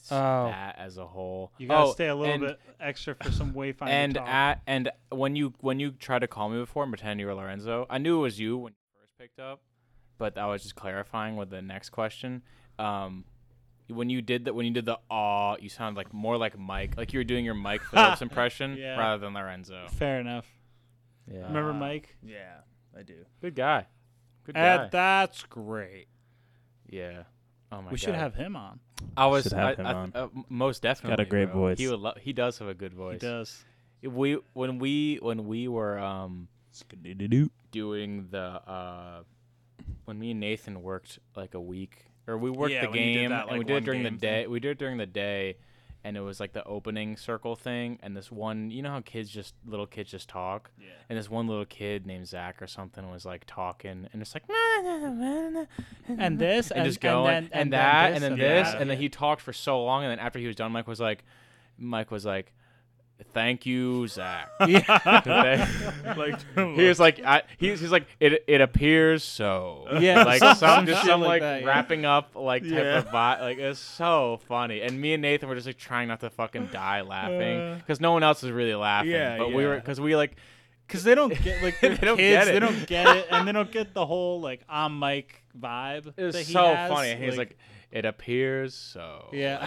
S1: s-
S2: Oh.
S1: that as a whole.
S2: You gotta
S1: Oh,
S2: stay a little
S1: and-
S2: bit extra for some wayfinding.
S1: And
S2: talk.
S1: at and when you when you tried to call me before and pretend you were Lorenzo, I knew it was you when you first picked up, but I was just clarifying with the next question. Um, when you did that, when you did the ah, you sounded like more like Mike, like you were doing your Mike Phillips impression
S2: Yeah.
S1: rather than Lorenzo.
S2: fair enough.
S1: Yeah.
S2: Remember Mike?
S7: Yeah, I do.
S1: Good guy. Good guy.
S2: And that's great.
S1: yeah. Oh my
S3: we
S1: God.
S3: should have him on.
S1: I was.
S7: Should have
S1: I-
S7: him
S1: I-
S7: on.
S1: uh, m- most definitely.
S5: great
S1: bro.
S5: voice.
S1: He would. Lo- he does have a good voice.
S2: He does.
S1: We when we when we were um
S7: Skididoo.
S1: doing the uh when me and Nathan worked like a week or we worked
S2: Yeah,
S1: the
S2: when you did
S1: game
S2: that,
S1: and we
S2: like,
S1: did
S2: one
S1: it during the
S2: game
S1: day. We did it during the day. And it was like the opening circle thing, and this one, you know how kids just little kids just talk, yeah. and this one little kid named Zach or something was like talking, and it's like,
S3: And this,
S1: and,
S3: and,
S1: just going
S3: and,
S1: and,
S3: then, and,
S1: that and then this
S3: that.
S1: and then he talked for so long and then after he was done mike was like mike was like thank you zach
S7: Like
S1: he was like I, he's, he's like it it appears so
S3: Yeah,
S1: like
S3: some-
S1: some
S3: some
S1: just
S3: shit
S1: some
S3: like
S1: like,
S3: that, yeah.
S1: wrapping up like type
S7: Yeah.
S1: of vibe like it's so funny and me and nathan were just like trying not to fucking die laughing because no one else is really laughing
S7: Uh. yeah,
S1: but we
S7: yeah.
S1: were because we like
S2: Because they don't get like they're
S1: They don't
S2: kids,
S1: get it.
S2: they don't get it, and they don't get the whole like I'm Mike vibe.
S1: it
S2: that
S1: was
S2: he
S1: so
S2: has.
S1: funny and he's like it appears so
S2: yeah,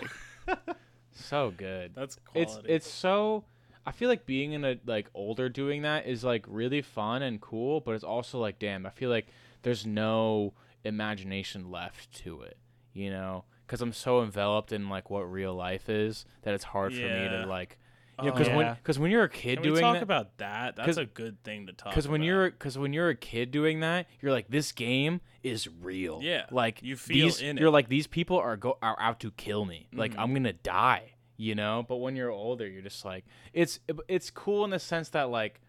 S1: so good
S7: that's
S1: it's
S7: quality.
S1: it's so I feel like being in a like older doing that is like really fun and cool, but it's also like damn, I feel like there's no imagination left to it, you know? Cuz I'm so enveloped in like what real life is that it's hard for me
S7: Yeah.
S1: to like you know,
S7: Oh,
S1: cuz
S2: yeah.
S1: when cuz when you're a kid
S7: Can we
S1: doing
S7: talk
S1: that
S7: about that? That's
S1: 'Cause-
S7: a good thing to talk.
S1: because when
S7: about.
S1: you're because when you're a kid doing that, you're like this game is real.
S7: Yeah,
S1: like
S7: you feel
S1: these, You're
S7: in it. Mm-hmm.
S1: like these people are go are out to kill me. Like I'm gonna die. You know. But when you're older, you're just like it's it's cool in the sense that like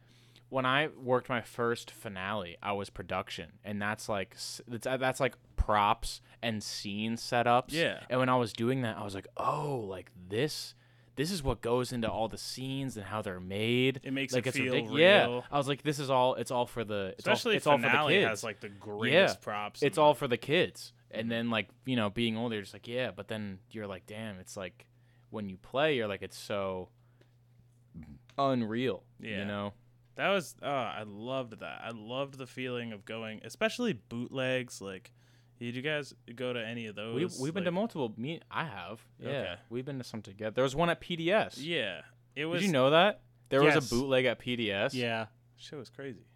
S1: when I worked my first finale, I was production, and that's like s- that's, that's like props and scene setups.
S7: Yeah.
S1: And when I was doing that, I was like, oh, like this. This is what goes into all the scenes and how they're made.
S7: It makes
S1: like
S7: it
S1: it's
S7: feel
S1: ridic- Yeah,
S7: real.
S1: I was like, this is all. It's all for the. It's
S7: especially
S1: all, it's
S7: finale
S1: all for the kids.
S7: has like the greatest props.
S1: it's
S7: and-
S1: all for the kids. And then like you know, being older, you're just like yeah. But then you're like, damn, it's like when you play, you're like, it's so unreal.
S7: Yeah.
S1: You know.
S7: That was oh, I loved that. I loved the feeling of going, especially bootlegs. Like, did you guys go to any of those?
S1: We we've been to
S7: like,
S1: multiple. Me, I have. Yeah,
S7: Okay.
S1: we've been to some together. There was one at PDS.
S7: Yeah, it was.
S1: Did you know that there was a
S2: Yes.
S1: bootleg at PDS?
S2: yeah.
S7: shit was crazy.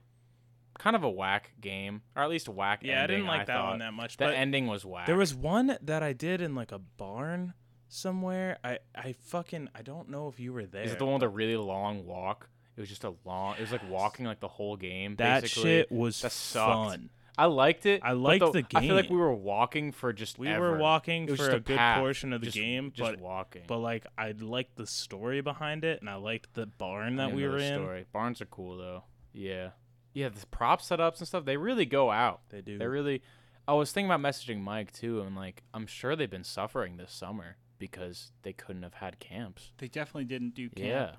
S1: Kind of a whack game, or at least a whack.
S7: Yeah, I didn't
S1: ending,
S7: like that one
S1: thought.
S7: that much,
S1: The
S7: but-
S1: ending was whack.
S7: There was one that I did in like a barn somewhere. I I fucking I don't know if you were there.
S1: Is it the one with a really long walk? It was just a long. It was like walking like the whole game.
S7: That
S1: basically.
S7: shit was
S1: That sucked.
S7: fun.
S1: I liked it.
S7: I
S1: but
S7: liked the
S1: I feel like we
S7: game.
S1: were walking for just.
S7: We
S1: ever.
S7: were walking
S1: It was
S7: for
S1: just
S7: a,
S1: a
S7: good
S1: path,
S7: portion of the
S1: just-
S7: game,
S1: just
S7: but
S1: walking.
S7: but like I liked the story behind it, and I liked the barn that
S1: I
S7: we
S1: know
S7: were
S1: the
S7: in.
S1: Story. Barns are cool though. Yeah, yeah. The prop setups and stuff. They really go out.
S7: They do.
S1: They really. I was thinking about messaging Mike too, and like I'm sure they've been suffering this summer because they couldn't have had camps.
S2: They definitely didn't do camp
S1: Yeah,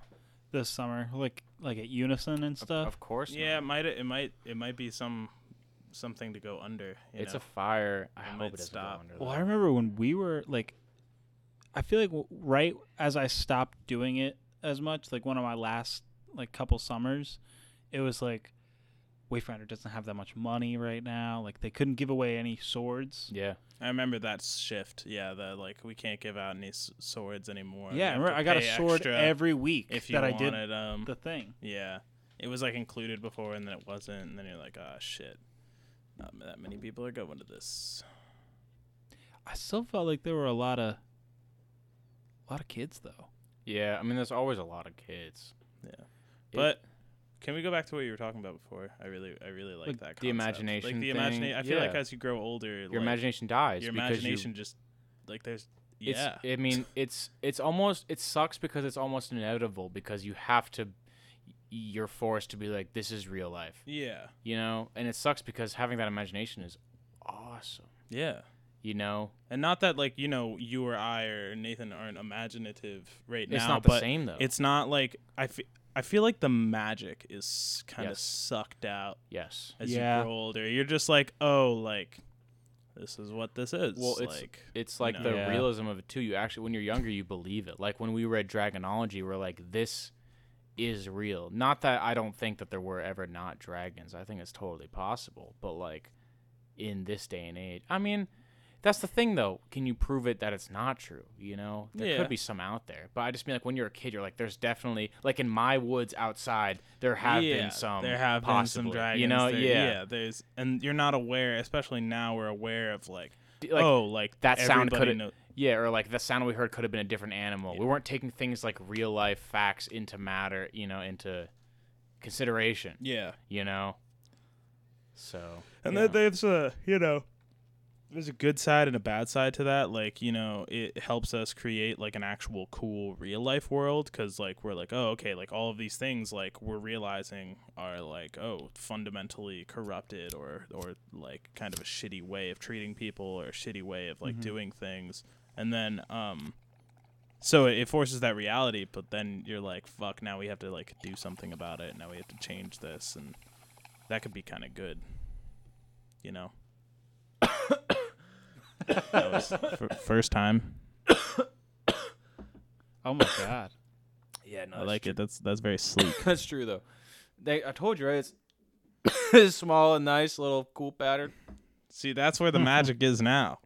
S2: this summer, like like at Unison and stuff.
S1: of course. not.
S7: Yeah, it might it might it might be some something to go under. You
S1: it's
S7: know?
S1: a fire. I hope
S7: might
S1: it doesn't
S7: stop.
S1: go under.
S2: Well,
S1: though.
S2: I remember when we were like, I feel like w- right as I stopped doing it as much, like one of my last like couple summers, it was like Wayfinder doesn't have that much money right now. Like they couldn't give away any swords.
S1: Yeah.
S7: I remember that shift. Yeah, the like we can't give out any s- swords anymore. You
S2: Yeah, I,
S7: have
S2: remember
S7: to
S2: I got a
S7: pay
S2: sword
S7: extra
S2: every week
S7: if you
S2: that I
S7: wanted.
S2: did
S7: um,
S2: the thing.
S7: yeah, it was like included before, and then it wasn't, and then you're like, ah, shit. Not that many people are going to this.
S2: I still felt like there were a lot of, a lot of kids though.
S1: Yeah, I mean, there's always a lot of kids.
S7: But can we go back to what you were talking about before? I really, I really like
S1: Like,
S7: that.
S1: the
S7: concept.
S1: imagination
S7: Like the
S1: thing,
S7: imagination. I feel like
S1: yeah.
S7: as you grow older,
S1: Your
S7: like,
S1: imagination dies.
S7: your
S1: because you-
S7: imagination just like there's yeah.
S1: It's, I mean, it's it's almost it sucks because it's almost inevitable because you have to, you're forced to be like this is real life,
S7: yeah.
S1: you know. And it sucks because having that imagination is awesome.
S7: Yeah.
S1: You know,
S7: And not that like you know you or I or Nathan aren't imaginative right now.
S1: it's not the
S7: but
S1: same though.
S7: It's not like I fe- I feel like the magic is kind of
S1: Yes.
S7: sucked out
S1: yes.
S7: as
S3: Yeah.
S7: you grow older. You're just like, oh, like this is what this is.
S1: Well, it's
S7: like
S1: it's like
S7: know.
S1: the
S3: Yeah.
S1: realism of it too. You actually, when you're younger, you believe it. Like when we read Dragonology, we're like, this is real. Not that I don't think that there were ever not dragons. I think it's totally possible. But like in this day and age, I mean, that's the thing though. Can you prove it that it's not true? You know, there
S7: Yeah.
S1: could be some out there. But I just mean like when you're a kid, you're like, there's definitely like in my woods outside, there have
S7: yeah,
S1: been some.
S7: There have
S1: possibly,
S7: been some dragons.
S1: You know,
S7: there-
S1: yeah.
S7: There's and you're not aware, especially now we're aware of like,
S1: D- like,
S7: oh, like
S1: that sound
S7: everybody
S1: could
S7: know-
S1: yeah or like the sound we heard could have been a different animal we weren't taking things like real life facts into matter you know into consideration
S7: Yeah,
S1: you know so
S7: and
S1: yeah.
S7: that there's a uh, you know. There's a good side and a bad side to that. Like, you know, it helps us create like an actual cool real life world because, like, we're like, oh, okay, like all of these things, like, we're realizing are like, oh, fundamentally corrupted or, or like kind of a shitty way of treating people or a shitty way of like doing things. And then, um, so it it forces that reality but then you're like fuck now we have to like do something about it now we have to change this and that could be kind of good you know that was f- first time
S3: Oh my god.
S1: yeah no
S7: i like it that's that's very sleek
S1: that's true though they i told you right it's it's small and nice little cool pattern
S7: see that's where the magic is now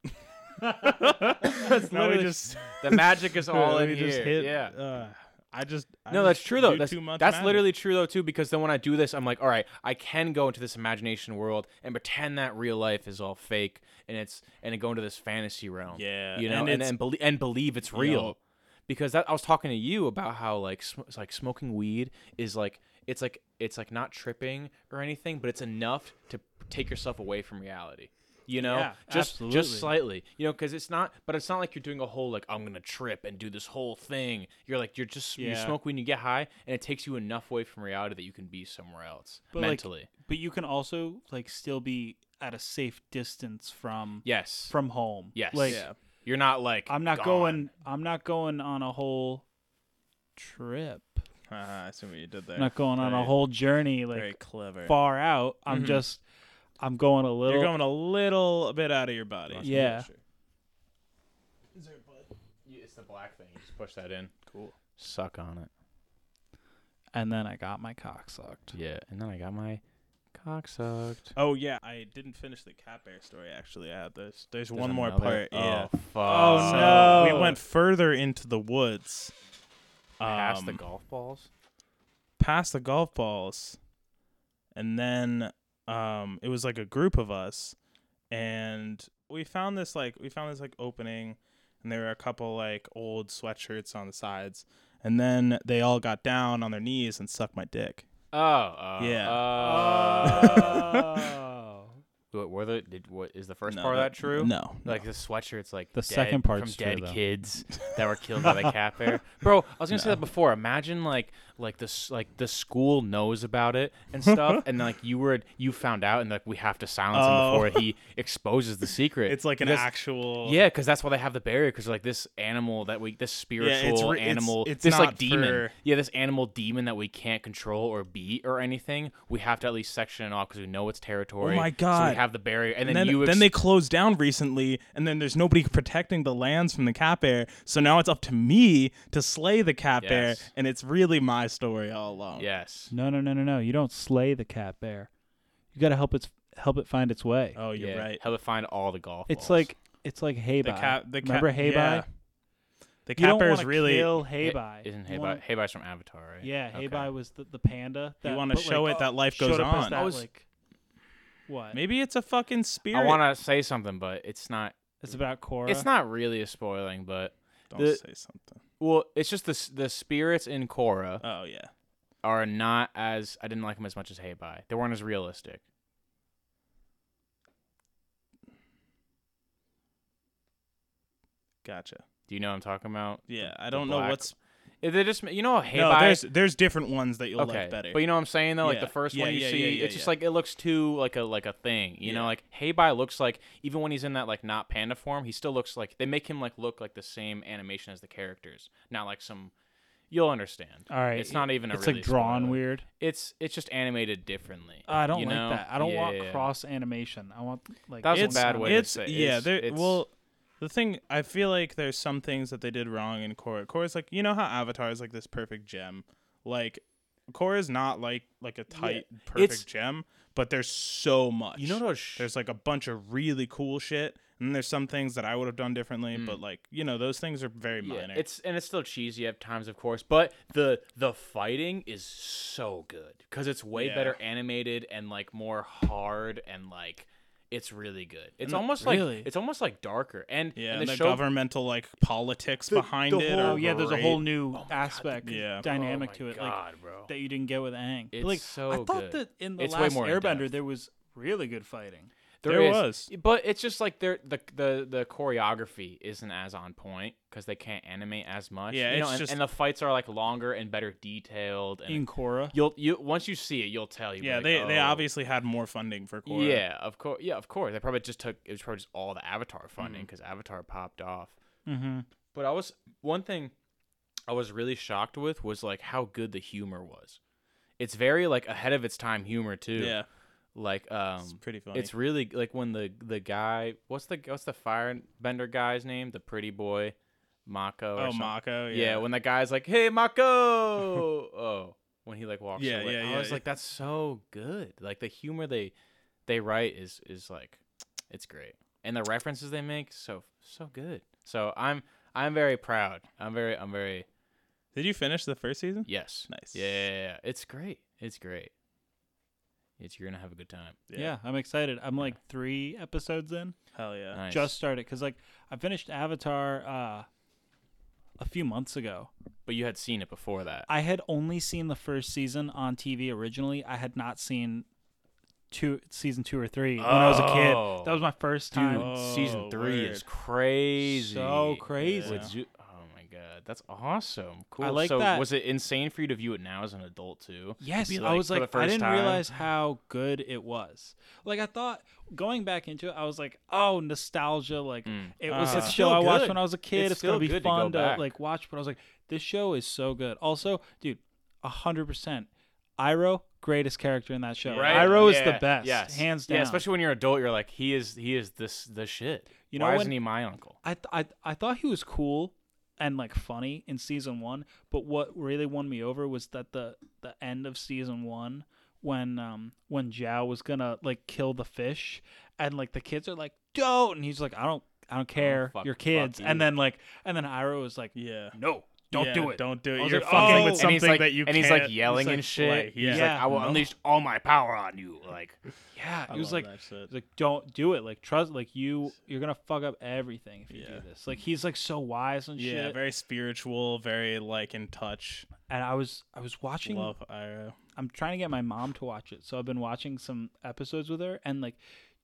S7: that's now we
S1: literally-
S7: just
S1: the magic is all in
S7: we
S1: here
S7: just hit
S1: yeah
S7: uh, i just I
S1: no,
S7: just
S1: that's true though.
S7: do
S1: That's,
S7: too much
S1: that's
S7: magic.
S1: literally true though too. Because then when I do this, I'm like, all right, I can go into this imagination world and pretend that real life is all fake and it's and go into this fantasy realm.
S7: Yeah,
S1: you know,
S7: and
S1: and and,
S7: it's-
S1: belie- and believe it's real.
S7: know-
S1: because that I was talking to you about how like sm- it's like smoking weed is like it's like it's like not tripping or anything, but it's enough to take yourself away from reality. You know,
S3: Yeah,
S1: just
S3: absolutely.
S1: just slightly. You know, because it's not, but it's not like you're doing a whole like I'm gonna trip and do this whole thing. You're like you're just you
S3: Yeah.
S1: smoke when you get high, and it takes you enough away from reality that you can be somewhere else
S2: But, like,
S1: mentally.
S2: But you can also like still be at a safe distance from
S1: yes,
S2: from home.
S1: yes.
S2: Like
S7: Yeah.
S1: You're not like
S2: I'm not
S1: gone.
S2: going I'm not going on a whole trip.
S7: uh, i see what you did there
S2: I'm not going on a
S7: Eh, Very-
S2: whole journey like
S7: very clever
S2: far out. I'm
S7: Mhm.
S2: just I'm going a little
S7: you're going a little bit out of your body
S2: Yeah.
S1: It's the black thing. You just push that in.
S7: Cool.
S1: Suck on it.
S2: and then I got my cock sucked.
S1: Yeah, and then I got my cock sucked.
S7: Oh yeah, I didn't finish the cat bear story. Actually, I had this. There's,
S1: There's
S7: one more
S1: another-
S7: part. yeah.
S1: Oh, fuck.
S2: Oh,
S7: So
S2: no.
S7: we went further into the woods,
S1: Past the
S7: um,
S1: golf balls?
S7: past the golf balls, and then um, it was like a group of us, and we found this like we found this like opening, and there were a couple like old sweatshirts on the sides, and then they all got down on their knees and sucked my dick.
S1: Oh, oh.
S7: Yeah.
S1: Oh. What were the did what is the first
S7: No,
S1: part of that true?
S7: No,
S1: Like the sweatshirts, like
S3: The
S1: dead-
S3: second part's
S1: from
S3: true,
S1: dead
S3: though.
S1: kids that were killed by the cat bear. Bro, I was gonna say that before. Imagine like like this like the school knows about it and stuff, and like you were you found out, and like we have to silence
S7: Oh.
S1: him before he exposes the secret.
S7: it's like an
S1: Because-
S7: actual
S1: Yeah, because that's why they have the barrier. Because like this animal that we, this spiritual
S7: re- it's-
S1: animal,
S7: it's
S1: this like
S7: not
S1: demon,
S7: for-
S1: yeah, this animal demon that we can't control or beat or anything. We have to at least section it off because we know its territory.
S7: my
S1: So
S7: God.
S1: we have the barrier, and then,
S7: And then,
S1: you, ex-
S7: then they closed down recently, and then there's nobody protecting the lands from the cat bear. So now it's up to me to slay the cat bear,
S1: Yes.
S7: and it's really my story all along.
S1: yes,
S2: No, no, no, no, no. You don't slay the cat bear. You got to help its help it find its way.
S7: Oh, you're
S1: yeah,
S7: right.
S1: How to find all the golf?
S2: it's
S1: balls.
S2: like it's like hay
S7: The
S2: Bai.
S7: cat. The cat.
S2: Remember hay
S7: yeah.
S2: Bai?
S7: The
S2: You
S7: cat
S2: don't
S7: bear is
S2: wanna
S7: really.
S2: kill hay
S1: Hey-
S2: Bai.
S1: Isn't
S2: You
S1: Hey
S2: wanna-
S1: By Hey Bai's from Avatar, right?
S2: Yeah, Hey
S1: Okay.
S2: Bai was the, the panda. That,
S7: wanna
S2: but,
S7: show
S2: like,
S7: it that life
S2: showed
S7: goes
S2: up as
S7: on.
S2: That,
S7: I was-
S2: like, what?
S7: Maybe it's a fucking spirit.
S1: I want to say something, but it's not.
S2: it's about Korra.
S1: It's not really a spoiling, but
S7: Don't
S1: the-
S7: say something.
S1: well, it's just the s- the spirits in Korra.
S7: Oh yeah.
S1: are not as I didn't like them as much as Hey Bye. They weren't as realistic.
S7: Gotcha.
S1: Do you know what I'm talking about?
S7: Yeah. I don't know
S1: black-
S7: what's.
S1: If They just you know a hay
S7: no,
S1: buy-
S7: there's there's different ones that you'll like better.
S1: But you know what I'm saying though? Like
S7: Yeah.
S1: the first
S7: Yeah,
S1: one you
S7: yeah,
S1: see,
S7: yeah, yeah,
S1: it's just
S7: yeah.
S1: like it looks too like a like a thing. You know,
S7: Yeah.
S1: like Haybai looks like even when he's in that like not panda form, he still looks like they make him like look like the same animation as the characters. Not like some you'll understand.
S3: All right,
S1: It's not even a
S3: It's
S1: really
S3: like drawn
S1: spoiler.
S3: weird.
S1: It's it's just animated differently.
S3: I don't
S1: you
S3: like
S1: know?
S3: that. I don't
S1: Yeah,
S3: want
S1: yeah, yeah.
S3: cross animation. I want like
S1: That was a
S7: it's,
S1: bad way to
S7: it's
S1: say-
S7: yeah.
S1: it's-
S7: there,
S1: it's-
S7: well, the thing I feel like there's some things that they did wrong in Korra. Korra's like you know how Avatar is like this perfect gem, like Korra's not like like a tight perfect
S1: It's-
S7: gem, but there's so much.
S1: You know what I was sh-
S7: there's like a bunch of really cool shit, and then there's some things that I would have done differently, but like you know those things are very
S1: Mm. Yeah,
S7: minor.
S1: it's and it's still cheesy at times, of course, but the the fighting is so good because it's way
S7: Yeah.
S1: better animated and like more hard and like it's really good. It's almost
S3: really?
S1: like it's almost like darker and
S7: yeah,
S1: and
S7: and
S1: the,
S7: the,
S1: show
S7: governmental like politics behind it.
S3: Oh
S7: are
S3: yeah, there's a whole
S7: great.
S3: new aspect
S7: yeah.
S3: dynamic
S1: oh my
S3: to it like
S1: God, bro.
S3: that you didn't get with Aang. But,
S1: It's
S3: like
S1: so
S3: I thought
S1: good.
S3: that in the
S1: It's way
S3: last
S1: more
S3: Airbender
S1: in-depth.
S3: there was really good fighting.
S7: there
S1: is,
S7: was.
S1: but it's just like they're, the the the choreography isn't as on point because they can't animate as much.
S7: Yeah,
S1: you know,
S7: it's
S1: and,
S7: just-
S1: and the fights are like longer and better detailed. And
S3: In Korra,
S1: you'll you once you see it, you'll tell you.
S7: Yeah,
S1: like,
S7: they they
S1: oh,
S7: obviously had more funding for Korra.
S1: Yeah, of course. Yeah, of course. They probably just took it was probably just all the Avatar funding
S7: Mm.
S1: because Avatar popped off.
S3: mm-hmm.
S1: But I was one thing I was really shocked with was like how good the humor was. It's very like ahead of its time humor too.
S7: yeah,
S1: like um,
S7: it's pretty funny.
S1: It's really like when the the guy what's the what's the firebender guy's name? The pretty boy, Mako. or
S7: oh
S1: something.
S7: Mako.
S1: Yeah. when the guy's like, "Hey, Mako!" oh, when he like walks
S7: Yeah,
S1: away,
S7: yeah,
S1: I
S7: yeah,
S1: was
S7: yeah.
S1: like, "That's so good!" Like the humor they they write is is like, it's great, and the references they make so so good. So I'm I'm very proud. I'm very I'm very
S7: Did you finish the first season?
S1: yes.
S7: Nice.
S1: Yeah, yeah, yeah. it's great. It's great. It's you're gonna have a good time.
S3: yeah. I'm excited. I'm like three episodes in.
S7: Hell yeah.
S1: Nice.
S3: Just started because like I finished Avatar uh, a few months ago.
S1: but you had seen it before that.
S3: I had only seen the first season on TV originally. I had not seen two season two or three when I was a
S1: Oh.
S3: kid. That was my first time.
S1: Season three
S7: word.
S1: is crazy.
S3: So Oh, crazy.
S1: With Zu- oh my god, that's awesome. Cool.
S3: I like
S1: so
S3: that.
S1: was it insane for you to view it now as an adult too?
S3: Yes,
S1: Be
S3: I was
S1: for the
S3: like, I
S1: first
S3: didn't
S1: time?
S3: realize how good it was. Like, I thought going back into it, I was like, oh, nostalgia. Like, it was a
S7: Uh,
S1: Mm. Ah.
S3: show
S7: It's
S1: still
S3: I watched
S1: good.
S3: when I was a kid.
S1: It's
S3: It's, gonna
S1: still
S3: be
S1: good to go
S3: fun to,
S1: back.
S3: like watch. But I was like, this show is so good. Also, dude, hundred percent, Iroh, greatest character in that show. Iroh is the
S1: Yeah.
S3: best,
S1: Yes.
S3: hands down.
S1: Yeah, especially when you're an adult, you're like, he is he is this the shit.
S3: You know
S1: Why
S3: when-
S1: isn't he my uncle?
S3: I, th- I I thought he was cool and like funny in season one, but what really won me over was that the the end of season one when um when Zhao was gonna like kill the fish and like the kids are like don't and he's like I don't I
S7: Oh,
S3: don't care
S1: fuck-
S3: your
S1: fuck
S3: kids
S1: you.
S3: and then like and then Iroh was like
S7: Yeah.
S3: no don't
S7: Yeah,
S3: do it
S7: Don't do
S3: I
S7: it.
S3: was
S7: You're
S3: like,
S7: fucking
S3: oh.
S7: with
S3: And
S7: something
S1: and he's like,
S7: that you
S1: and
S7: can't.
S1: he's like yelling
S7: like,
S1: and shit.
S7: like, yeah.
S1: He's like, I will unleash all my power on you. Like,
S3: yeah
S7: I
S3: it was
S7: love
S3: like
S7: that shit.
S3: it was like don't do it like trust like you you're gonna fuck up everything if you
S7: Yeah.
S3: do this like he's like so wise and
S7: Yeah,
S3: shit
S7: very spiritual, very like in touch.
S3: and I was I was watching
S7: Love Iroh.
S3: I'm trying to get my mom to watch it, so I've been watching some episodes with her. And like,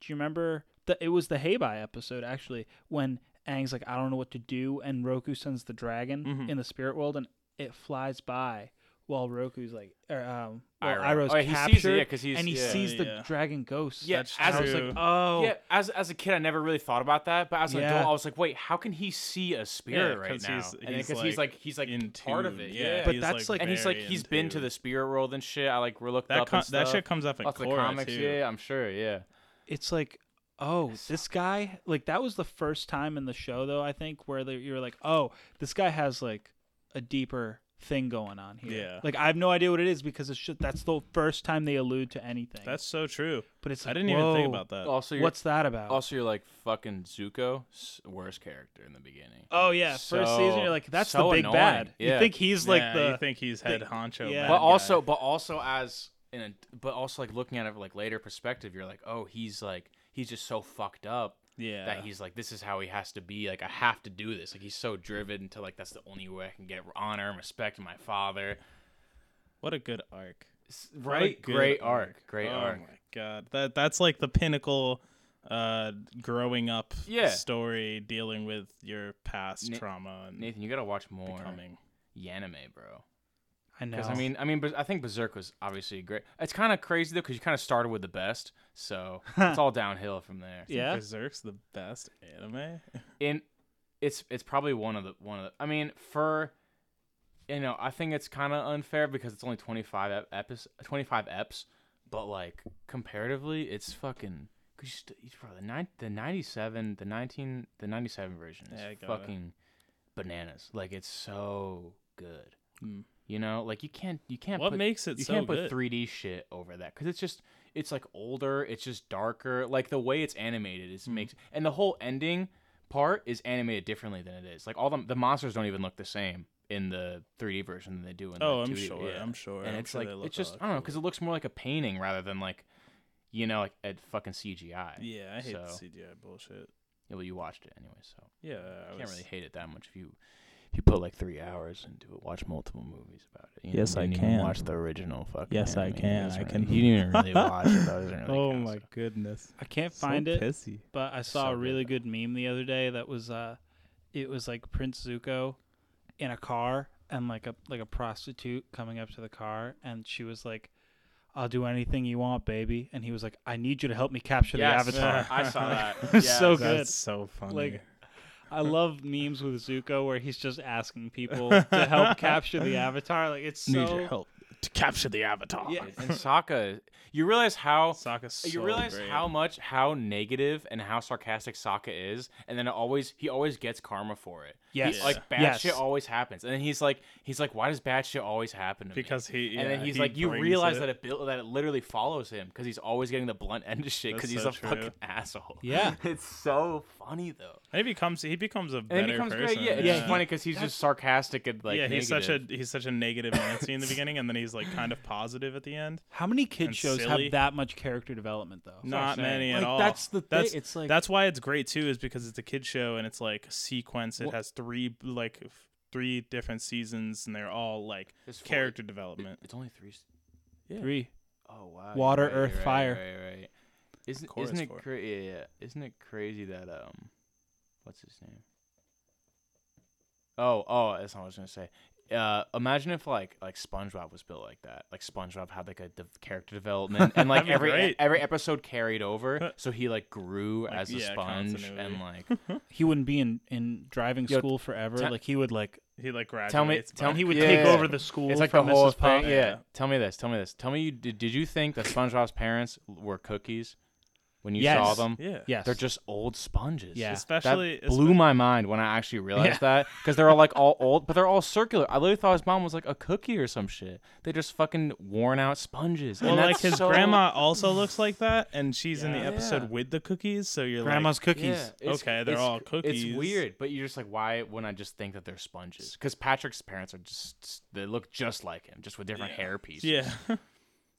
S3: do you remember the? It was the Haybai episode actually when Aang's like, I don't know what to do, and Roku sends the dragon
S1: Mm-hmm.
S3: in the spirit world, and it flies by while Roku's like, or, um, well,
S1: Iroh.
S3: Iroh's
S1: Oh, yeah, he sees it,
S3: captured,
S1: yeah, 'cause he's-
S3: and he
S1: yeah.
S3: sees the
S7: Yeah.
S3: dragon ghost.
S1: Yeah,
S7: That's
S1: as
S3: I was
S7: true.
S3: like, oh,
S1: yeah. As as a kid, I never really thought about that, but as an
S3: Yeah.
S1: adult, I was like, wait, how can he see a spirit right
S7: 'cause
S1: now?
S7: he's-
S1: And then
S7: he's,
S1: 'cause he's
S7: like,
S1: like he's like
S7: in
S1: part of
S7: tune.
S1: it.
S7: Yeah,
S3: But
S7: he's,
S3: that's like-
S1: and he's like
S7: very
S1: he's
S7: in
S1: been to
S7: tune.
S1: the spirit world and shit. I like looked
S7: That
S1: up
S7: com-
S1: and stuff.
S7: that shit comes up in
S1: Lots of
S7: Korra,
S1: comics.
S7: too.
S1: Yeah, I'm sure. Yeah,
S3: it's like oh this guy like that was the first time in the show though i think where they, you were like oh this guy has like a deeper thing going on here
S7: Yeah.
S3: like i have no idea what it is because it's just, that's the first time they allude to anything
S7: That's so true.
S3: but it's
S7: I
S3: like,
S7: didn't even think
S3: whoa,
S7: about that.
S1: Also, you're,
S3: what's that about
S1: also you're like fucking Zuko, s- worst character in the beginning.
S3: oh yeah first
S1: so-
S3: season you're like that's
S1: so
S3: the big
S1: annoying.
S3: bad
S1: Yeah.
S3: you think he's
S7: Yeah,
S3: like
S7: you
S3: the
S7: think he's head honcho.
S3: yeah.
S7: bad
S1: but
S7: guy.
S1: also, but also as in, a, but also like looking at it like later perspective, you're like, oh, he's like he's just so fucked up.
S7: yeah,
S1: That he's like, this is how he has to be. Like, I have to do this. Like, he's so driven to like that's the only way I can get honor and respect to my father.
S7: what a good arc. What a
S1: Right,
S7: good
S1: great arc, great
S7: oh
S1: arc.
S7: my god, that that's like the pinnacle, uh, growing up
S1: Yeah.
S7: story, dealing with your past
S1: Na-
S7: trauma and
S1: Nathan, you gotta watch more.
S7: becoming.
S1: Yanime, bro.
S3: I know.
S1: Because I mean, I mean, Ber- I think Berserk was obviously great. It's kind of crazy though, because you kind of started with the best, so it's all downhill from there.
S3: yeah.
S7: Berserk's the best anime.
S1: in it's it's probably one of the one of the, I mean for you know I think it's kind of unfair because it's only 25 ep- epis 25 eps but like comparatively it's fucking cuz you st- bro, the nine the 97 the 19 the 97 version is
S7: Yeah, I got it.
S1: fucking bananas like it's so good
S7: Mm.
S1: you know like you can't you can't
S7: What
S1: put,
S7: makes it
S1: you
S7: so
S1: can't
S7: good?
S1: put 3D shit over that because it's just it's like older, it's just darker. Like the way it's animated
S7: Hmm.
S1: is makes and the whole ending part is animated differently than it is. Like all the the monsters don't even look the same in the 3D version than they do in
S7: Oh,
S1: the
S7: I'm
S1: 2D.
S7: sure,
S1: yeah.
S7: I'm sure,
S1: And
S7: I'm
S1: it's
S7: sure they
S1: like
S7: look
S1: it's just
S7: a lot
S1: I don't know
S7: cooler.
S1: because it looks more like a painting rather than like you know like at fucking CGI.
S7: Yeah, I hate the
S1: So-
S7: CGI bullshit.
S1: Yeah, well, you watched it anyway, so
S7: Yeah, I
S1: you
S7: was,
S1: can't really hate it that much if you. If you put like three hours into it, watch multiple movies about it. You
S7: Yes,
S1: you
S7: I
S1: didn't even
S7: can.
S1: Watch the original fucking.
S7: Yes, I
S1: anime. It
S7: can.
S1: doesn't
S7: I
S1: really-
S7: can-
S1: You didn't even really watch it. though. It doesn't really count, so.
S7: goodness.
S3: I can't find it,
S7: Pissy.
S3: but I saw
S1: So
S3: a
S1: good,
S3: really
S1: though.
S3: good meme the other day that was uh it was like Prince Zuko in a car and like a like a prostitute coming up to the car and she was like I'll do anything you want, baby. And he was like, I need you to help me capture
S1: Yes,
S3: the avatar.
S1: I saw that.
S3: So
S1: Yes.
S3: good.
S7: That's so funny.
S3: Like, I love memes with Zuko where he's just asking people to help capture the avatar. Like it's so
S7: help to capture the avatar.
S3: Yeah.
S1: And Sokka, you realize how
S7: Sokka's so
S1: you realize
S7: great.
S1: how much how negative and how sarcastic Sokka is, and then it always he always gets karma for it. He-
S3: Yes.
S1: like bad
S3: Yes.
S1: shit always happens, and then he's like he's like, why does bad shit always happen to me?
S7: because he
S1: and then
S7: yeah,
S1: he's
S7: he
S1: like, you
S7: brings
S1: realize
S7: it.
S1: that it built, that it literally follows him because he's always getting the blunt end of shit because
S7: That's
S1: he's
S7: so
S1: a
S7: true.
S1: fucking asshole.
S3: Yeah.
S1: it's so funny though.
S7: and he becomes he becomes a
S1: And
S7: better
S1: it becomes
S7: person.
S1: great. Yeah, it's
S3: Yeah,
S1: just
S3: he-
S1: funny because he's just sarcastic and like.
S7: yeah, he's such a
S1: negative.
S7: he's such a negative Nancy in the beginning, and then he's like kind of positive at the end.
S3: How many kid
S7: And
S3: shows
S7: silly.
S3: have that much character development though?
S7: Not
S1: I'm saying.
S7: many at
S3: Like,
S7: all.
S3: that's the thing.
S7: That's,
S3: It's like-
S7: that's why it's great too, is because it's a kid show and it's like sequence. It has three like f- three different seasons, and they're all like
S1: There's four.
S7: character
S1: It-
S7: development.
S1: it's only three. s-
S3: Three.
S1: Oh wow.
S3: Water,
S1: you're
S3: earth,
S1: right, you're
S3: fire.
S1: Right, you're right. Isn't
S7: Chorus
S1: isn't it
S7: four.
S1: cra- yeah, yeah. Isn't it crazy that um, what's his name? Oh, oh, that's not what I was gonna say. Uh, imagine if like like SpongeBob was built like that. Like SpongeBob had like a de- character development, and like
S7: That'd be
S1: every
S7: great.
S1: every episode carried over, so he like grew as a
S7: yeah,
S1: sponge, and like
S7: continuity.
S3: He wouldn't be in, in driving
S1: Yo,
S3: school forever.
S1: ta-
S3: like he would like
S7: He like graduates.
S1: tell me,
S7: but-
S1: tell me,
S3: he would
S1: yeah,
S3: take
S1: yeah.
S3: over the school.
S1: It's like
S3: from
S1: the whole
S3: Mrs. Pop.
S1: thing. Yeah. Tell me this. Tell me this. Tell me you did, did you think that SpongeBob's parents were cookies when you saw
S3: Yes.
S1: them?
S7: yeah.
S3: Yes.
S1: They're just old sponges.
S3: Yeah.
S7: Especially-
S1: that blew my mind when I actually realized that because they're all like all old, but they're all circular. I literally thought his mom was like a cookie or some shit. They just fucking worn out sponges.
S7: Well,
S1: and
S7: like
S1: that's
S7: his
S1: so-
S7: grandma also looks like that, and she's in the
S1: Yeah.
S7: episode
S1: Yeah.
S7: with the cookies. So you're
S3: Grandma's
S7: like,
S3: cookies.
S1: Yeah, it's-
S7: Okay, they're
S1: it's-
S7: all cookies.
S1: It's weird, but you're just like, why wouldn't I just think that they're sponges? Because Patrick's parents are just they look just like him, just with different hair pieces.
S7: Yeah.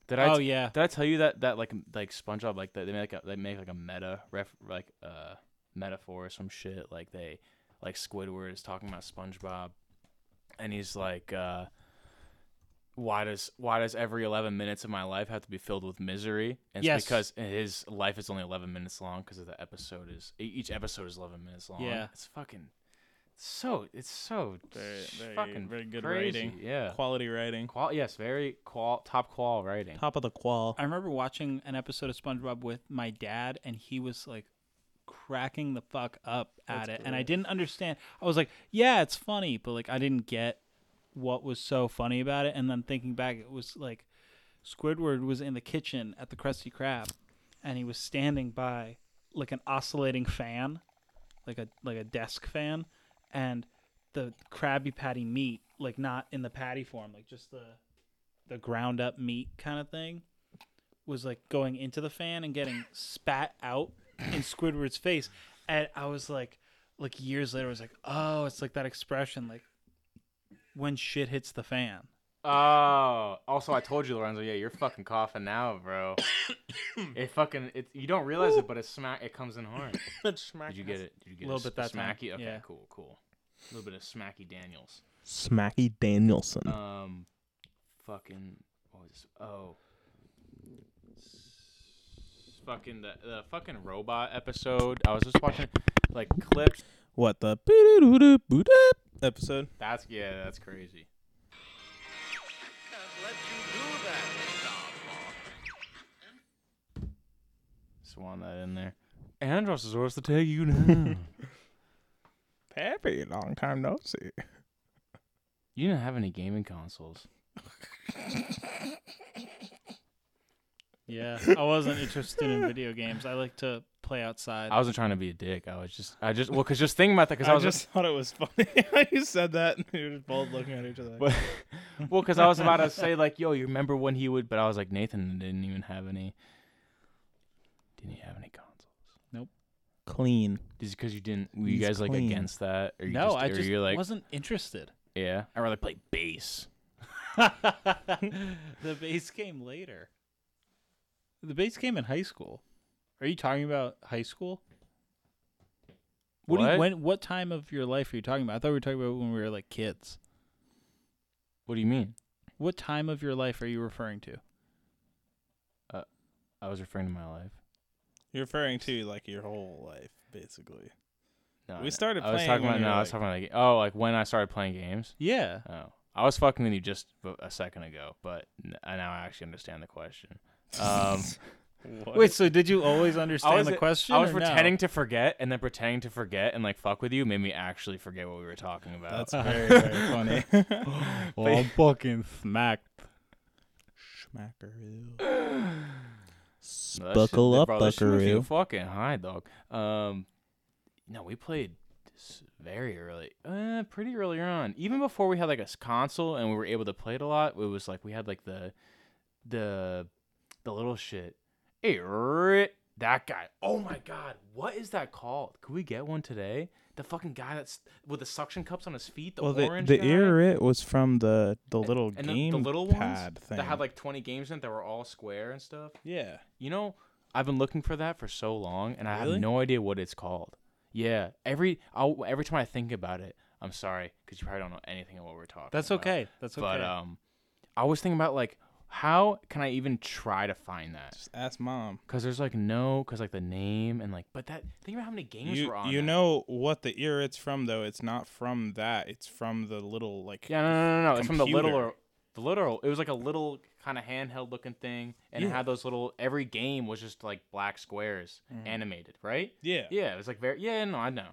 S1: Did I?
S3: Oh,
S1: t-
S3: yeah.
S1: Did I tell you that that like like SpongeBob like that they make a, they make like a meta ref like uh metaphor or some shit like they like Squidward is talking about SpongeBob and he's like uh why does why does every 11 minutes of my life have to be filled with misery? And it's
S3: Yes.
S1: because his life is only 11 minutes long because of the episode is e- each episode is 11 minutes long.
S3: Yeah.
S1: It's fucking so it's so
S7: Very-
S1: sh-
S7: very-
S1: fucking
S7: very good
S1: crazy.
S7: writing.
S1: Yeah.
S7: Quality writing.
S1: Qual- yes, very qual top qual writing.
S7: Top of the qual.
S3: I remember watching an episode of SpongeBob with my dad, and he was like cracking the fuck up at it, and I didn't understand. I was like, "Yeah, it's funny," but like I didn't get what was so funny about it. And then thinking back, it was like Squidward was in the kitchen at the Krusty Krab, and he was standing by like an oscillating fan, like a like a desk fan, and the Krabby Patty meat, like not in the patty form, like just the the ground up meat kind of thing was like going into the fan and getting spat out in Squidward's face. And I was like, like years later, I was like, oh, it's like that expression, like when shit hits the fan.
S1: Oh, also I told you, Lorenzo. Yeah, you're fucking coughing now, bro. it fucking it. You don't realize it, but it smack. It comes in hard. Did you get it? Did you get
S3: Little
S1: a,
S3: bit that time,
S1: smacky? Okay,
S3: yeah.
S1: cool, cool. A little bit of smacky Daniels.
S2: Smacky Danielson.
S1: Um, fucking what was this? Oh, S- fucking the the fucking robot episode. I was just watching like clips.
S7: What the? episode.
S1: That's yeah, that's crazy. Swan that in there. Andros is what's to take you now.
S7: Happy long time no see.
S1: you don't have any gaming consoles.
S2: Yeah, I wasn't interested in video games. I like to play outside.
S1: I wasn't trying to be a dick. I was just, I just, well, cause just thinking about that, cause I,
S7: I,
S1: was
S7: just thought it was funny how you said that, and we were just both looking at each other. Like,
S1: But- well, cause I was about to say like, yo, you remember when he would? But I was like, Nathan didn't even have any. Didn't he have any consoles?
S7: clean.
S1: Is it cause you didn't? Were you
S7: He's
S1: guys like
S7: clean.
S1: against that? Or you
S2: no,
S1: just,
S2: I
S1: or
S2: just
S1: you're like,
S2: wasn't interested.
S1: yeah, I rather play bass.
S2: the bass came later. The bass came in high school. Are you talking about high school? What, Do you,
S1: What?
S2: when what time of your life are you talking about? I thought we were talking about when we were like kids.
S1: What do you mean?
S2: What time of your life are you referring to?
S1: I was referring to my life.
S7: You're referring to like your whole life, basically.
S1: No,
S7: We
S1: no.
S7: started
S1: I was
S7: playing
S1: talking
S7: when
S1: about
S7: you
S1: no,
S7: were,
S1: I was
S7: like-
S1: talking about like oh, like when I started playing games.
S2: Yeah.
S1: Oh, I was fucking with you just a- a second ago, but n- I now actually understand the question. Um,
S2: Wait, so did you always understand
S1: was
S2: the question?
S1: I was
S2: or no?
S1: pretending to forget, and then pretending to forget and like fuck with you made me actually forget what we were talking about.
S7: That's very very funny.
S2: Well, I'm fucking smacked.
S7: Schmackaroo.
S1: No, that shit-
S7: Buckle
S1: that-
S7: up,
S1: bro, that shit makes you
S7: buckaroo.
S1: Fucking high, dog. Um, no, we played s- very early, uh, pretty early on. Even before we had like a s- console and we were able to play it a lot, it was like we had like the, the, the little shit. Hey, ri- that guy. Oh my god, what is that called? Could we get one today? The fucking guy that's with the suction cups on his feet. The
S7: well, the
S1: orange
S7: the
S1: guy?
S7: ear it was from the the little
S1: and the,
S7: game
S1: the little
S7: pad
S1: ones
S7: thing
S1: that had like twenty games in it that were all square and stuff.
S7: yeah.
S1: You know, I've been looking for that for so long, and I
S7: Really?
S1: have no idea what it's called. Yeah, every I'll, every time I think about it, I'm sorry because you probably don't know anything of what we're talking.
S2: That's
S1: about.
S2: okay. That's okay.
S1: Uh, But um, I was thinking about like how can I even try to find that?
S7: Just ask mom.
S1: Because there's like no, because like the name and like, but that think about how many games
S7: You
S1: were on.
S7: you
S1: that.
S7: know what the ear it's from though? It's not from that. It's from the little like
S1: Yeah, no, no, no, no. It's from the
S7: computer.
S1: little, the little. It was like a little kind of handheld looking thing, and it
S7: Yeah.
S1: had those little. Every game was just like black squares, animated, right?
S7: Yeah.
S1: Mm-hmm. Yeah, it was like very. Yeah, no, I know.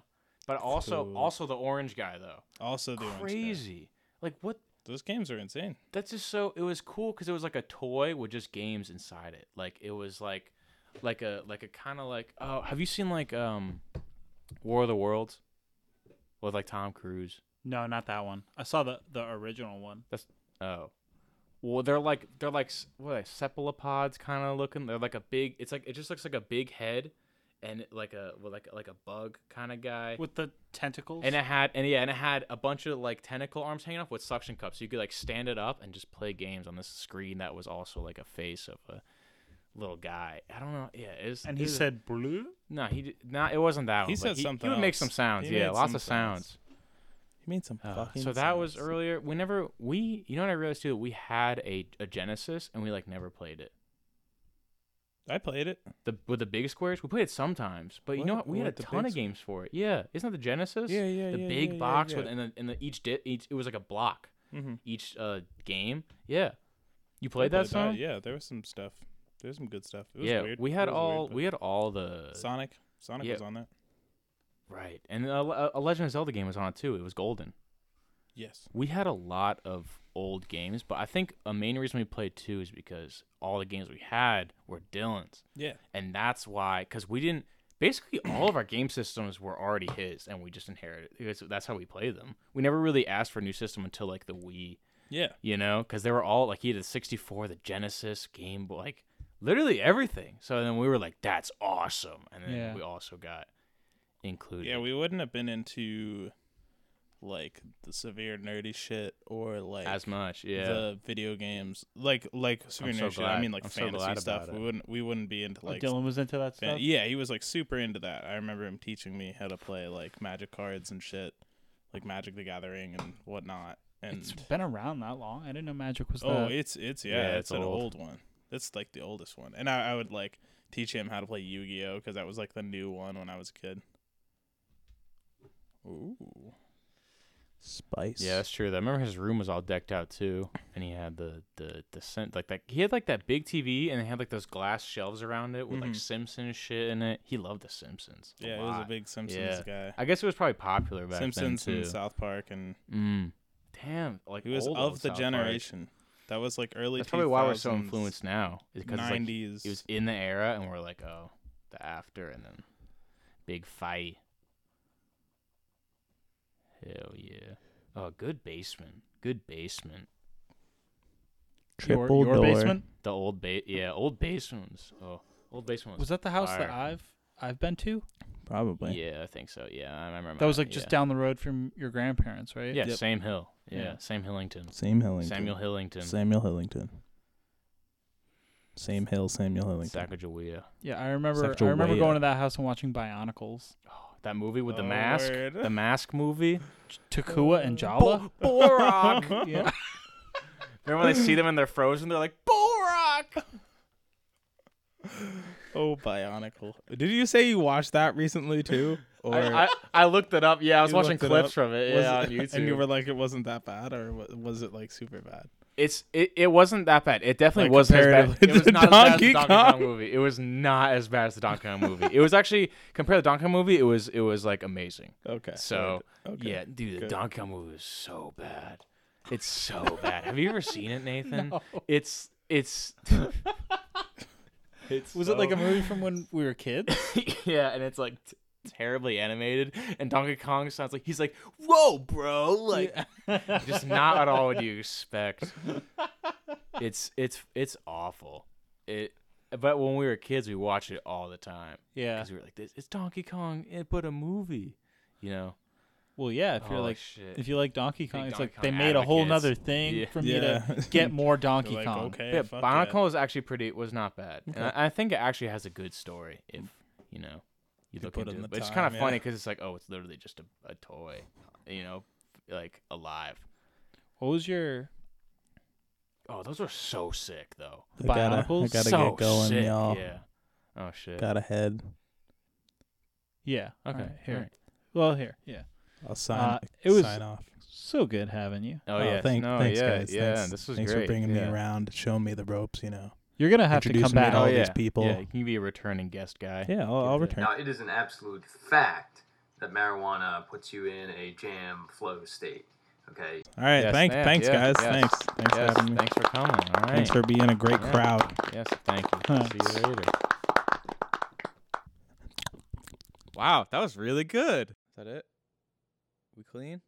S1: But also,
S7: Cool.
S1: also the orange guy though.
S7: Also the orange guy.
S1: Crazy. Like what?
S7: Those games are insane.
S1: That's just so. It was cool because it was like a toy with just games inside it. Like it was like, like a like a kind of like. Oh, have you seen like um, War of the Worlds, with like Tom Cruise?
S2: No, not that one. I saw the the original one.
S1: That's oh. Well, they're like they're like s- what are they, cephalopods kind of looking. They're like a big. It's like it just looks like a big head, and like a well, like like a bug kind of guy.
S2: With the tentacles?
S1: And it had and yeah, and it had a bunch of like tentacle arms hanging off with suction cups. You could like stand it up and just play games on this screen that was also like a face of a little guy. I don't know. Yeah, it was, it
S2: and he
S1: was-
S2: said blue?
S1: no, he did, not. It wasn't that one.
S7: He
S1: but
S7: said
S1: he,
S7: something
S1: He would make some
S7: else.
S1: sounds.
S7: He
S1: yeah,
S7: made
S1: lots
S7: some
S1: of
S7: sounds.
S1: sounds.
S7: You made some
S1: Uh,
S7: fucking.
S1: so that was
S7: sounds.
S1: earlier. Whenever we, you know what I realized too, we had a, a Genesis and we like never played it.
S7: I played it.
S1: The with the big squares, we played it sometimes, but you know
S7: What?
S1: what? We had a
S7: What, the
S1: ton
S7: big
S1: of
S7: squ-
S1: games for it. Yeah, isn't that the Genesis?
S7: Yeah, yeah,
S1: The
S7: yeah,
S1: big
S7: yeah, yeah,
S1: box
S7: yeah.
S1: with and the, and the each di- each it was like a block
S7: Mm-hmm.
S1: each uh game. Yeah, you played that song.
S7: Yeah, there was some stuff. There was some good stuff. It was
S1: yeah,
S7: weird.
S1: we
S7: It
S1: had
S7: was weird,
S1: all
S7: but-
S1: we had all the
S7: Sonic. Sonic
S1: Yeah.
S7: was on that.
S1: right, and a, a- a Legend of Zelda game was on it too. It was golden.
S7: Yes.
S1: We had a lot of old games, but I think a main reason we played two is because all the games we had were Dylan's.
S7: Yeah.
S1: and that's why because we didn't basically all of our game systems were already his and we just inherited because that's how we play them we never really asked for a new system until like the wii
S7: Yeah.
S1: you know because they were all like he had the 64 the genesis game boy like literally everything so then we were like that's awesome and then
S2: Yeah.
S1: we also got included
S7: Yeah, we wouldn't have been into like the severe nerdy shit or like
S1: as much yeah
S7: the video games. Like like severe
S1: so
S7: nerdy shit. I
S1: glad-
S7: mean like
S1: I'm so
S7: fantasy
S1: glad about
S7: stuff.
S1: it.
S7: We wouldn't we wouldn't be into like
S2: Dylan was into that
S7: fan-
S2: stuff.
S7: Yeah, he was like super into that. I remember him teaching me how to play like magic cards and shit. Like Magic the Gathering and whatnot. And
S2: It's been around that long. I didn't know magic was that.
S7: Oh, it's it's yeah,
S1: Yeah,
S7: it's,
S1: it's
S7: an
S1: old.
S7: old. one. It's like the oldest one. And I, I would like teach him how to play Yu-Gi-Oh because that was like the new one when I was a kid. Ooh, Spice.
S1: Yeah, that's true. Though. I remember his room was all decked out too, and he had the the the scent like that. He had like that big TV, and they had like those glass shelves around it with like
S7: Mhm.
S1: Simpsons shit in it. He loved the Simpsons.
S7: Yeah, he was a
S1: lot.
S7: big Simpsons
S1: Yeah.
S7: guy.
S1: I guess it was probably popular back
S7: Simpsons
S1: then
S7: and
S1: too.
S7: South Park, and
S1: mm. Damn, like
S7: he was
S1: old,
S7: of
S1: old
S7: the
S1: South Park.
S7: generation. That was like early.
S1: That's probably why we're so
S7: 2000s,
S1: influenced now. is Because it's, like,
S7: Nineties.
S1: it was in the era, and we're like, oh, the after, and then big fight. Hell yeah! Oh, good basement. Good basement.
S3: Your, your basement?
S1: The old ba yeah, old basements. Oh, old basement
S3: Was
S1: was.
S3: that the house that
S1: Fire.
S3: I've I've been to?
S7: probably.
S1: yeah, I think so. Yeah, I remember.
S3: That was
S1: mine,
S3: like just
S1: Uh, yeah.
S3: down the road from your grandparents, right?
S1: Yeah,
S7: Yep.
S1: same hill. Yeah,
S7: Yeah.
S1: same Hillington.
S7: Same Hillington.
S1: Samuel Hillington.
S7: Samuel Hillington. Same hill, Samuel Hillington.
S1: Sacagawea.
S3: Yeah, I remember. I
S7: Sacagawea.
S3: remember going to that house and watching Bionicles,
S1: Oh, that movie with the
S7: Oh,
S1: mask.
S7: word.
S1: The mask movie.
S3: Takua and
S1: Oh,
S3: Jala.
S1: Borak.
S3: yeah,
S1: Remember when they see them and they're frozen? They're like Borak.
S7: Oh, Bionicle. Did you say you watched that recently too? Or
S1: I, I, I looked it up. Yeah, I was
S7: You
S1: watching
S7: looked it
S1: clips
S7: up?
S1: from it.
S7: was
S1: yeah,
S7: it-
S1: on YouTube.
S7: And you were like, it wasn't that bad, or wa- was it like super bad?
S1: It's it, it wasn't that bad. It definitely
S7: Like,
S1: wasn't as bad.
S7: comparatively
S1: It was
S7: to
S1: not as bad as the
S7: Donkey
S1: Donkey Kong.
S7: Kong.
S1: movie. It was not as bad as the Donkey Kong movie. it was actually compared to the Donkey Kong movie, it was it was like amazing.
S7: Okay.
S1: So
S7: good. okay.
S1: yeah, dude, the
S7: good.
S1: Donkey Kong movie is so bad. It's so bad. Have you ever seen it, Nathan? It's it's it's
S3: was it like
S1: so-
S3: a movie from when we were kids?
S1: yeah, and it's like t- terribly animated, and Donkey Kong sounds like he's like, "Whoa, bro!" Like, just not at all what you expect. It's it's it's awful. It, but when we were kids, we watched it all the time
S3: Yeah.
S1: because we were like, "This it's Donkey Kong, eh, but a movie," you know.
S3: Well, yeah. If you're
S1: Oh,
S3: like,
S1: shit.
S3: if you like Donkey Kong,
S1: Big
S3: it's
S1: Donkey
S3: like they
S1: Kong
S3: made a whole
S1: advocates.
S3: nother thing
S1: Yeah.
S3: for me
S7: Yeah.
S3: to get more Donkey
S7: Like,
S3: Kong.
S7: okay.
S1: yeah,
S7: Eh, fuck
S1: Bionicle is actually pretty was not bad, and
S7: Okay.
S1: I, I think it actually has a good story if you know you
S7: If you
S1: look
S7: put
S1: into
S7: in
S1: it.
S7: the
S1: But it's kind of
S7: time,
S1: funny
S7: yeah.
S1: because it's like, oh, it's literally just a, a toy, you know, like alive.
S3: What was your
S1: Oh, those were so sick though.
S7: I gotta, I
S3: Bionicles?
S7: gotta
S1: so
S7: get going,
S1: sick,
S7: y'all.
S1: Yeah. Oh shit.
S7: Got ahead.
S3: yeah?
S1: Okay.
S3: alright, here.
S1: alright.
S3: Well, here. Yeah.
S7: I'll sign.
S3: Uh, it was-
S7: sign off.
S3: So good having you.
S1: Oh, yeah.
S7: thank-
S1: no,
S7: thanks,
S1: yeah,
S7: guys.
S1: Yeah.
S7: thanks,
S1: This was
S7: thanks
S1: great.
S7: for bringing
S1: yeah. Oh,
S7: me around, showing me the ropes. You know.
S3: You're gonna have to
S7: Introduce
S3: come
S7: me to
S3: back.
S7: all
S1: yeah.
S7: these people.
S1: Yeah. You can be a returning guest guy.
S7: Yeah, I'll, I'll return.
S6: Now, it is an absolute fact that marijuana puts you in a jam flow state. Okay,
S7: All right.
S1: Yes,
S7: thanks,
S1: yeah,
S7: thanks,
S1: yeah,
S7: guys.
S1: yes,
S7: Thanks. Thanks
S1: Yes,
S7: for having me.
S1: Thanks for coming. All right.
S7: Thanks for being a great
S1: Yeah.
S7: crowd.
S1: Yes. Thank you.
S3: Huh.
S1: See you later.
S5: Wow, that was really good. Is that it? We clean?